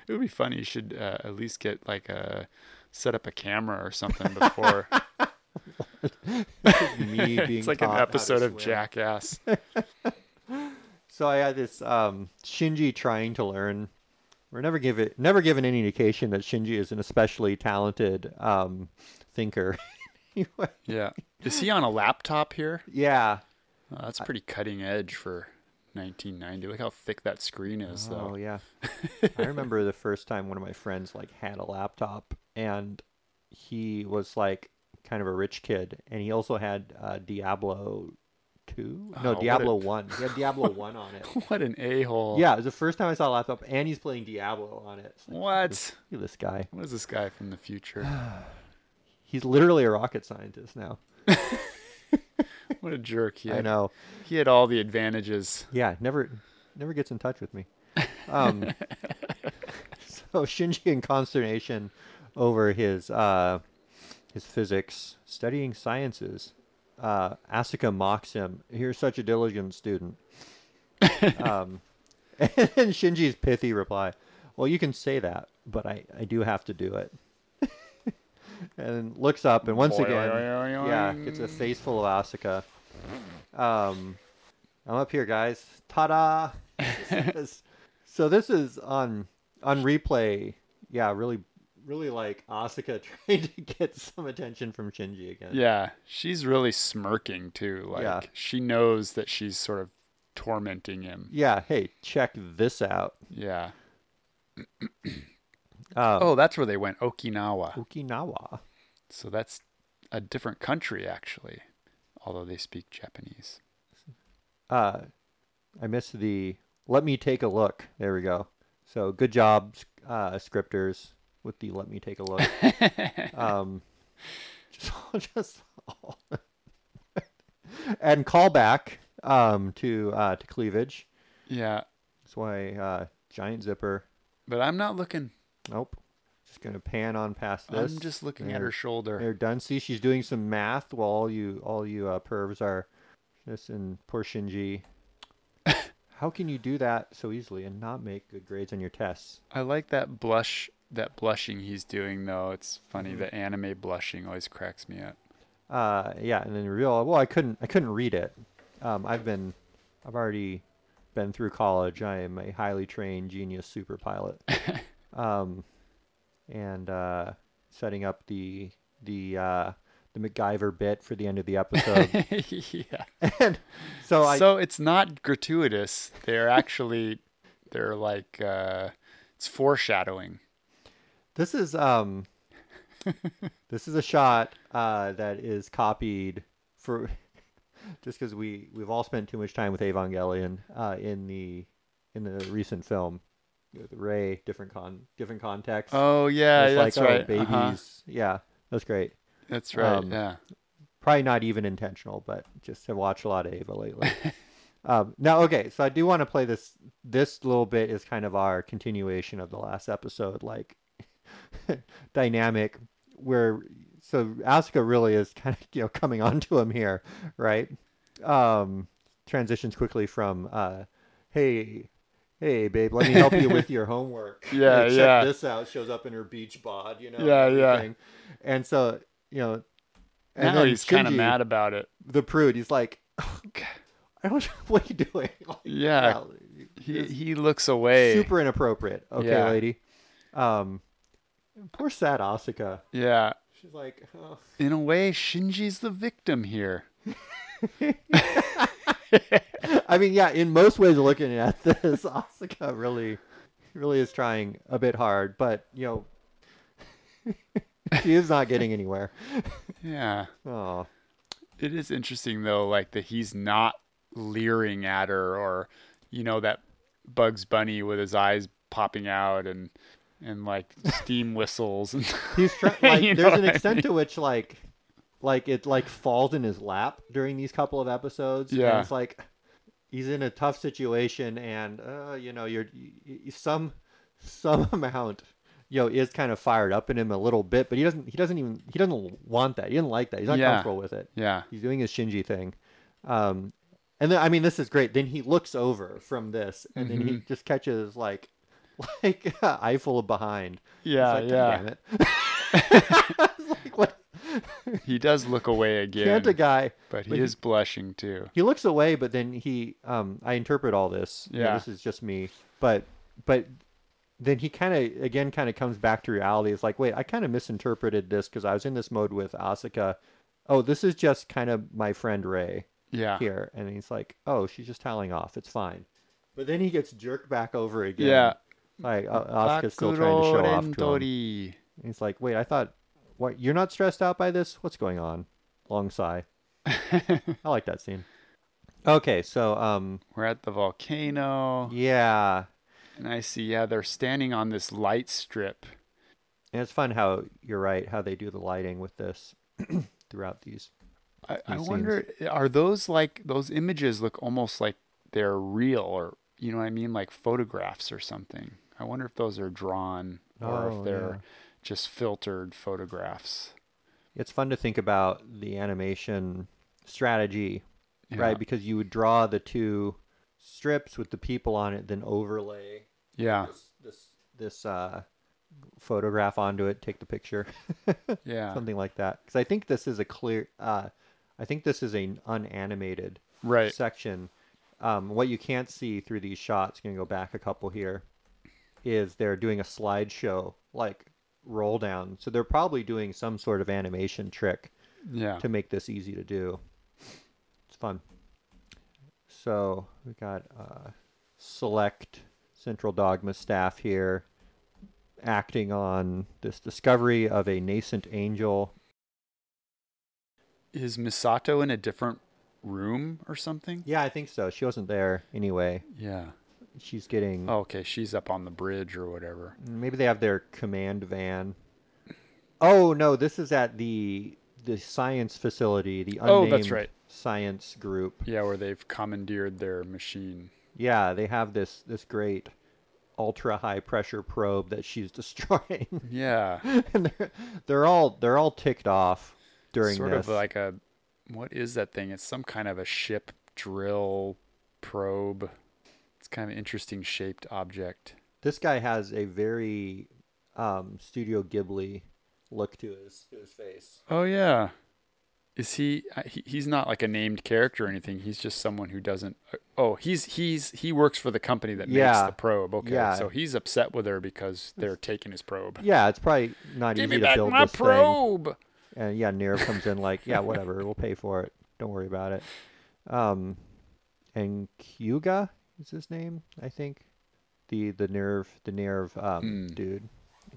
[SPEAKER 2] It would be funny. You should uh, at least get like a set up a camera or something before.
[SPEAKER 1] me being
[SPEAKER 2] it's like an
[SPEAKER 1] taught how to
[SPEAKER 2] episode of
[SPEAKER 1] swim.
[SPEAKER 2] Jackass.
[SPEAKER 1] So I had this um, Shinji trying to learn. We're never give it, never given any indication that Shinji is an especially talented um, thinker. Anyway,
[SPEAKER 2] Yeah. Is he on a laptop here?
[SPEAKER 1] yeah.
[SPEAKER 2] Oh, that's pretty cutting edge for 1990. Look how thick that screen is,
[SPEAKER 1] Oh
[SPEAKER 2] though.
[SPEAKER 1] yeah. I remember the first time one of my friends like had a laptop and he was like kind of a rich kid and he also had uh, Diablo 2?
[SPEAKER 2] Oh,
[SPEAKER 1] No,
[SPEAKER 2] what a-
[SPEAKER 1] Diablo 1. He had Diablo 1 on it.
[SPEAKER 2] What an a hole.
[SPEAKER 1] Oh. Yeah, it was the first time I saw a laptop and he's playing Diablo on it. It's like,
[SPEAKER 2] What?
[SPEAKER 1] Look at this guy.
[SPEAKER 2] What is this guy from the future?
[SPEAKER 1] He's literally a rocket scientist now.
[SPEAKER 2] What a jerk. He
[SPEAKER 1] I
[SPEAKER 2] had,
[SPEAKER 1] know.
[SPEAKER 2] he had all the advantages.
[SPEAKER 1] Yeah, never never gets in touch with me. Um, so Shinji in consternation over his uh, his physics, studying sciences. Uh, Asuka mocks him. You're such a diligent student. um, and Shinji's pithy reply, "Well, you can say that, but I, I do have to do it." and looks up and once again, yeah, it's a face full of Asuka. Um, I'm up here, guys. Ta-da! This- so this is on on replay. Yeah, really, really like Asuka trying to get some attention from Shinji again.
[SPEAKER 2] Yeah. She's really smirking, too. Like,
[SPEAKER 1] Yeah.
[SPEAKER 2] she knows that she's sort of tormenting him.
[SPEAKER 1] Yeah. Hey, check this out.
[SPEAKER 2] Yeah.
[SPEAKER 1] Um,
[SPEAKER 2] Oh, that's where they went Okinawa.
[SPEAKER 1] Okinawa.
[SPEAKER 2] So that's a different country, actually, although they speak Japanese.
[SPEAKER 1] Uh, I missed the. Let me take a look. There we go. So good job, uh, scripters, with the let me take a look. um, just, just all. and callback um, to uh, to cleavage.
[SPEAKER 2] Yeah.
[SPEAKER 1] That's why uh, giant zipper.
[SPEAKER 2] But I'm not looking.
[SPEAKER 1] Nope. Just gonna pan on past this.
[SPEAKER 2] I'm just looking at
[SPEAKER 1] There-
[SPEAKER 2] her shoulder.
[SPEAKER 1] They're done. See, she's doing some math while all you all you uh, pervs are just in poor Shinji. How can you do that so easily and not make good grades on your tests?
[SPEAKER 2] I like that blush, that blushing he's doing though. It's funny.
[SPEAKER 1] Mm-hmm.
[SPEAKER 2] The anime blushing always cracks me up.
[SPEAKER 1] Uh, yeah, and then you realize, well, I couldn't I couldn't read it. Um, I've been I've already been through college. I am a highly trained genius super pilot. um, and uh, setting up the the uh, the MacGyver bit for the end of the episode.
[SPEAKER 2] yeah.
[SPEAKER 1] and so I
[SPEAKER 2] so it's not gratuitous. They're actually, they're like, uh, it's foreshadowing.
[SPEAKER 1] This is um this is a shot uh that is copied for just cuz we we've all spent too much time with Evangelion uh in the in the recent film with Ray different con different context.
[SPEAKER 2] Oh yeah,
[SPEAKER 1] It's
[SPEAKER 2] that's
[SPEAKER 1] like, oh,
[SPEAKER 2] right.
[SPEAKER 1] babies.
[SPEAKER 2] Uh-huh.
[SPEAKER 1] Yeah. That's great.
[SPEAKER 2] That's right.
[SPEAKER 1] Um,
[SPEAKER 2] yeah.
[SPEAKER 1] Probably not even intentional, but just to watch a lot of Ava lately. um now okay, so I do want to play this this little bit is kind of our continuation of the last episode like dynamic where so Asuka really is kind of you know coming onto him here, right? Um, transitions quickly from uh, hey, hey, babe, let me help you with your homework.
[SPEAKER 2] Yeah,
[SPEAKER 1] Hey, check
[SPEAKER 2] yeah.
[SPEAKER 1] This out shows up in her beach bod, you know. and
[SPEAKER 2] Yeah, yeah.
[SPEAKER 1] everything. And so you know, and
[SPEAKER 2] now
[SPEAKER 1] then
[SPEAKER 2] he's kind of
[SPEAKER 1] Shinji,
[SPEAKER 2] mad about it.
[SPEAKER 1] The prude, he's like, I don't. What are you doing? Like,
[SPEAKER 2] Yeah.
[SPEAKER 1] yeah,
[SPEAKER 2] He he looks away.
[SPEAKER 1] super inappropriate. Okay,
[SPEAKER 2] Yeah.
[SPEAKER 1] lady. Um, poor sad Asuka.
[SPEAKER 2] Yeah.
[SPEAKER 1] She's like, oh.
[SPEAKER 2] In a way, Shinji's the victim here.
[SPEAKER 1] I mean, yeah, in most ways, looking at this, Asuka really, really is trying a bit hard, but you know, she is not getting anywhere.
[SPEAKER 2] Yeah.
[SPEAKER 1] Oh,
[SPEAKER 2] It is interesting though, like that he's not leering at her, or you know that Bugs Bunny with his eyes popping out and and like steam whistles and
[SPEAKER 1] he's trying. Like,
[SPEAKER 2] You know
[SPEAKER 1] there's an
[SPEAKER 2] what I
[SPEAKER 1] extent to which, like, like it like falls in his lap during these couple of episodes. and
[SPEAKER 2] Yeah.
[SPEAKER 1] it's like he's in a tough situation, and uh, you know, you're y- y- some some amount, you know, is kind of fired up in him a little bit, but he doesn't he doesn't even he doesn't want that. He doesn't like that. He's not
[SPEAKER 2] Yeah.
[SPEAKER 1] comfortable with it.
[SPEAKER 2] Yeah.
[SPEAKER 1] He's doing his Shinji thing. Um, and then, I mean, this is great. Then he looks over from this, and then
[SPEAKER 2] Mm-hmm.
[SPEAKER 1] he just catches like, like Eiffel behind. He's
[SPEAKER 2] Yeah,
[SPEAKER 1] like, "God
[SPEAKER 2] yeah.
[SPEAKER 1] Damn it. It's like, what?
[SPEAKER 2] He does look away again,
[SPEAKER 1] Can't a guy?
[SPEAKER 2] but he
[SPEAKER 1] but he-
[SPEAKER 2] is blushing too.
[SPEAKER 1] He looks away, but then he. Um, I interpret all this. you know,
[SPEAKER 2] Yeah.
[SPEAKER 1] this is just me. But, but then he kind of again kind of comes back to reality. It's like, wait, I kind of misinterpreted this because I was in this mode with Asuka. Oh, this is just kind of my friend Ray.
[SPEAKER 2] Yeah.
[SPEAKER 1] here and he's like oh she's just toweling off it's fine but then he gets jerked back over again
[SPEAKER 2] Yeah.
[SPEAKER 1] like uh, Asuka's still trying to show off to him
[SPEAKER 2] Bakurorentori.
[SPEAKER 1] And he's like wait I thought what you're not stressed out by this what's going on long sigh I like that scene okay so um
[SPEAKER 2] We're at the volcano,
[SPEAKER 1] yeah
[SPEAKER 2] and I see. Yeah, they're standing on this light strip.
[SPEAKER 1] and it's fun how you're right how they do the lighting with this throughout these
[SPEAKER 2] I, I
[SPEAKER 1] These
[SPEAKER 2] wonder, are those like those images look almost like they're real, or you know what I mean, like photographs or something? I wonder if those are drawn or
[SPEAKER 1] Oh,
[SPEAKER 2] if they're just filtered photographs.
[SPEAKER 1] it's fun to think about the animation strategy,
[SPEAKER 2] Yeah.
[SPEAKER 1] right? Because you would draw the two strips with the people on it, then overlay
[SPEAKER 2] Yeah,
[SPEAKER 1] this this, this uh, photograph onto it, take the picture,
[SPEAKER 2] yeah,
[SPEAKER 1] something like that. Because I think this is a clear, uh, I think this is an unanimated
[SPEAKER 2] right.
[SPEAKER 1] section. Um, what you can't see through these shots, going to go back a couple here, is they're doing a slideshow like roll down. So they're probably doing some sort of animation trick
[SPEAKER 2] Yeah,
[SPEAKER 1] to make this easy to do. It's fun. So we got uh, select central dogma staff here, acting on this discovery of a nascent angel.
[SPEAKER 2] is Misato in a different room or something?
[SPEAKER 1] Yeah, I think so. She wasn't there anyway.
[SPEAKER 2] Yeah.
[SPEAKER 1] She's getting.
[SPEAKER 2] Oh, okay, she's up on the bridge or whatever.
[SPEAKER 1] Maybe they have their command van. Oh no, this is at the the science facility, the unnamed
[SPEAKER 2] Oh, that's right.
[SPEAKER 1] science group.
[SPEAKER 2] Yeah, where they've commandeered their machine.
[SPEAKER 1] Yeah, they have this this great ultra high pressure probe that she's destroying,
[SPEAKER 2] Yeah,
[SPEAKER 1] and they're they're all they're all ticked off during
[SPEAKER 2] sort
[SPEAKER 1] this.
[SPEAKER 2] of like a what is that thing? It's some kind of a ship drill probe. It's kind of interesting shaped object.
[SPEAKER 1] This guy has a very um, Studio Ghibli look to his to his face.
[SPEAKER 2] Oh yeah, is he, I- he? He's not like a named character or anything. He's just someone who doesn't. Oh, he's he's he works for the company that
[SPEAKER 1] Yeah.
[SPEAKER 2] makes the probe. Okay,
[SPEAKER 1] Yeah.
[SPEAKER 2] so he's upset with her because they're taking his probe.
[SPEAKER 1] Yeah, it's probably not
[SPEAKER 2] Give
[SPEAKER 1] easy
[SPEAKER 2] me
[SPEAKER 1] to
[SPEAKER 2] back
[SPEAKER 1] build
[SPEAKER 2] my
[SPEAKER 1] this thing.
[SPEAKER 2] probe.
[SPEAKER 1] And yeah, Nero comes in like, yeah, whatever, we'll pay for it. Don't worry about it. Um, and Kyuga is his name, I think. The the nerve the nerve um, dude.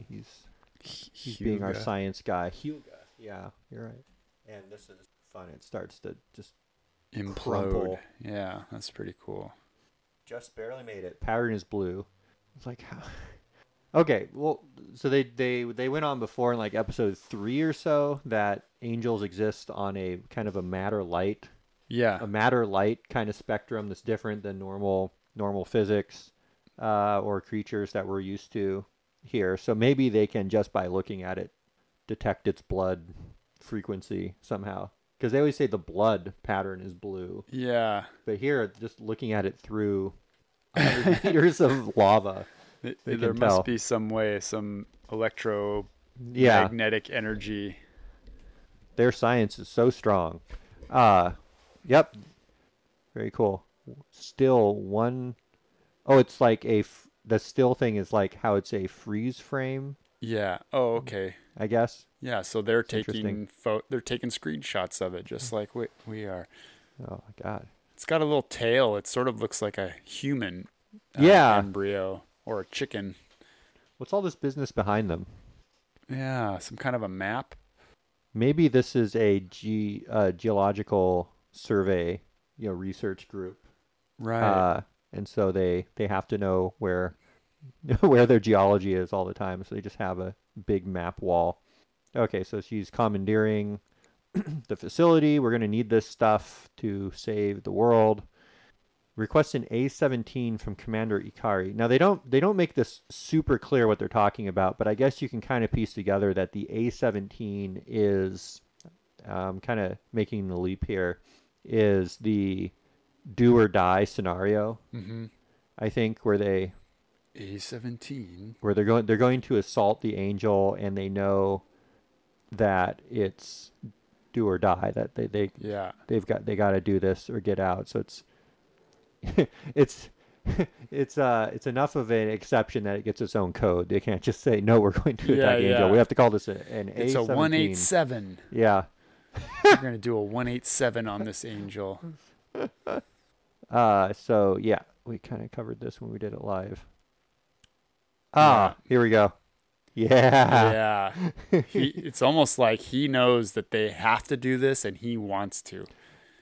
[SPEAKER 1] He's he's being our
[SPEAKER 2] Hyuga.
[SPEAKER 1] science guy. Hyuga. Yeah, you're right. And this is fun. It starts to just
[SPEAKER 2] implode.
[SPEAKER 1] crumple.
[SPEAKER 2] Yeah, that's pretty cool.
[SPEAKER 1] just barely made it. Pattern is blue. It's like how Okay, well so they they they went on before in like episode 3 or so that angels exist on a kind of a matter light
[SPEAKER 2] Yeah,
[SPEAKER 1] a matter light kind of spectrum that's different than normal normal physics uh, or creatures that we're used to here. So maybe they can just by looking at it detect its blood frequency somehow. Because they always say the blood pattern is blue,
[SPEAKER 2] yeah.
[SPEAKER 1] but here just looking at it through 100 meters of lava,
[SPEAKER 2] Th-
[SPEAKER 1] They
[SPEAKER 2] there
[SPEAKER 1] can
[SPEAKER 2] must
[SPEAKER 1] tell.
[SPEAKER 2] be some way, some electromagnetic
[SPEAKER 1] yeah,
[SPEAKER 2] energy.
[SPEAKER 1] their science is so strong. Uh, yep, very cool. Still one oh it's like a f- the still thing is like how it's a freeze frame,
[SPEAKER 2] Yeah. Oh, okay.
[SPEAKER 1] I guess.
[SPEAKER 2] Yeah. So they're
[SPEAKER 1] interesting. Mm.
[SPEAKER 2] taking pho- they're taking screenshots of it, just like we we are.
[SPEAKER 1] Oh my god.
[SPEAKER 2] It's got a little tail. It sort of looks like a human. uh,
[SPEAKER 1] Yeah.
[SPEAKER 2] Embryo or a chicken.
[SPEAKER 1] What's all this business behind them?
[SPEAKER 2] Yeah. Some kind of a map.
[SPEAKER 1] Maybe this is a ge- uh, geological survey, you know, research group.
[SPEAKER 2] Right.
[SPEAKER 1] Uh, and so they they have to know where where their geology is all the time. So they just have a big map wall. Okay, so she's commandeering the facility. We're going to need this stuff to save the world. Request an A-17 from Commander Ikari. Now they don't they don't make this super clear what they're talking about, but I guess you can kind of piece together that the A-17 is um, kind of making the leap here is the do or die scenario.
[SPEAKER 2] Mm-hmm.
[SPEAKER 1] I think where they
[SPEAKER 2] A17.
[SPEAKER 1] where they're going they're going to assault the angel and they know that it's do or die that they, they
[SPEAKER 2] Yeah.
[SPEAKER 1] they've got they got to do this or get out so it's it's it's uh it's enough of an exception that it gets its own code they can't just say no we're going to
[SPEAKER 2] Yeah,
[SPEAKER 1] attack angel
[SPEAKER 2] yeah.
[SPEAKER 1] we have to call this a, an
[SPEAKER 2] It's a
[SPEAKER 1] A17."
[SPEAKER 2] 187.
[SPEAKER 1] yeah
[SPEAKER 2] We're going to do a 187 on this angel.
[SPEAKER 1] Uh, so yeah, we kind of covered this when we did it live.
[SPEAKER 2] Yeah.
[SPEAKER 1] Ah, here we go. Yeah.
[SPEAKER 2] Yeah. He, it's almost like he knows that they have to do this and he wants to.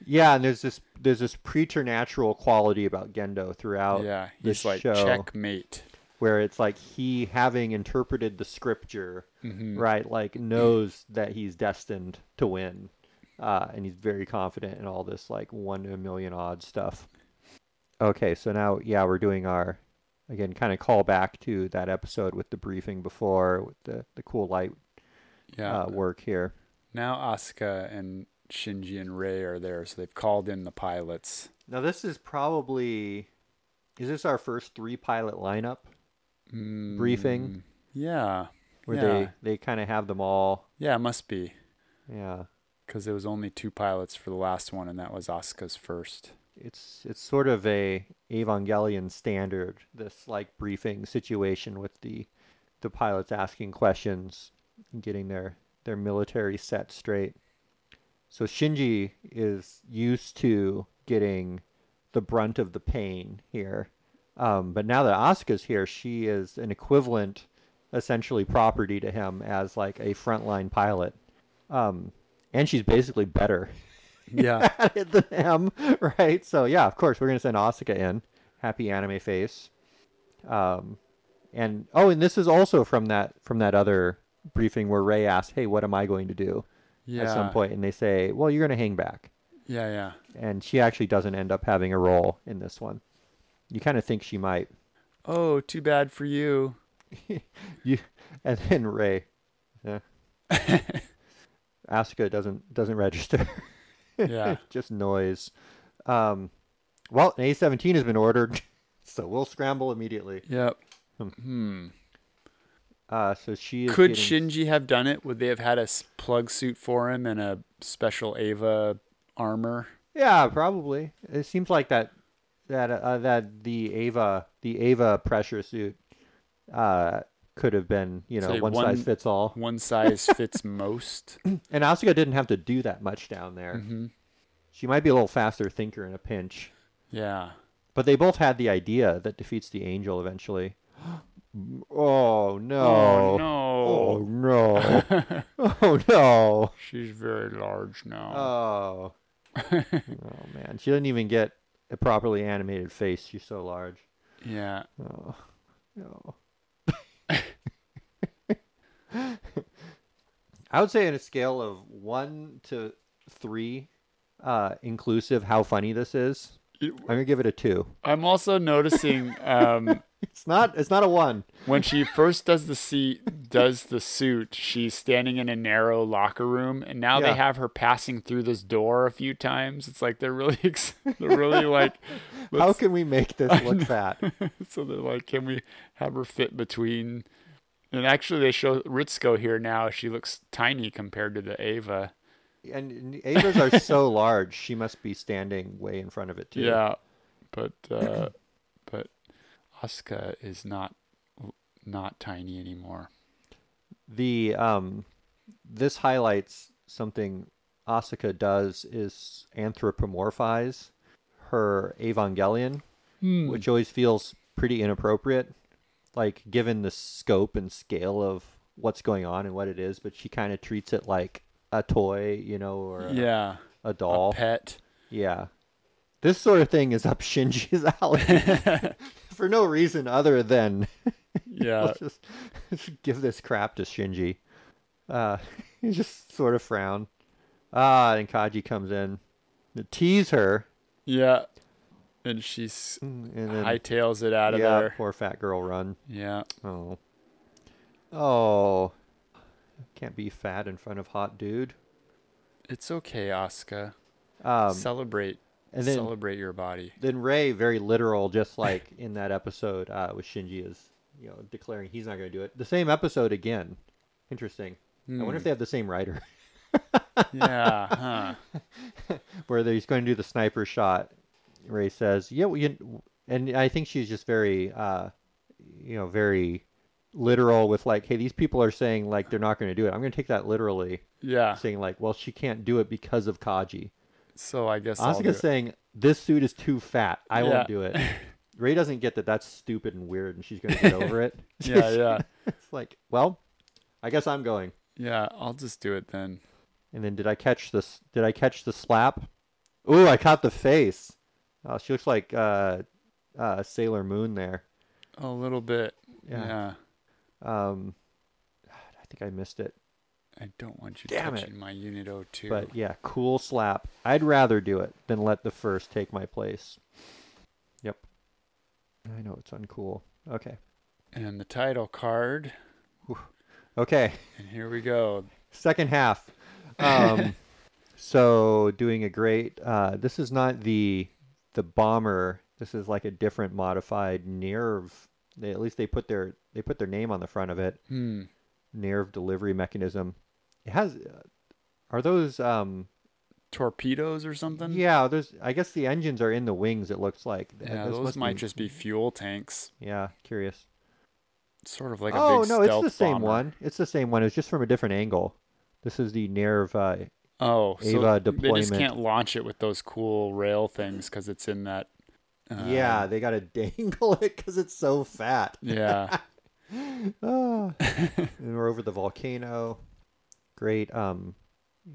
[SPEAKER 1] Yeah, and there's this there's this preternatural quality about Gendo throughout
[SPEAKER 2] yeah.
[SPEAKER 1] this
[SPEAKER 2] He's like,
[SPEAKER 1] Oh, show
[SPEAKER 2] checkmate.
[SPEAKER 1] where it's like he having interpreted the scripture,
[SPEAKER 2] Mhm.
[SPEAKER 1] right? Like knows that he's destined to win. Uh, and he's very confident in all this like one to a million odds stuff. Okay, so now yeah, we're doing our again kind of call back to that episode with the briefing before with the the cool light
[SPEAKER 2] Yeah.
[SPEAKER 1] uh, work here.
[SPEAKER 2] now Asuka and Shinji and Rei are there, so they've called in the pilots.
[SPEAKER 1] Now this is probably is this our first three pilot lineup
[SPEAKER 2] Mm,
[SPEAKER 1] briefing
[SPEAKER 2] Yeah.
[SPEAKER 1] where
[SPEAKER 2] yeah.
[SPEAKER 1] they they kind of have them all.
[SPEAKER 2] Yeah, it must be.
[SPEAKER 1] Yeah,
[SPEAKER 2] Because there was only two pilots for the last one, and that was Asuka's first.
[SPEAKER 1] it's it's sort of a Evangelion standard this like briefing situation with the the pilots asking questions, and getting their their military set straight. So Shinji is used to getting the brunt of the pain here. Um, but now that Asuka's here, she is an equivalent, essentially, property to him as like a frontline pilot. Um, and she's basically better
[SPEAKER 2] Yeah.
[SPEAKER 1] than him, right? So, yeah, of course, we're going to send Asuka in. Happy anime face. Um, and oh, and this is also from that from that other briefing where Ray asked, "Hey, what am I going to do?"
[SPEAKER 2] yeah.
[SPEAKER 1] at some point, and they say, "Well, you're going to hang back."
[SPEAKER 2] Yeah, yeah.
[SPEAKER 1] and she actually doesn't end up having a role in this one. You kind of think she might.
[SPEAKER 2] Oh, too bad for you.
[SPEAKER 1] You, and then Ray, yeah. Asuka doesn't doesn't register.
[SPEAKER 2] Yeah.
[SPEAKER 1] Just noise. Um, well, an A-17 has been ordered, so we'll scramble immediately.
[SPEAKER 2] yep.
[SPEAKER 1] Hmm.
[SPEAKER 2] Hmm.
[SPEAKER 1] Uh, so she is
[SPEAKER 2] Could
[SPEAKER 1] getting-
[SPEAKER 2] Shinji have done it? Would they have had a s- plug suit for him and a special Ava armor?
[SPEAKER 1] Yeah, probably. It seems like that that uh, that the Ava the Ava pressure suit uh, could have been you know
[SPEAKER 2] So
[SPEAKER 1] one,
[SPEAKER 2] one-
[SPEAKER 1] size fits all.
[SPEAKER 2] One size fits most.
[SPEAKER 1] And Asuka didn't have to do that much down there.
[SPEAKER 2] Mhm.
[SPEAKER 1] She might be a little faster thinker in a pinch.
[SPEAKER 2] Yeah.
[SPEAKER 1] But they both had the idea that defeats the angel eventually. Oh no.
[SPEAKER 2] Oh,
[SPEAKER 1] Oh
[SPEAKER 2] no.
[SPEAKER 1] no. oh no.
[SPEAKER 2] She's very large now.
[SPEAKER 1] Oh. oh man. She didn't even get a properly animated face. She's so large.
[SPEAKER 2] yeah.
[SPEAKER 1] Oh. No. I would say on a scale of 1 to 3 uh inclusive how funny this is.
[SPEAKER 2] It-
[SPEAKER 1] I'm gonna give it a two.
[SPEAKER 2] I'm also noticing um,
[SPEAKER 1] It's not. It's not a one.
[SPEAKER 2] when she first does the seat does the suit she's standing in a narrow locker room and now
[SPEAKER 1] Yeah.
[SPEAKER 2] they have her passing through this door a few times it's like they're really ex- they're really like
[SPEAKER 1] How
[SPEAKER 2] let's-
[SPEAKER 1] can we make this look fat?
[SPEAKER 2] so they're like can we have her fit between and actually they show Ritsuko here now she looks tiny compared to the Ava
[SPEAKER 1] And and Ava's are so large. She must be standing way in front of it too.
[SPEAKER 2] yeah but uh but Asuka is not not tiny anymore
[SPEAKER 1] The um, this highlights something Asuka does is anthropomorphize her Evangelion, which always feels pretty inappropriate, like given the scope and scale of what's going on and what it is. But she kind of treats it like a toy, you know, or a,
[SPEAKER 2] yeah
[SPEAKER 1] a
[SPEAKER 2] a
[SPEAKER 1] doll.
[SPEAKER 2] pet
[SPEAKER 1] Yeah. This sort of thing is up Shinji's alley for no reason other than
[SPEAKER 2] yeah
[SPEAKER 1] let's just, just give this crap to Shinji. Uh, he just sort of frown. Ah, and Kaji comes in to tease her,
[SPEAKER 2] Yeah. And she's
[SPEAKER 1] and then
[SPEAKER 2] hightails it out of
[SPEAKER 1] yeah,
[SPEAKER 2] there.
[SPEAKER 1] poor fat girl run.
[SPEAKER 2] Yeah.
[SPEAKER 1] Oh, oh, can't be fat in front of hot dude.
[SPEAKER 2] It's okay, Asuka.
[SPEAKER 1] Um,
[SPEAKER 2] celebrate.
[SPEAKER 1] and then-
[SPEAKER 2] celebrate your body.
[SPEAKER 1] then Ray, very literal, just like in that episode uh, with Shinji, is you know declaring he's not going to do it. The same episode again. Interesting. I
[SPEAKER 2] Hmm.
[SPEAKER 1] wonder if they have the same writer,
[SPEAKER 2] yeah. Huh.
[SPEAKER 1] where he's going to do the sniper shot. Ray says, "Yeah, well, you," and I think she's just very, uh, you know, very literal with like, "Hey, these people are saying like they're not going to do it. I'm going to take that literally."
[SPEAKER 2] Yeah.
[SPEAKER 1] Saying like, "Well, she can't do it because of Kaji."
[SPEAKER 2] So I guess I'll do
[SPEAKER 1] Asuka's
[SPEAKER 2] it.
[SPEAKER 1] saying, "This suit is too fat. I
[SPEAKER 2] Yeah.
[SPEAKER 1] won't do it." Ray doesn't get that that's stupid and weird, and she's going to get over it.
[SPEAKER 2] Yeah, yeah.
[SPEAKER 1] it's like, well, I guess I'm going.
[SPEAKER 2] Yeah, I'll just do it then.
[SPEAKER 1] And then did I catch this? Did I catch the slap? Ooh, I caught the face. Oh, she looks like uh, uh, Sailor Moon there.
[SPEAKER 2] A little bit.
[SPEAKER 1] Yeah.
[SPEAKER 2] Yeah.
[SPEAKER 1] Um, God, I think I missed it,
[SPEAKER 2] I don't want you
[SPEAKER 1] Damn it.
[SPEAKER 2] touching my Unit 02.
[SPEAKER 1] but yeah, cool slap. I'd rather do it than let the first take my place. Yep. I know it's uncool. Okay.
[SPEAKER 2] and the title card.
[SPEAKER 1] Okay.
[SPEAKER 2] And here we go.
[SPEAKER 1] second half. Um, so doing a great. Uh, this is not the the bomber. This is like a different modified nerve. They, at least they put their they put their name on the front of it.
[SPEAKER 2] Hmm.
[SPEAKER 1] Nerve delivery mechanism. It has. uh, Are those? Um,
[SPEAKER 2] Torpedoes or something?
[SPEAKER 1] yeah. There's. I guess the engines are in the wings. It looks like. Th-
[SPEAKER 2] Yeah,
[SPEAKER 1] this
[SPEAKER 2] those
[SPEAKER 1] must
[SPEAKER 2] might
[SPEAKER 1] be-
[SPEAKER 2] just be fuel tanks.
[SPEAKER 1] Yeah. Curious.
[SPEAKER 2] Sort of like a
[SPEAKER 1] oh
[SPEAKER 2] big
[SPEAKER 1] no! It's
[SPEAKER 2] stealth
[SPEAKER 1] the same
[SPEAKER 2] bomber.
[SPEAKER 1] one. It's the same one. It's just from a different angle. This is the nerve. Uh,
[SPEAKER 2] Oh,
[SPEAKER 1] Ava
[SPEAKER 2] so they just
[SPEAKER 1] deployment.
[SPEAKER 2] can't launch it with those cool rail things because it's in that. Uh,
[SPEAKER 1] yeah, they got to dangle it because it's so fat.
[SPEAKER 2] Yeah.
[SPEAKER 1] Ah. and we're over the volcano. Great, um,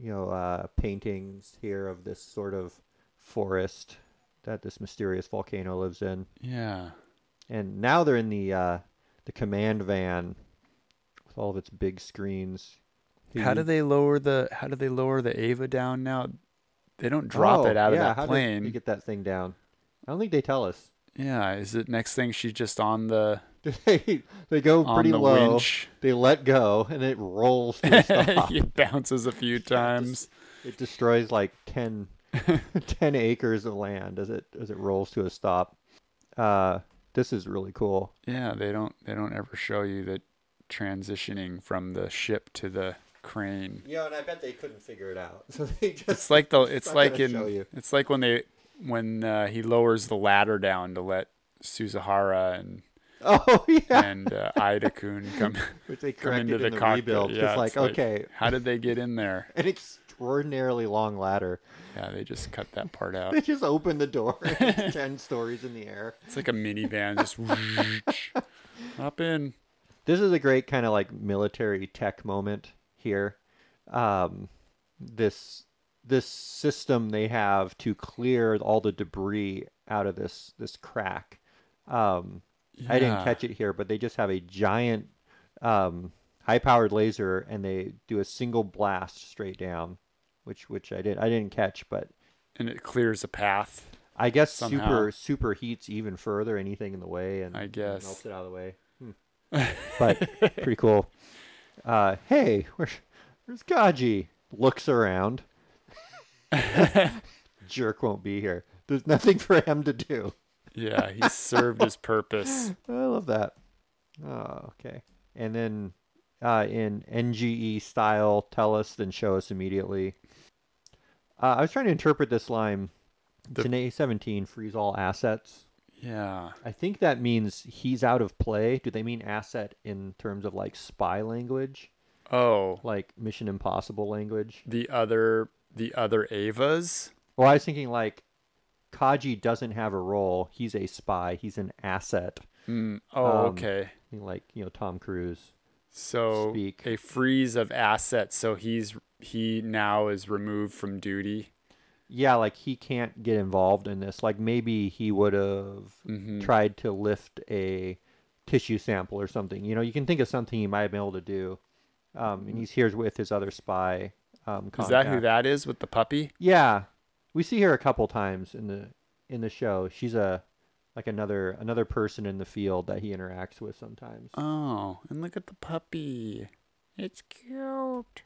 [SPEAKER 1] you know, uh, paintings here of this sort of forest that this mysterious volcano lives in.
[SPEAKER 2] yeah.
[SPEAKER 1] And now they're in the uh, the command van with all of its big screens.
[SPEAKER 2] How do
[SPEAKER 1] The-
[SPEAKER 2] they lower the How do they lower the Ava down now? They don't drop
[SPEAKER 1] Oh,
[SPEAKER 2] it out
[SPEAKER 1] yeah,
[SPEAKER 2] of
[SPEAKER 1] how did
[SPEAKER 2] that plane.
[SPEAKER 1] you get that thing down? I don't think they tell us.
[SPEAKER 2] Yeah. Is it next thing she's just on the
[SPEAKER 1] they they go
[SPEAKER 2] on
[SPEAKER 1] Oh, pretty
[SPEAKER 2] the
[SPEAKER 1] low.
[SPEAKER 2] winch?
[SPEAKER 1] They let go and it rolls to a stop.
[SPEAKER 2] it bounces a few times.
[SPEAKER 1] It destroys like 10, 10 acres of land as it as it rolls to a stop. Uh, this is really cool.
[SPEAKER 2] Yeah, they don't they don't ever show you the transitioning from the ship to the crane.
[SPEAKER 1] Yeah, and I bet they couldn't figure it out, so they just
[SPEAKER 2] It's like the it's
[SPEAKER 1] not
[SPEAKER 2] like
[SPEAKER 1] gonna show
[SPEAKER 2] in
[SPEAKER 1] you.
[SPEAKER 2] it's like when they when uh, he lowers the ladder down to let Suzuhara and
[SPEAKER 1] oh yeah,
[SPEAKER 2] and uh, Ida Kun come,
[SPEAKER 1] which they
[SPEAKER 2] come
[SPEAKER 1] corrected
[SPEAKER 2] into the
[SPEAKER 1] in the
[SPEAKER 2] cockpit.
[SPEAKER 1] rebuild.
[SPEAKER 2] Yeah,
[SPEAKER 1] it's like okay,
[SPEAKER 2] how did they get in there?
[SPEAKER 1] an extraordinarily long ladder.
[SPEAKER 2] Yeah, they just cut that part out.
[SPEAKER 1] They just open the door, and it's ten stories in the air.
[SPEAKER 2] It's like a minivan, just whoosh. hop in.
[SPEAKER 1] this is a great kind of like military tech moment here. Um, this this system they have to clear all the debris out of this this crack. Um, I didn't
[SPEAKER 2] Yeah.
[SPEAKER 1] catch it here, but they just have a giant um, high powered laser and they do a single blast straight down, which which I did I didn't catch, but
[SPEAKER 2] and it clears a path.
[SPEAKER 1] I guess
[SPEAKER 2] Somehow.
[SPEAKER 1] super super heats even further anything in the way and
[SPEAKER 2] I guess.
[SPEAKER 1] melts it out of the way. Hmm. but pretty cool. Uh, hey, where's, where's Gaji? Looks around. Jerk won't be here. There's nothing for him to do.
[SPEAKER 2] Yeah, he served his purpose.
[SPEAKER 1] I love that. Oh, okay. And then uh, in NGE style, tell us, then show us immediately. Uh, I was trying to interpret this line.
[SPEAKER 2] The-
[SPEAKER 1] Today 17, freeze all assets.
[SPEAKER 2] Yeah.
[SPEAKER 1] I think that means he's out of play. Do they mean asset in terms of like spy language,
[SPEAKER 2] Oh,
[SPEAKER 1] like Mission Impossible language?
[SPEAKER 2] the other the other Avas.
[SPEAKER 1] Or I was thinking like Kaji doesn't have a role. He's a spy. He's an asset.
[SPEAKER 2] Mm, oh,
[SPEAKER 1] Um,
[SPEAKER 2] okay.
[SPEAKER 1] I mean, Like you know Tom Cruise.
[SPEAKER 2] So
[SPEAKER 1] speak.
[SPEAKER 2] a freeze of assets. So he's he now is removed from duty.
[SPEAKER 1] Yeah, like he can't get involved in this. Like maybe he would have
[SPEAKER 2] Mhm.
[SPEAKER 1] tried to lift a tissue sample or something. You know, you can think of something he might have been able to do. Um, and he's here with his other spy Um,
[SPEAKER 2] Is that who
[SPEAKER 1] contact.
[SPEAKER 2] that is with the puppy?
[SPEAKER 1] Yeah, we see her a couple times in the in the show. She's a like another another person in the field that he interacts with sometimes.
[SPEAKER 2] Oh, and look at the puppy. It's cute.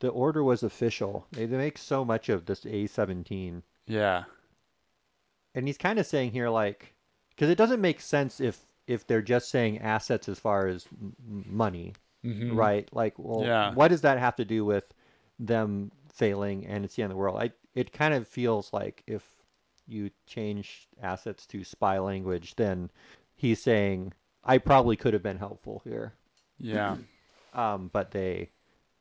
[SPEAKER 1] The order was official. They, they make so much of this A17,
[SPEAKER 2] Yeah.
[SPEAKER 1] and he's kind of saying here like because it doesn't make sense if if they're just saying assets as far as m- m- money,
[SPEAKER 2] Mhm.
[SPEAKER 1] right? Like, well,
[SPEAKER 2] Yeah.
[SPEAKER 1] what does that have to do with them failing and it's the end of the world? I it kind of feels like if you change assets to spy language, then he's saying I probably could have been helpful here,
[SPEAKER 2] Yeah.
[SPEAKER 1] um, but they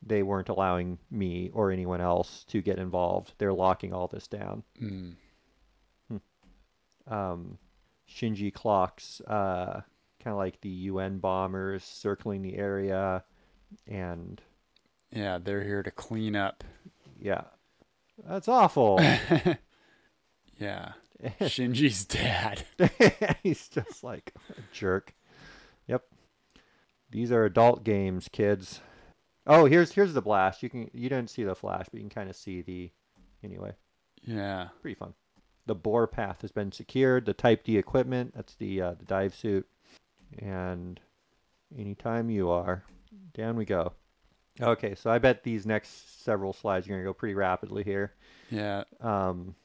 [SPEAKER 1] they weren't allowing me or anyone else to get involved. They're locking all this down.
[SPEAKER 2] Mm.
[SPEAKER 1] Um, Shinji clocks uh, kind of like the UN bombers circling the area, and
[SPEAKER 2] Yeah, they're here to clean up.
[SPEAKER 1] Yeah. That's awful.
[SPEAKER 2] Yeah. Shinji's dad.
[SPEAKER 1] He's just like a jerk. Yep. These are adult games, kids. Oh, here's here's the blast. You can you didn't see the flash, but you can kind of see the anyway.
[SPEAKER 2] Yeah.
[SPEAKER 1] Pretty fun. The bore path has been secured. The Type D equipment, that's the uh, the dive suit, and anytime you are, down we go. Okay, so I bet these next several slides are gonna go pretty rapidly here.
[SPEAKER 2] Yeah.
[SPEAKER 1] Um,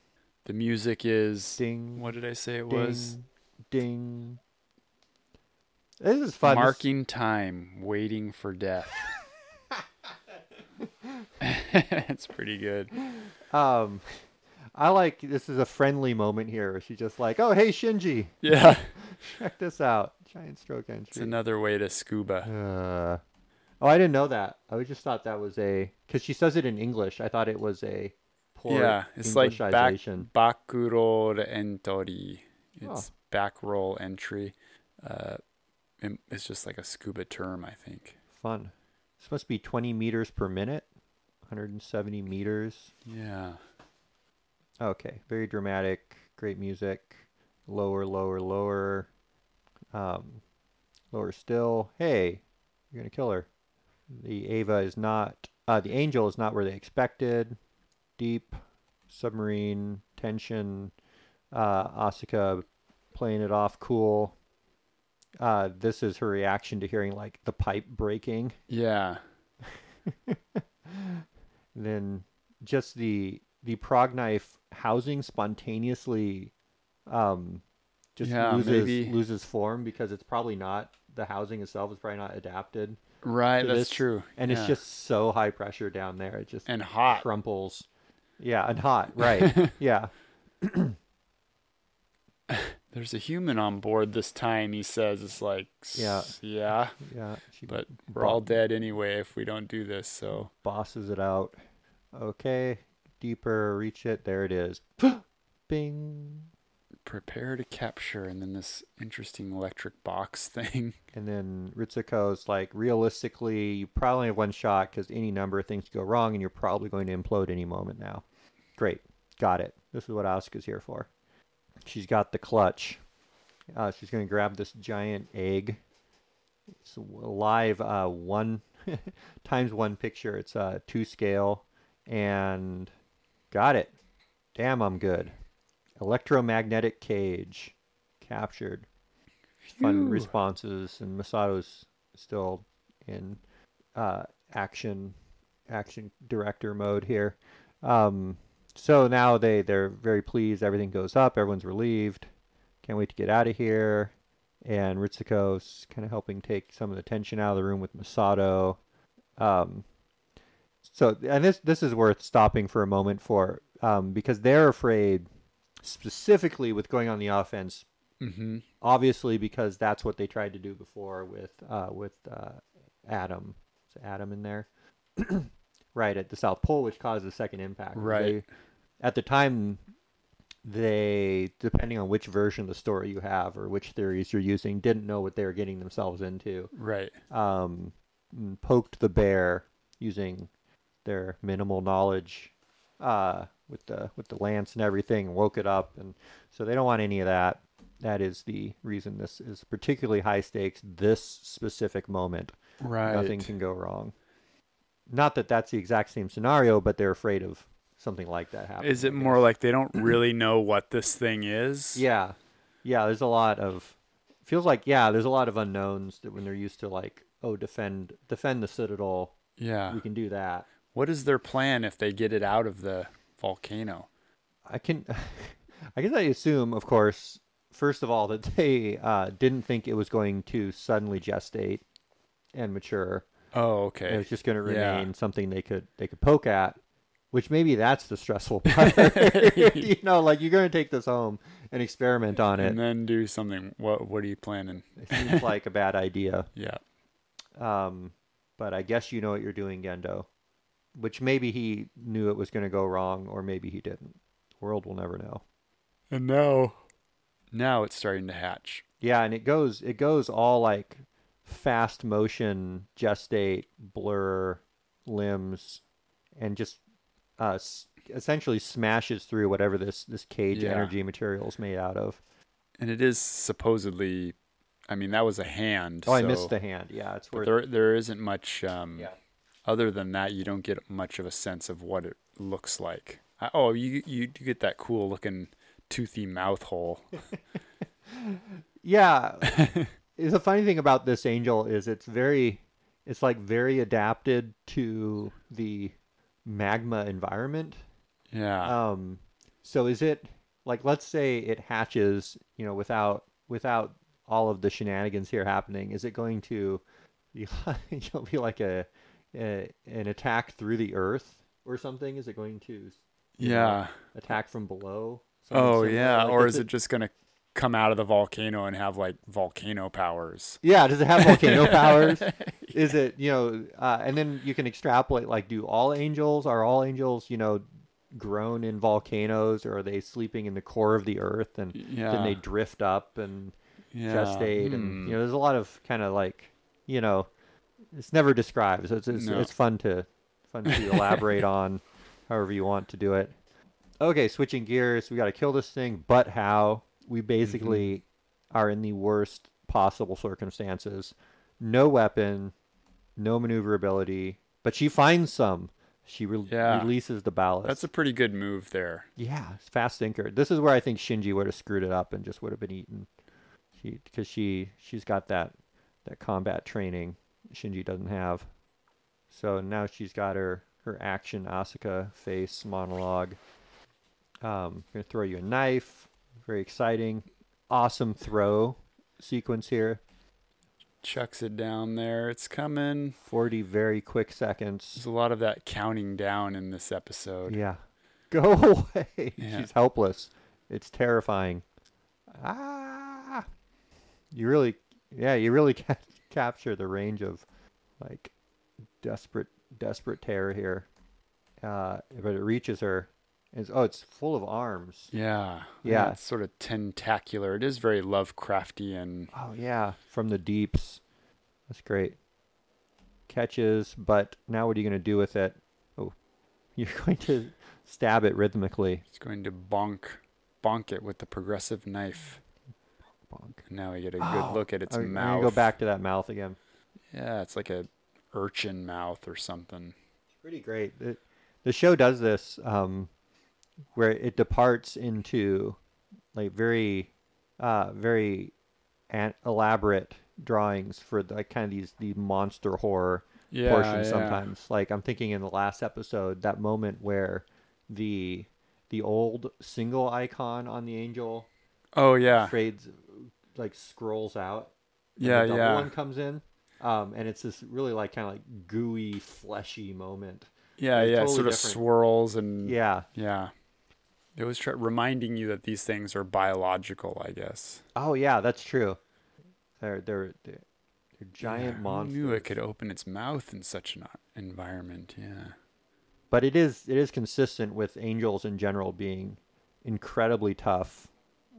[SPEAKER 2] The music is.
[SPEAKER 1] ding.
[SPEAKER 2] What did I say it
[SPEAKER 1] ding,
[SPEAKER 2] was?
[SPEAKER 1] ding. This is fun. This-
[SPEAKER 2] Marking time, waiting for death. it's pretty good.
[SPEAKER 1] um, I like this is a friendly moment here. Where she's just like, "Oh, hey Shinji,
[SPEAKER 2] Yeah.
[SPEAKER 1] check this out, giant stroke entry."
[SPEAKER 2] It's another way to scuba.
[SPEAKER 1] Uh, oh, I didn't know that. I was- just thought that was a because she says it in English. I thought it was a poor
[SPEAKER 2] yeah. It's like back
[SPEAKER 1] Englishization.
[SPEAKER 2] bakuro entori. It's
[SPEAKER 1] Oh.
[SPEAKER 2] back roll entry. Uh, it- it's just like a scuba term, I think.
[SPEAKER 1] Fun. This must be 20 meters per minute, 170 meters.
[SPEAKER 2] Yeah.
[SPEAKER 1] Okay, very dramatic, great music. Lower, lower, lower. Um, lower still. Hey, you're gonna kill her. The Ava is not. Uh, the Angel is not where they expected. Deep submarine tension. Uh, Asuka playing it off cool. Uh, this is her reaction to hearing like the pipe breaking.
[SPEAKER 2] Yeah.
[SPEAKER 1] then just the the prog knife housing spontaneously um just
[SPEAKER 2] Yeah,
[SPEAKER 1] loses
[SPEAKER 2] maybe.
[SPEAKER 1] loses form because it's probably not the housing itself is probably not adapted
[SPEAKER 2] Right.
[SPEAKER 1] to
[SPEAKER 2] That's
[SPEAKER 1] this,
[SPEAKER 2] true.
[SPEAKER 1] and
[SPEAKER 2] Yeah.
[SPEAKER 1] it's just so high pressure down there it just
[SPEAKER 2] and hot.
[SPEAKER 1] crumples yeah and hot right yeah
[SPEAKER 2] There's a human on board this time. He says it's like
[SPEAKER 1] Yeah.
[SPEAKER 2] "S- yeah,
[SPEAKER 1] yeah she
[SPEAKER 2] but we're all dead anyway if we don't do this. So
[SPEAKER 1] bosses it out okay deeper reach it there it is bing
[SPEAKER 2] prepare to capture. And then this interesting electric box thing.
[SPEAKER 1] And then Ritsuko's like, realistically, you probably have one shot because any number of things go wrong and you're probably going to implode any moment now. Great. Got it. This is what Asuka's here for. She's got the clutch. Uh, she's going to grab this giant egg. It's a live uh, one times one picture. It's uh, two scale. And got it. Damn, I'm good. Electromagnetic cage captured fun
[SPEAKER 2] Phew.
[SPEAKER 1] responses and Masato's still in uh, action action director mode here. Um, so now they they're very pleased. Everything goes up. Everyone's relieved. Can't wait to get out of here. And Ritsuko's kind of helping take some of the tension out of the room with Masato. Um, so and this this is worth stopping for a moment for um, because they're afraid specifically with going on the offense
[SPEAKER 2] Mm-hmm.
[SPEAKER 1] obviously because that's what they tried to do before with uh, with uh, Adam. Is Adam in there? right at the South Pole, which caused the second impact. They-
[SPEAKER 2] Right.
[SPEAKER 1] at the time, they depending on which version of the story you have or which theories you're using, didn't know what they were getting themselves into.
[SPEAKER 2] Right.
[SPEAKER 1] Um, and poked the bear using their minimal knowledge uh, with the with the lance and everything, and woke it up, and so they don't want any of that. That is the reason this is particularly high stakes. This specific moment,
[SPEAKER 2] Right.
[SPEAKER 1] nothing can go wrong. not that that's the exact same scenario, but they're afraid of something like that happening.
[SPEAKER 2] Is it
[SPEAKER 1] I
[SPEAKER 2] more
[SPEAKER 1] guess.
[SPEAKER 2] like they don't really know what this thing is?
[SPEAKER 1] Yeah, yeah. There's a lot of feels like yeah. There's a lot of unknowns that when they're used to like oh defend defend the citadel,
[SPEAKER 2] Yeah.
[SPEAKER 1] we can do that.
[SPEAKER 2] What is their plan if they get it out of the volcano?
[SPEAKER 1] I can, I guess I assume, of course, first of all, that they uh, didn't think it was going to suddenly gestate and mature.
[SPEAKER 2] Oh, okay.
[SPEAKER 1] It was just going to
[SPEAKER 2] Yeah.
[SPEAKER 1] remain something they could they could poke at, which maybe that's the stressful part. you know, like you're going to take this home and experiment on
[SPEAKER 2] and
[SPEAKER 1] it.
[SPEAKER 2] then do something. What What are you planning?
[SPEAKER 1] It seems like a bad idea.
[SPEAKER 2] Yeah.
[SPEAKER 1] Um, but I guess you know what you're doing, Gendo. Which maybe he knew it was going to go wrong, or maybe he didn't. The world will never know.
[SPEAKER 2] And now, now it's starting to hatch.
[SPEAKER 1] Yeah, and it goes it goes all like fast motion, gestate, blur, limbs, and just uh, s- essentially smashes through whatever this this cage
[SPEAKER 2] Yeah.
[SPEAKER 1] energy material is made out of.
[SPEAKER 2] And it is supposedly, I mean, that was a hand.
[SPEAKER 1] Oh, I
[SPEAKER 2] so-
[SPEAKER 1] missed the hand. Yeah, it's
[SPEAKER 2] But
[SPEAKER 1] worth.
[SPEAKER 2] there, there isn't much. Um,
[SPEAKER 1] Yeah.
[SPEAKER 2] Other than that, you don't get much of a sense of what it looks like. I, oh, you you do get that cool looking toothy mouth hole.
[SPEAKER 1] Yeah, the funny thing about this angel is it's very, it's like very adapted to the magma environment.
[SPEAKER 2] Yeah.
[SPEAKER 1] Um, so is it like let's say it hatches, you know, without without all of the shenanigans here happening, is it going to be, you know, be like a, a an attack through the earth or something? Is it going to you know,
[SPEAKER 2] yeah.
[SPEAKER 1] attack from below? Something
[SPEAKER 2] Oh
[SPEAKER 1] similar?
[SPEAKER 2] yeah.
[SPEAKER 1] Like,
[SPEAKER 2] or is it just gonna come out of the volcano and have like volcano powers?
[SPEAKER 1] Yeah, does it have volcano powers? Is it you know? Uh, and then you can extrapolate like, do all angels are all angels you know grown in volcanoes, or are they sleeping in the core of the earth and
[SPEAKER 2] Yeah.
[SPEAKER 1] then they drift up and
[SPEAKER 2] Yeah.
[SPEAKER 1] gestate and
[SPEAKER 2] Hmm.
[SPEAKER 1] you know, there's a lot of kind of like you know, it's never described, so it's it's,
[SPEAKER 2] No.
[SPEAKER 1] it's fun to fun to elaborate on, however you want to do it. Okay, switching gears, we got to kill this thing, but how? We basically
[SPEAKER 2] Mm-hmm.
[SPEAKER 1] are in the worst possible circumstances. No weapon, no maneuverability, but she finds some. She re-
[SPEAKER 2] Yeah.
[SPEAKER 1] releases the ballast.
[SPEAKER 2] That's a pretty good move there.
[SPEAKER 1] yeah, it's fast thinker. This is where I think Shinji would have screwed it up and just would have been eaten. She because she she's got that that combat training Shinji doesn't have. So now she's got her her action Asuka face monologue. Um, gonna throw you a knife. Very exciting, awesome throw sequence here.
[SPEAKER 2] Chucks it down there. It's coming.
[SPEAKER 1] 40 very quick seconds.
[SPEAKER 2] There's a lot of that counting down in this episode.
[SPEAKER 1] Yeah. Go away.
[SPEAKER 2] Yeah.
[SPEAKER 1] She's helpless. It's terrifying. Ah. You really yeah, you really ca- capture the range of like desperate desperate terror here. Uh but it reaches her. It's, oh, it's full of arms.
[SPEAKER 2] Yeah.
[SPEAKER 1] Yeah.
[SPEAKER 2] It's sort of tentacular. It is very Lovecraftian.
[SPEAKER 1] Oh yeah, from the deeps. That's great. Catches, but now what are you going to do with it? Oh. You're going to stab it rhythmically.
[SPEAKER 2] It's going to bonk, bonk it with the progressive knife.
[SPEAKER 1] Bonk.
[SPEAKER 2] Now we get a good
[SPEAKER 1] Oh,
[SPEAKER 2] look at its
[SPEAKER 1] I'm- I'm
[SPEAKER 2] mouth.
[SPEAKER 1] gonna go back to that mouth again.
[SPEAKER 2] Yeah, it's like a urchin mouth or something.
[SPEAKER 1] Pretty great. It- the show does this um, where it departs into like very, uh, very an- elaborate drawings for the kind of these the monster horror
[SPEAKER 2] Yeah.
[SPEAKER 1] portions
[SPEAKER 2] yeah.
[SPEAKER 1] sometimes. Like I'm thinking in the last episode, that moment where the the old single icon on the angel
[SPEAKER 2] Oh yeah.
[SPEAKER 1] fades like scrolls out and
[SPEAKER 2] Yeah,
[SPEAKER 1] the double
[SPEAKER 2] yeah.
[SPEAKER 1] one comes in um and it's this really like kind of like gooey fleshy moment
[SPEAKER 2] Yeah,
[SPEAKER 1] It's
[SPEAKER 2] yeah.
[SPEAKER 1] totally
[SPEAKER 2] sort of
[SPEAKER 1] different.
[SPEAKER 2] swirls and
[SPEAKER 1] yeah
[SPEAKER 2] yeah. It was tr- reminding you that these things are biological, I guess.
[SPEAKER 1] oh yeah that's true they're they're they're, they're giant
[SPEAKER 2] Yeah,
[SPEAKER 1] monsters
[SPEAKER 2] Who knew it could open its mouth in such an o- environment? Yeah.
[SPEAKER 1] but it is it is consistent with angels in general being incredibly tough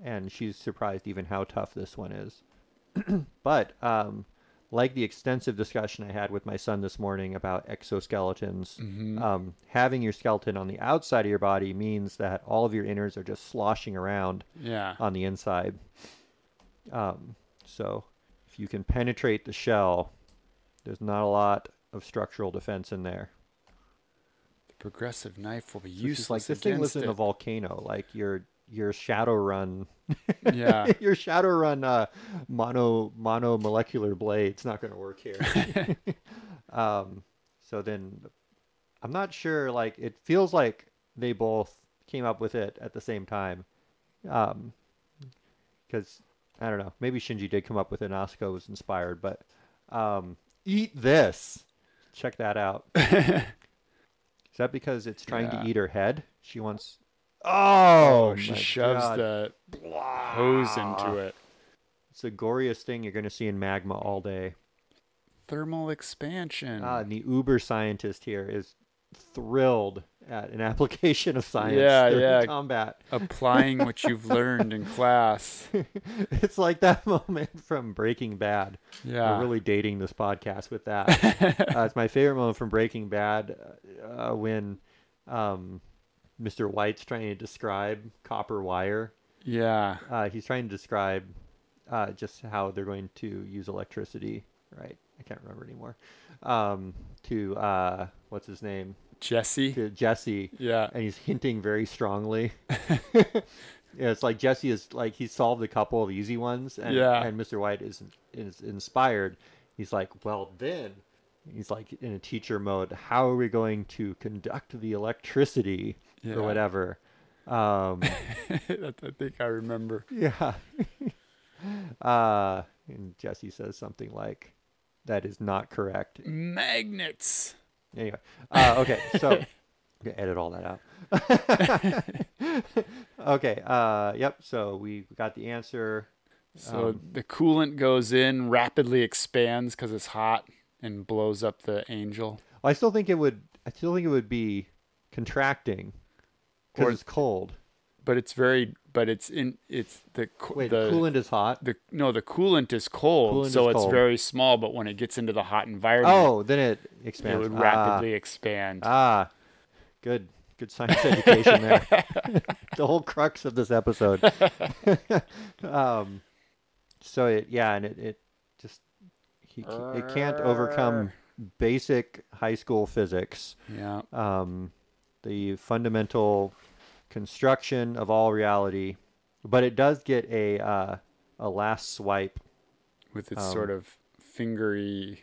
[SPEAKER 1] and she's surprised even how tough this one is but um like the extensive discussion I had with my son this morning about exoskeletons, um, having your skeleton on the outside of your body means that all of your innards are just sloshing around
[SPEAKER 2] Yeah.
[SPEAKER 1] on the inside. Um, so if you can penetrate the shell, there's not a lot of structural defense in there.
[SPEAKER 2] Progressive knife will be
[SPEAKER 1] It's
[SPEAKER 2] useless
[SPEAKER 1] just like this
[SPEAKER 2] against
[SPEAKER 1] thing lives in
[SPEAKER 2] it.
[SPEAKER 1] a volcano. Like your your shadow run,
[SPEAKER 2] yeah.
[SPEAKER 1] your shadow run uh, mono mono molecular blade's not going to work here. um, so then, I'm not sure. Like it feels like they both came up with it at the same time, because I don't know. Maybe Shinji did come up with it. and Asuka was inspired, but um, eat this. Check that out. Is that because it's trying
[SPEAKER 2] Yeah.
[SPEAKER 1] to eat her head? She wants. Oh,
[SPEAKER 2] Oh, she
[SPEAKER 1] my
[SPEAKER 2] shoves
[SPEAKER 1] God.
[SPEAKER 2] the hose into it.
[SPEAKER 1] It's the goriest thing you're going to see in magma all day.
[SPEAKER 2] Thermal expansion.
[SPEAKER 1] Ah, and the uber scientist here is thrilled at an application of science
[SPEAKER 2] Yeah,
[SPEAKER 1] during
[SPEAKER 2] yeah.
[SPEAKER 1] combat.
[SPEAKER 2] Applying what you've learned in class.
[SPEAKER 1] It's like that moment from Breaking Bad.
[SPEAKER 2] Yeah.
[SPEAKER 1] We're really dating this podcast with that. uh, it's my favorite moment from Breaking Bad uh, when um, Mr. White's trying to describe copper wire.
[SPEAKER 2] yeah.
[SPEAKER 1] Uh, he's trying to describe uh, just how they're going to use electricity, right? I can't remember anymore. Um, to uh, what's his name?
[SPEAKER 2] Jesse.
[SPEAKER 1] To Jesse,
[SPEAKER 2] Yeah.
[SPEAKER 1] and he's hinting very strongly. yeah, it's like Jesse is like he solved a couple of easy ones, and
[SPEAKER 2] Yeah.
[SPEAKER 1] and Mr. White is is inspired. He's like, well then. He's like in a teacher mode. How are we going to conduct the electricity
[SPEAKER 2] Yeah.
[SPEAKER 1] or whatever? Um,
[SPEAKER 2] That- I think I remember.
[SPEAKER 1] yeah. uh, and Jesse says something like, "That is not correct."
[SPEAKER 2] Magnets.
[SPEAKER 1] Anyway, uh, okay, so I'm gonna edit all that out. okay. Uh, yep. So we got the answer.
[SPEAKER 2] So
[SPEAKER 1] Um.
[SPEAKER 2] the coolant goes in, rapidly expands because it's hot, and blows up the angel.
[SPEAKER 1] I still think it would. I still think it would be contracting
[SPEAKER 2] Or-
[SPEAKER 1] because it's cold.
[SPEAKER 2] But it's very, but it's in, it's the co-
[SPEAKER 1] Wait,
[SPEAKER 2] the
[SPEAKER 1] coolant is hot.
[SPEAKER 2] the no the coolant is cold,
[SPEAKER 1] Coolant
[SPEAKER 2] so
[SPEAKER 1] is
[SPEAKER 2] it's
[SPEAKER 1] cold.
[SPEAKER 2] very small. But when it gets into the hot environment,
[SPEAKER 1] Oh, then it
[SPEAKER 2] it
[SPEAKER 1] expands.
[SPEAKER 2] would
[SPEAKER 1] Ah,
[SPEAKER 2] rapidly expand.
[SPEAKER 1] Ah, good, good science education there. the whole crux of this episode. um, so it, yeah, and it, it just he, ca- it can't overcome basic high school physics.
[SPEAKER 2] yeah,
[SPEAKER 1] Um, the fundamental construction of all reality, but it does get a uh, a last swipe.
[SPEAKER 2] with its
[SPEAKER 1] um,
[SPEAKER 2] sort of fingery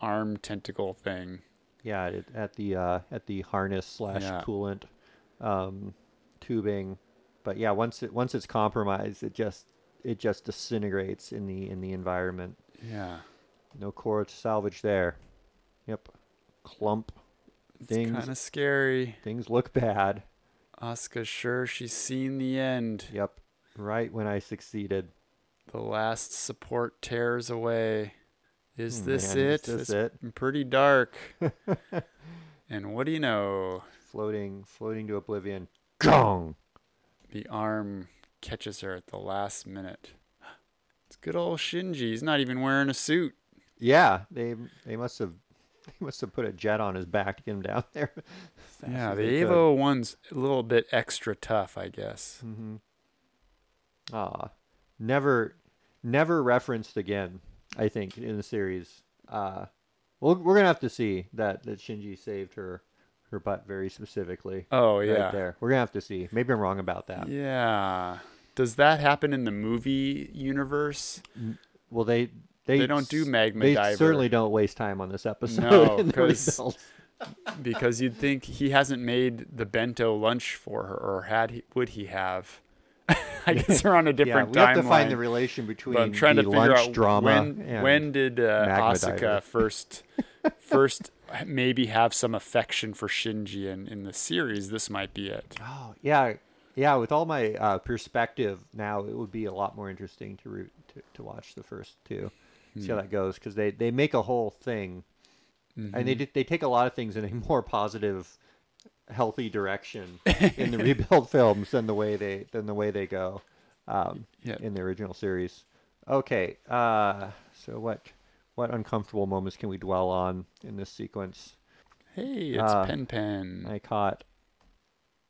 [SPEAKER 2] arm tentacle thing.
[SPEAKER 1] Yeah, at, at the uh, at the harness slash
[SPEAKER 2] Yeah.
[SPEAKER 1] coolant um, tubing, but yeah, once it once it's compromised, it just it just disintegrates in the in the environment.
[SPEAKER 2] Yeah,
[SPEAKER 1] No core to salvage there. Yep, clump.
[SPEAKER 2] it's
[SPEAKER 1] Things
[SPEAKER 2] kind of scary.
[SPEAKER 1] things look bad.
[SPEAKER 2] Asuka's sure she's seen the end.
[SPEAKER 1] Yep, right when I succeeded.
[SPEAKER 2] The last support tears away. Is
[SPEAKER 1] Hmm,
[SPEAKER 2] this
[SPEAKER 1] man, is
[SPEAKER 2] it?
[SPEAKER 1] this
[SPEAKER 2] It's Pretty dark. and what do you know?
[SPEAKER 1] Floating floating to oblivion. Gong.
[SPEAKER 2] The arm catches her at the last minute. It's good old Shinji. He's not even wearing a suit.
[SPEAKER 1] Yeah, they they must have they must have put a jet on his back to get him down there. Fast
[SPEAKER 2] Yeah,
[SPEAKER 1] as
[SPEAKER 2] the
[SPEAKER 1] they could.
[SPEAKER 2] Evo one's a little bit extra tough, I guess.
[SPEAKER 1] Mm-hmm. Ah, never, never referenced again. I think in the series, uh, well, we're gonna have to see that that Shinji saved her, her butt very specifically.
[SPEAKER 2] Oh
[SPEAKER 1] right
[SPEAKER 2] yeah.
[SPEAKER 1] there. We're gonna have to see. Maybe I'm wrong about that.
[SPEAKER 2] yeah. Does that happen in the movie universe?
[SPEAKER 1] Well, they they
[SPEAKER 2] They don't do
[SPEAKER 1] s-
[SPEAKER 2] Magma
[SPEAKER 1] They
[SPEAKER 2] Diver.
[SPEAKER 1] certainly don't waste time on this episode.
[SPEAKER 2] No,
[SPEAKER 1] and the
[SPEAKER 2] 'cause-
[SPEAKER 1] results.
[SPEAKER 2] because you'd think he hasn't made the bento lunch for her, or had he, would he have? I guess we're on a
[SPEAKER 1] yeah,
[SPEAKER 2] different
[SPEAKER 1] we have to
[SPEAKER 2] timeline,
[SPEAKER 1] find the relation between
[SPEAKER 2] but I'm trying
[SPEAKER 1] the
[SPEAKER 2] to figure
[SPEAKER 1] lunch
[SPEAKER 2] out
[SPEAKER 1] drama
[SPEAKER 2] when
[SPEAKER 1] and
[SPEAKER 2] when did uh,
[SPEAKER 1] Magma
[SPEAKER 2] Asuka
[SPEAKER 1] Diver.
[SPEAKER 2] first first maybe have some affection for Shinji in, in the series. This might be it.
[SPEAKER 1] Oh yeah, yeah. With all my uh, perspective now, it would be a lot more interesting to root to, to watch the first two, see how that goes because they they make a whole thing, and they d- they take a lot of things in a more positive, healthy direction in the rebuild films than the way they than the way they go, um,
[SPEAKER 2] Yeah.
[SPEAKER 1] in the original series. Okay, uh, so what what uncomfortable moments can we dwell on in this sequence?
[SPEAKER 2] Hey, it's
[SPEAKER 1] Uh,
[SPEAKER 2] Pen Pen.
[SPEAKER 1] I caught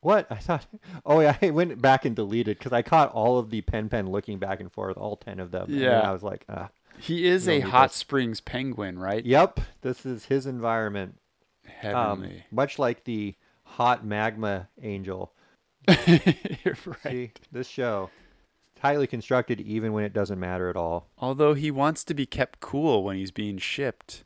[SPEAKER 1] what I thought. Oh yeah, I went back and deleted because I caught all of the pen pen looking back and forth, all ten of them. and then
[SPEAKER 2] Yeah.
[SPEAKER 1] I was like, ah,
[SPEAKER 2] He is
[SPEAKER 1] we
[SPEAKER 2] a
[SPEAKER 1] don't need
[SPEAKER 2] hot
[SPEAKER 1] this.
[SPEAKER 2] springs penguin, right?
[SPEAKER 1] yep, this is his environment. Um,
[SPEAKER 2] Heavenly.
[SPEAKER 1] much like the hot magma angel.
[SPEAKER 2] You're right.
[SPEAKER 1] See, this show it's highly constructed even when it doesn't matter at all.
[SPEAKER 2] Although he wants to be kept cool when he's being shipped.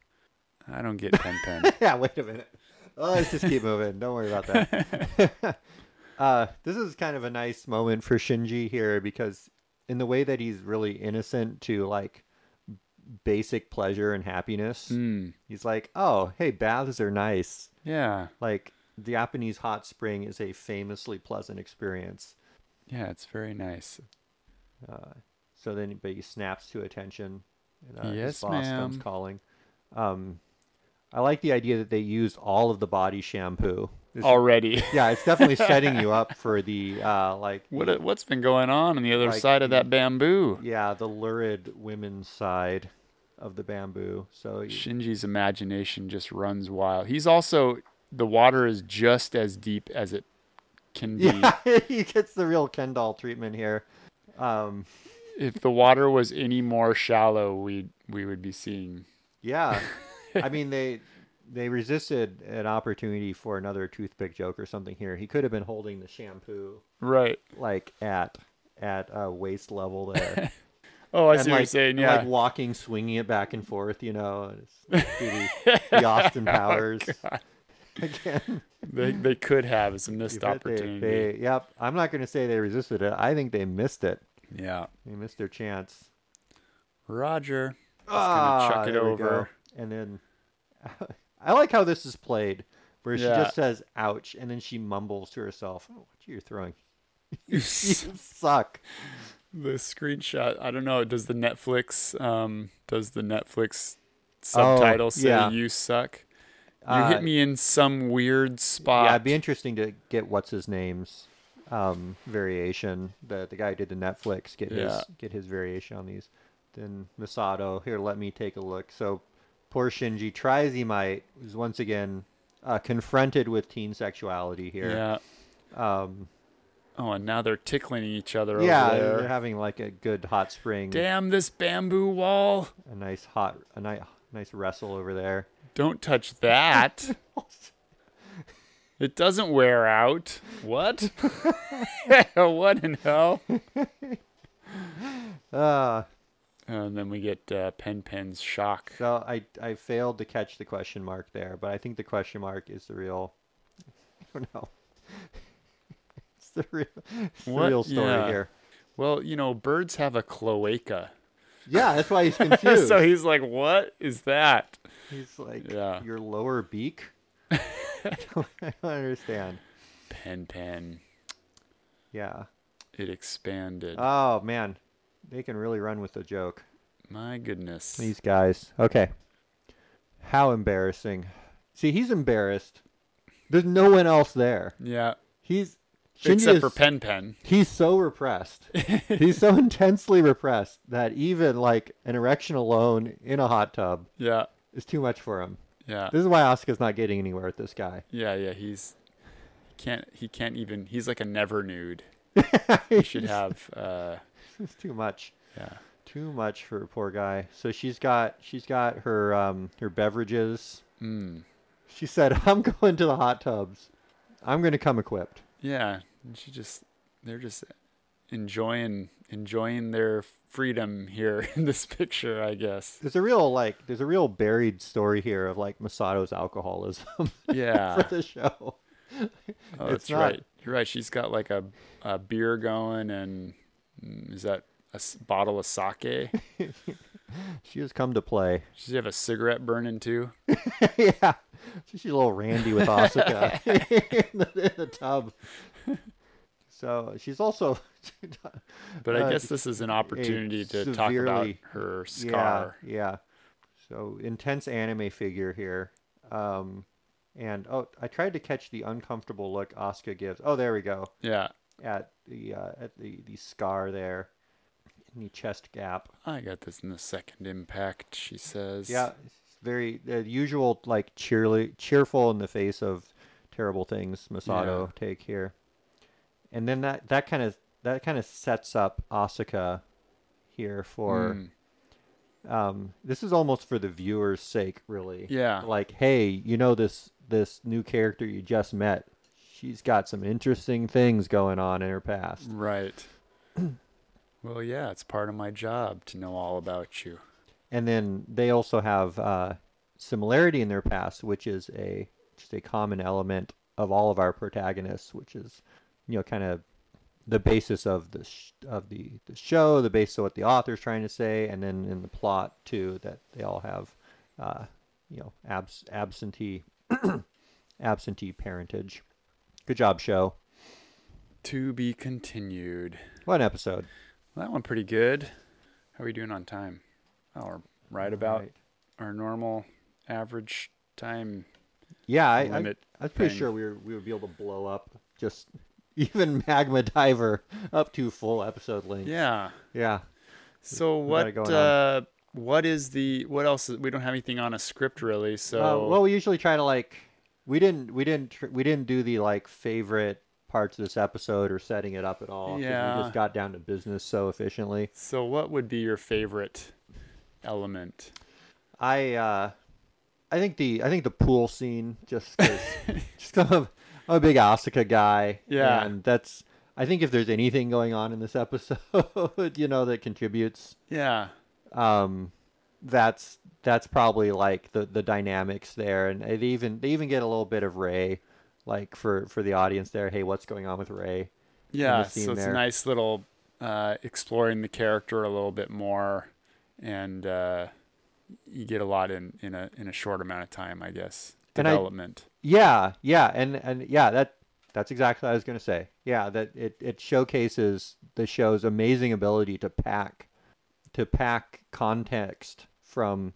[SPEAKER 2] I don't get Pen Pen.
[SPEAKER 1] yeah, wait a minute. Oh, let's just keep moving. Don't worry about that. uh, this is kind of a nice moment for Shinji here because, in the way that he's really innocent to like basic pleasure and happiness,
[SPEAKER 2] Hmm.
[SPEAKER 1] he's like, "Oh, hey, baths are nice.
[SPEAKER 2] yeah.
[SPEAKER 1] Like the Japanese hot spring is a famously pleasant experience."
[SPEAKER 2] Yeah, it's very nice.
[SPEAKER 1] So then, but he snaps to attention. And, uh, his
[SPEAKER 2] Yes,
[SPEAKER 1] boss comes
[SPEAKER 2] ma'am.
[SPEAKER 1] calling. Um, I like the idea that they used all of the body shampoo. This
[SPEAKER 2] Already.
[SPEAKER 1] yeah, it's definitely setting you up for the uh, like,
[SPEAKER 2] What what's been going on on the other
[SPEAKER 1] Like-
[SPEAKER 2] side of that bamboo?
[SPEAKER 1] yeah, the lurid women's side of the bamboo. So you-
[SPEAKER 2] Shinji's imagination just runs wild. He's also the water is just as deep as it can be.
[SPEAKER 1] yeah, he gets the real Ken doll treatment here. Um,
[SPEAKER 2] If the water was any more shallow, we we would be seeing.
[SPEAKER 1] yeah, I mean they they resisted an opportunity for another toothpick joke or something here. He could have been holding the shampoo
[SPEAKER 2] Right.
[SPEAKER 1] like at at uh, waist level there.
[SPEAKER 2] Oh, I
[SPEAKER 1] and
[SPEAKER 2] see
[SPEAKER 1] like,
[SPEAKER 2] what you're saying.
[SPEAKER 1] and,
[SPEAKER 2] Yeah.
[SPEAKER 1] like walking, swinging it back and forth, you know, and it's the, the Austin
[SPEAKER 2] Oh,
[SPEAKER 1] Powers again.
[SPEAKER 2] they they could have. It's a
[SPEAKER 1] You
[SPEAKER 2] missed
[SPEAKER 1] bet they-
[SPEAKER 2] opportunity.
[SPEAKER 1] they- yep. I'm not going to say they resisted it. I think they missed it.
[SPEAKER 2] Yeah.
[SPEAKER 1] They missed their chance.
[SPEAKER 2] Roger. Just
[SPEAKER 1] Ah,
[SPEAKER 2] gonna chuck it
[SPEAKER 1] there we
[SPEAKER 2] over.
[SPEAKER 1] go. And then I like how this is played, where she
[SPEAKER 2] Yeah.
[SPEAKER 1] just says "ouch" and then she mumbles to herself, oh, "What you're throwing?
[SPEAKER 2] the
[SPEAKER 1] You suck."
[SPEAKER 2] screenshot. I don't know. Does the Netflix um does the Netflix subtitle say
[SPEAKER 1] Oh, yeah.
[SPEAKER 2] you suck? You
[SPEAKER 1] Uh,
[SPEAKER 2] hit me in some weird spot.
[SPEAKER 1] Yeah, Uh, it'd be interesting to get what's his name's um, variation. The the guy who did the Netflix get
[SPEAKER 2] Yeah.
[SPEAKER 1] his get his variation on these. Then Masato, here, let me take a look. So poor Shinji tries he might is once again uh, confronted with teen sexuality here.
[SPEAKER 2] Yeah.
[SPEAKER 1] Yeah, um,
[SPEAKER 2] Oh, and now they're tickling each other
[SPEAKER 1] yeah,
[SPEAKER 2] over
[SPEAKER 1] they're
[SPEAKER 2] there.
[SPEAKER 1] having like a good hot spring,
[SPEAKER 2] Damn this bamboo wall!
[SPEAKER 1] a nice hot, a nice nice wrestle over there.
[SPEAKER 2] Don't touch that. it doesn't wear out. What? what in hell?
[SPEAKER 1] Uh,
[SPEAKER 2] And then we get uh, Pen Pen's shock.
[SPEAKER 1] so I I failed to catch the question mark there, but I think the question mark is the real. I don't know. it's the real, it's the
[SPEAKER 2] What?
[SPEAKER 1] real story
[SPEAKER 2] Yeah.
[SPEAKER 1] here.
[SPEAKER 2] Well, you know, birds have a cloaca.
[SPEAKER 1] Yeah, that's why he's confused.
[SPEAKER 2] so he's like, what is that?
[SPEAKER 1] he's like,
[SPEAKER 2] Yeah.
[SPEAKER 1] your lower beak. I, don't, I don't understand.
[SPEAKER 2] Pen Pen.
[SPEAKER 1] Yeah.
[SPEAKER 2] It expanded.
[SPEAKER 1] Oh man, they can really run with the joke.
[SPEAKER 2] My goodness.
[SPEAKER 1] These guys. Okay. How embarrassing. See, he's embarrassed. There's no one else there.
[SPEAKER 2] Yeah.
[SPEAKER 1] He's Shinji
[SPEAKER 2] Except for
[SPEAKER 1] is-
[SPEAKER 2] Pen Pen.
[SPEAKER 1] he's so repressed. he's so intensely repressed that even like an erection alone in a hot tub
[SPEAKER 2] Yeah.
[SPEAKER 1] is too much for him.
[SPEAKER 2] Yeah.
[SPEAKER 1] This is why Asuka's not getting anywhere with this guy.
[SPEAKER 2] Yeah, yeah, he's he can't he can't even he's like a never nude. He
[SPEAKER 1] it's
[SPEAKER 2] should have uh
[SPEAKER 1] too much.
[SPEAKER 2] yeah.
[SPEAKER 1] Too much for a poor guy. So she's got she's got her um her beverages.
[SPEAKER 2] Mm.
[SPEAKER 1] She said, "I'm going to the hot tubs. I'm going to come equipped."
[SPEAKER 2] Yeah, and she just they're just enjoying enjoying their freedom here in this picture, I guess.
[SPEAKER 1] There's a real like there's a real buried story here of like Masato's alcoholism for
[SPEAKER 2] Yeah.
[SPEAKER 1] the show.
[SPEAKER 2] Oh,
[SPEAKER 1] it's
[SPEAKER 2] that's
[SPEAKER 1] not-
[SPEAKER 2] right. You're right. She's got like a a beer going and mm, is that a s- bottle of sake?
[SPEAKER 1] She has come to play.
[SPEAKER 2] Does she have a cigarette burning too?
[SPEAKER 1] yeah. She's a little randy with Asuka in, the, in the tub. So she's also,
[SPEAKER 2] But I
[SPEAKER 1] Uh,
[SPEAKER 2] guess this is an opportunity to talk about
[SPEAKER 1] severely-
[SPEAKER 2] her scar.
[SPEAKER 1] yeah, yeah. So intense anime figure here. Um, and oh, I tried to catch the uncomfortable look Asuka gives. Oh, there we go
[SPEAKER 2] yeah.
[SPEAKER 1] at the uh, at the the scar there in the chest gap.
[SPEAKER 2] I got this in the second impact, she says.
[SPEAKER 1] Yeah, it's very the usual like cheerly cheerful in the face of terrible things Masato take here. And then that that kind of that kind of sets up Asuka here for
[SPEAKER 2] Mm,
[SPEAKER 1] um this is almost for the viewer's sake really.
[SPEAKER 2] Yeah.
[SPEAKER 1] Like hey, you know this this new character you just met. She's got some interesting things going on in her past.
[SPEAKER 2] Right. well, yeah, it's part of my job to know all about you.
[SPEAKER 1] And then they also have uh, similarity in their past, which is a just a common element of all of our protagonists, which is you know kind of the basis of the sh- of the, the show, the basis of what the author's trying to say, and then in the plot too that they all have, uh, you know, abs- absentee absentee parentage. Good job, show.
[SPEAKER 2] To be continued.
[SPEAKER 1] What an episode.
[SPEAKER 2] Well, that one pretty good. How are we doing on time? Oh, we're right about
[SPEAKER 1] Right.
[SPEAKER 2] our normal average time.
[SPEAKER 1] Yeah, I, I,
[SPEAKER 2] Limit
[SPEAKER 1] I was pretty
[SPEAKER 2] thing.
[SPEAKER 1] sure we were we would be able to blow up just even magma diver up to full episode length.
[SPEAKER 2] Yeah.
[SPEAKER 1] yeah.
[SPEAKER 2] So
[SPEAKER 1] We got it
[SPEAKER 2] what?
[SPEAKER 1] going on.
[SPEAKER 2] Uh, what is the? What else? is- We don't have anything on a script really. So
[SPEAKER 1] Uh, well, we usually try to like we didn't we didn't tr- we didn't do the like favorite parts of this episode or setting it up at all. 'cause we
[SPEAKER 2] Yeah.
[SPEAKER 1] just got down to business so efficiently.
[SPEAKER 2] so what would be your favorite element?
[SPEAKER 1] I uh, I think the I think the pool scene just 'cause- just 'cause I'm, I'm a big Asuka guy.
[SPEAKER 2] Yeah.
[SPEAKER 1] and that's I think if there's anything going on in this episode, you know, that contributes
[SPEAKER 2] Yeah.
[SPEAKER 1] um, that's that's probably like the the dynamics there, and they even they even get a little bit of Ray, like for for the audience there. Hey, what's going on with Ray?
[SPEAKER 2] Yeah.
[SPEAKER 1] scene
[SPEAKER 2] So it's
[SPEAKER 1] there.
[SPEAKER 2] a nice little uh, exploring the character a little bit more, and uh, you get a lot in in a in a short amount of time, I guess.
[SPEAKER 1] And I-
[SPEAKER 2] Development.
[SPEAKER 1] Yeah, yeah, and and yeah, that that's exactly what I was gonna say. Yeah, that it it showcases the show's amazing ability to pack to pack context from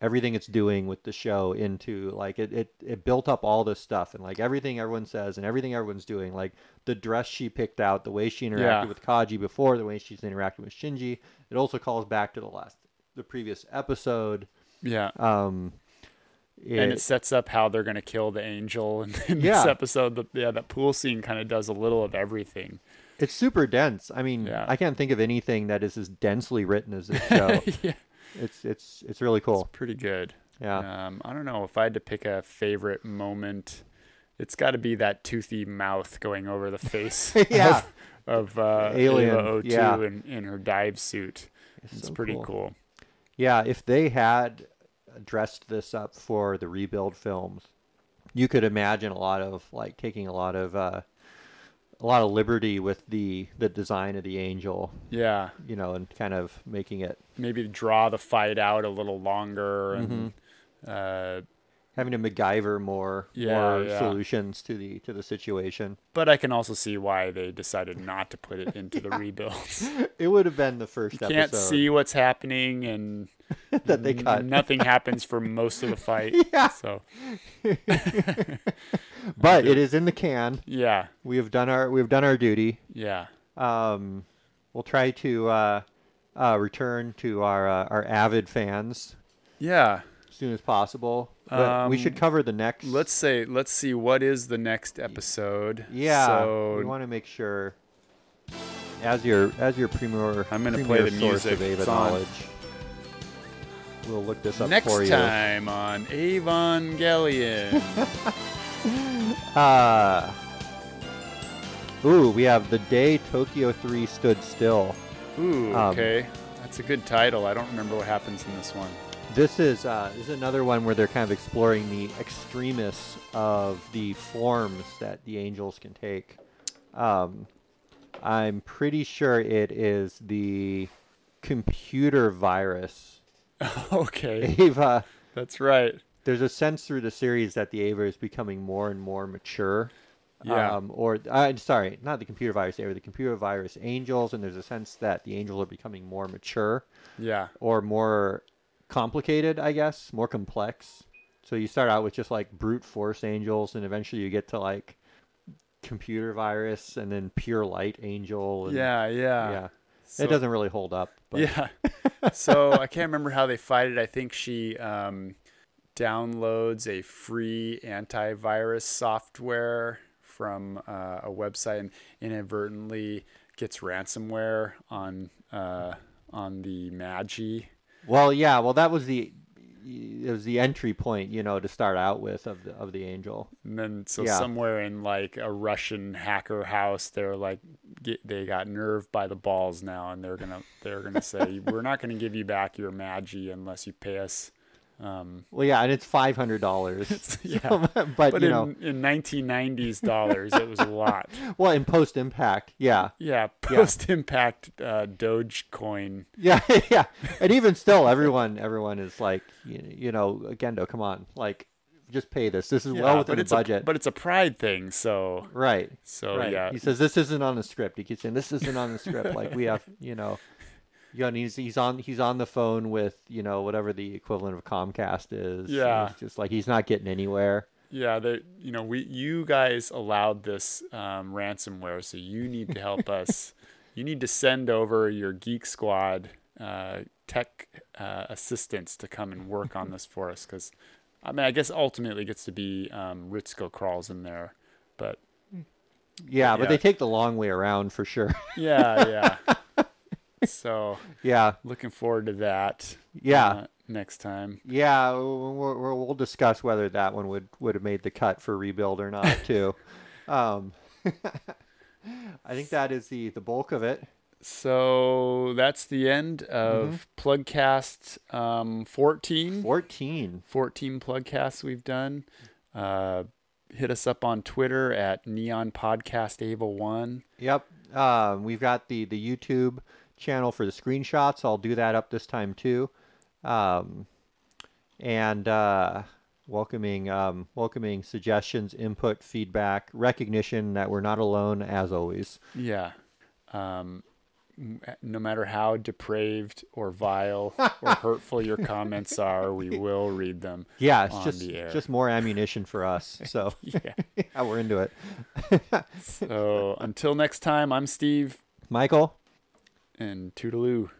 [SPEAKER 1] everything it's doing with the show into like it, it it built up all this stuff and like everything everyone says and everything everyone's doing like the dress she picked out the way she interacted
[SPEAKER 2] Yeah.
[SPEAKER 1] with kaji before the way she's interacting with shinji it also calls back to the last the previous episode
[SPEAKER 2] yeah.
[SPEAKER 1] um
[SPEAKER 2] and
[SPEAKER 1] it-
[SPEAKER 2] it sets up how they're going to kill the angel in, in this
[SPEAKER 1] Yeah.
[SPEAKER 2] episode. The, yeah, that pool scene kind of does a little of everything.
[SPEAKER 1] It's super dense. I mean,
[SPEAKER 2] Yeah.
[SPEAKER 1] I can't think of anything that is as densely written as this show.
[SPEAKER 2] yeah,
[SPEAKER 1] it's it's it's really cool.
[SPEAKER 2] pretty good.
[SPEAKER 1] Yeah.
[SPEAKER 2] Um, I don't know if I had to pick a favorite moment. It's got to be that toothy mouth going over the face
[SPEAKER 1] Yeah.
[SPEAKER 2] of, of uh,
[SPEAKER 1] Alien,
[SPEAKER 2] Ava 02
[SPEAKER 1] yeah.
[SPEAKER 2] in, in her dive suit. It's,
[SPEAKER 1] so
[SPEAKER 2] pretty
[SPEAKER 1] cool.
[SPEAKER 2] cool.
[SPEAKER 1] Yeah, if they had dressed this up for the rebuild films, you could imagine a lot of like taking a lot of uh a lot of liberty with the the design of the angel,
[SPEAKER 2] Yeah,
[SPEAKER 1] you know, and kind of making it
[SPEAKER 2] maybe draw the fight out a little longer
[SPEAKER 1] Mm-hmm.
[SPEAKER 2] and uh,
[SPEAKER 1] having to MacGyver more
[SPEAKER 2] Yeah,
[SPEAKER 1] more
[SPEAKER 2] yeah.
[SPEAKER 1] solutions to the to the situation.
[SPEAKER 2] but I can also see why they decided not to put it into the rebuilds.
[SPEAKER 1] It would have been the first episode
[SPEAKER 2] Can't see what's happening and
[SPEAKER 1] that they cut.
[SPEAKER 2] nothing happens for most of the fight.
[SPEAKER 1] Yeah.
[SPEAKER 2] So
[SPEAKER 1] But it is in the can.
[SPEAKER 2] yeah,
[SPEAKER 1] we have done our we have done our duty.
[SPEAKER 2] yeah,
[SPEAKER 1] Um, we'll try to uh, uh, return to our uh, our avid fans
[SPEAKER 2] yeah.
[SPEAKER 1] as soon as possible. But we
[SPEAKER 2] Um,
[SPEAKER 1] should cover the next.
[SPEAKER 2] Let's say let's see what is the next episode.
[SPEAKER 1] yeah. we
[SPEAKER 2] So
[SPEAKER 1] want to make sure as your as your premier.
[SPEAKER 2] I'm gonna
[SPEAKER 1] premier
[SPEAKER 2] play the
[SPEAKER 1] source
[SPEAKER 2] music.
[SPEAKER 1] of avid
[SPEAKER 2] It's on.
[SPEAKER 1] knowledge. We'll look this up for
[SPEAKER 2] next
[SPEAKER 1] you.
[SPEAKER 2] time on Evangelion.
[SPEAKER 1] Uh, ooh, we have the day Tokyo Three stood still.
[SPEAKER 2] Ooh,
[SPEAKER 1] Um,
[SPEAKER 2] okay. That's a good title. I don't remember what happens in this one.
[SPEAKER 1] This is uh, this is another one where they're kind of exploring the extremists of the forms that the angels can take. Um, I'm pretty sure it is the computer virus.
[SPEAKER 2] okay,
[SPEAKER 1] Ava,
[SPEAKER 2] that's right.
[SPEAKER 1] there's a sense through the series that the Ava is becoming more and more mature.
[SPEAKER 2] Yeah.
[SPEAKER 1] Um, or I'm sorry, not the computer virus Ava, the computer virus angels, and there's a sense that the angels are becoming more mature
[SPEAKER 2] Yeah.
[SPEAKER 1] or more complicated, I guess, more complex. So you start out with just like brute force angels, and eventually you get to like computer virus, and then pure light angel. And,
[SPEAKER 2] Yeah, yeah.
[SPEAKER 1] yeah.
[SPEAKER 2] So-
[SPEAKER 1] it doesn't really hold up. But
[SPEAKER 2] Yeah. so I can't remember how they fight it. I think she um, downloads a free antivirus software from uh, a website and inadvertently gets ransomware on uh, on the Magi.
[SPEAKER 1] Well, yeah. Well, that was the it was the entry point, you know, to start out with of the of the angel.
[SPEAKER 2] And then so
[SPEAKER 1] Yeah.
[SPEAKER 2] somewhere in like a Russian hacker house, they're like get, they got nerve by the balls now, and they're gonna they're gonna say we're not gonna give you back your magi unless you pay us. Um,
[SPEAKER 1] Well, yeah, and it's five hundred dollars.
[SPEAKER 2] yeah,
[SPEAKER 1] but,
[SPEAKER 2] but
[SPEAKER 1] you
[SPEAKER 2] in,
[SPEAKER 1] know,
[SPEAKER 2] in 1990s dollars, it was a lot.
[SPEAKER 1] well, in post impact, yeah,
[SPEAKER 2] Yeah, post impact uh, Dogecoin.
[SPEAKER 1] yeah, yeah, and even still, everyone, everyone is like, you, you know, Gendo, come on, like, just pay this. This is
[SPEAKER 2] Yeah,
[SPEAKER 1] well within
[SPEAKER 2] but
[SPEAKER 1] the
[SPEAKER 2] it's
[SPEAKER 1] budget.
[SPEAKER 2] a but it's a pride thing. So
[SPEAKER 1] right,
[SPEAKER 2] so
[SPEAKER 1] right.
[SPEAKER 2] yeah,
[SPEAKER 1] He says this isn't on the script. He keeps saying this isn't on the script. like we have, you know, you know, and he's he's on he's on the phone with you know whatever the equivalent of Comcast is.
[SPEAKER 2] Yeah.
[SPEAKER 1] it's just like he's not getting anywhere.
[SPEAKER 2] Yeah, they, you know, we you guys allowed this um, ransomware, so you need to help us. You need to send over your Geek Squad uh, tech uh, assistants to come and work on this for us, because I mean, I guess ultimately it gets to be um, Ritzko crawls in there, but
[SPEAKER 1] Yeah, but
[SPEAKER 2] Yeah.
[SPEAKER 1] they take the long way around for sure.
[SPEAKER 2] yeah, yeah. so
[SPEAKER 1] yeah,
[SPEAKER 2] looking forward to that.
[SPEAKER 1] yeah.
[SPEAKER 2] uh, next time.
[SPEAKER 1] Yeah, we'll, we'll we'll discuss whether that one would would have made the cut for rebuild or not too. um, I think that is the the bulk of it.
[SPEAKER 2] So that's the end of Plugcast um, 14.
[SPEAKER 1] Fourteen.
[SPEAKER 2] 14 plugcasts we've done. Uh, hit us up on Twitter at Neon Podcast Able One.
[SPEAKER 1] Yep. Um, we've got the the YouTube channel for the screenshots. I'll do that up this time too. Um, and uh, welcoming um, welcoming suggestions, input, feedback, recognition that we're not alone as always.
[SPEAKER 2] Yeah. Um, m- no matter how depraved or vile or hurtful your comments are, we will read them.
[SPEAKER 1] Yeah, it's
[SPEAKER 2] On
[SPEAKER 1] just
[SPEAKER 2] the air.
[SPEAKER 1] just more ammunition for us. So
[SPEAKER 2] Yeah.
[SPEAKER 1] yeah, we're into it.
[SPEAKER 2] So until next time, I'm Steve
[SPEAKER 1] Michael,
[SPEAKER 2] and toodaloo.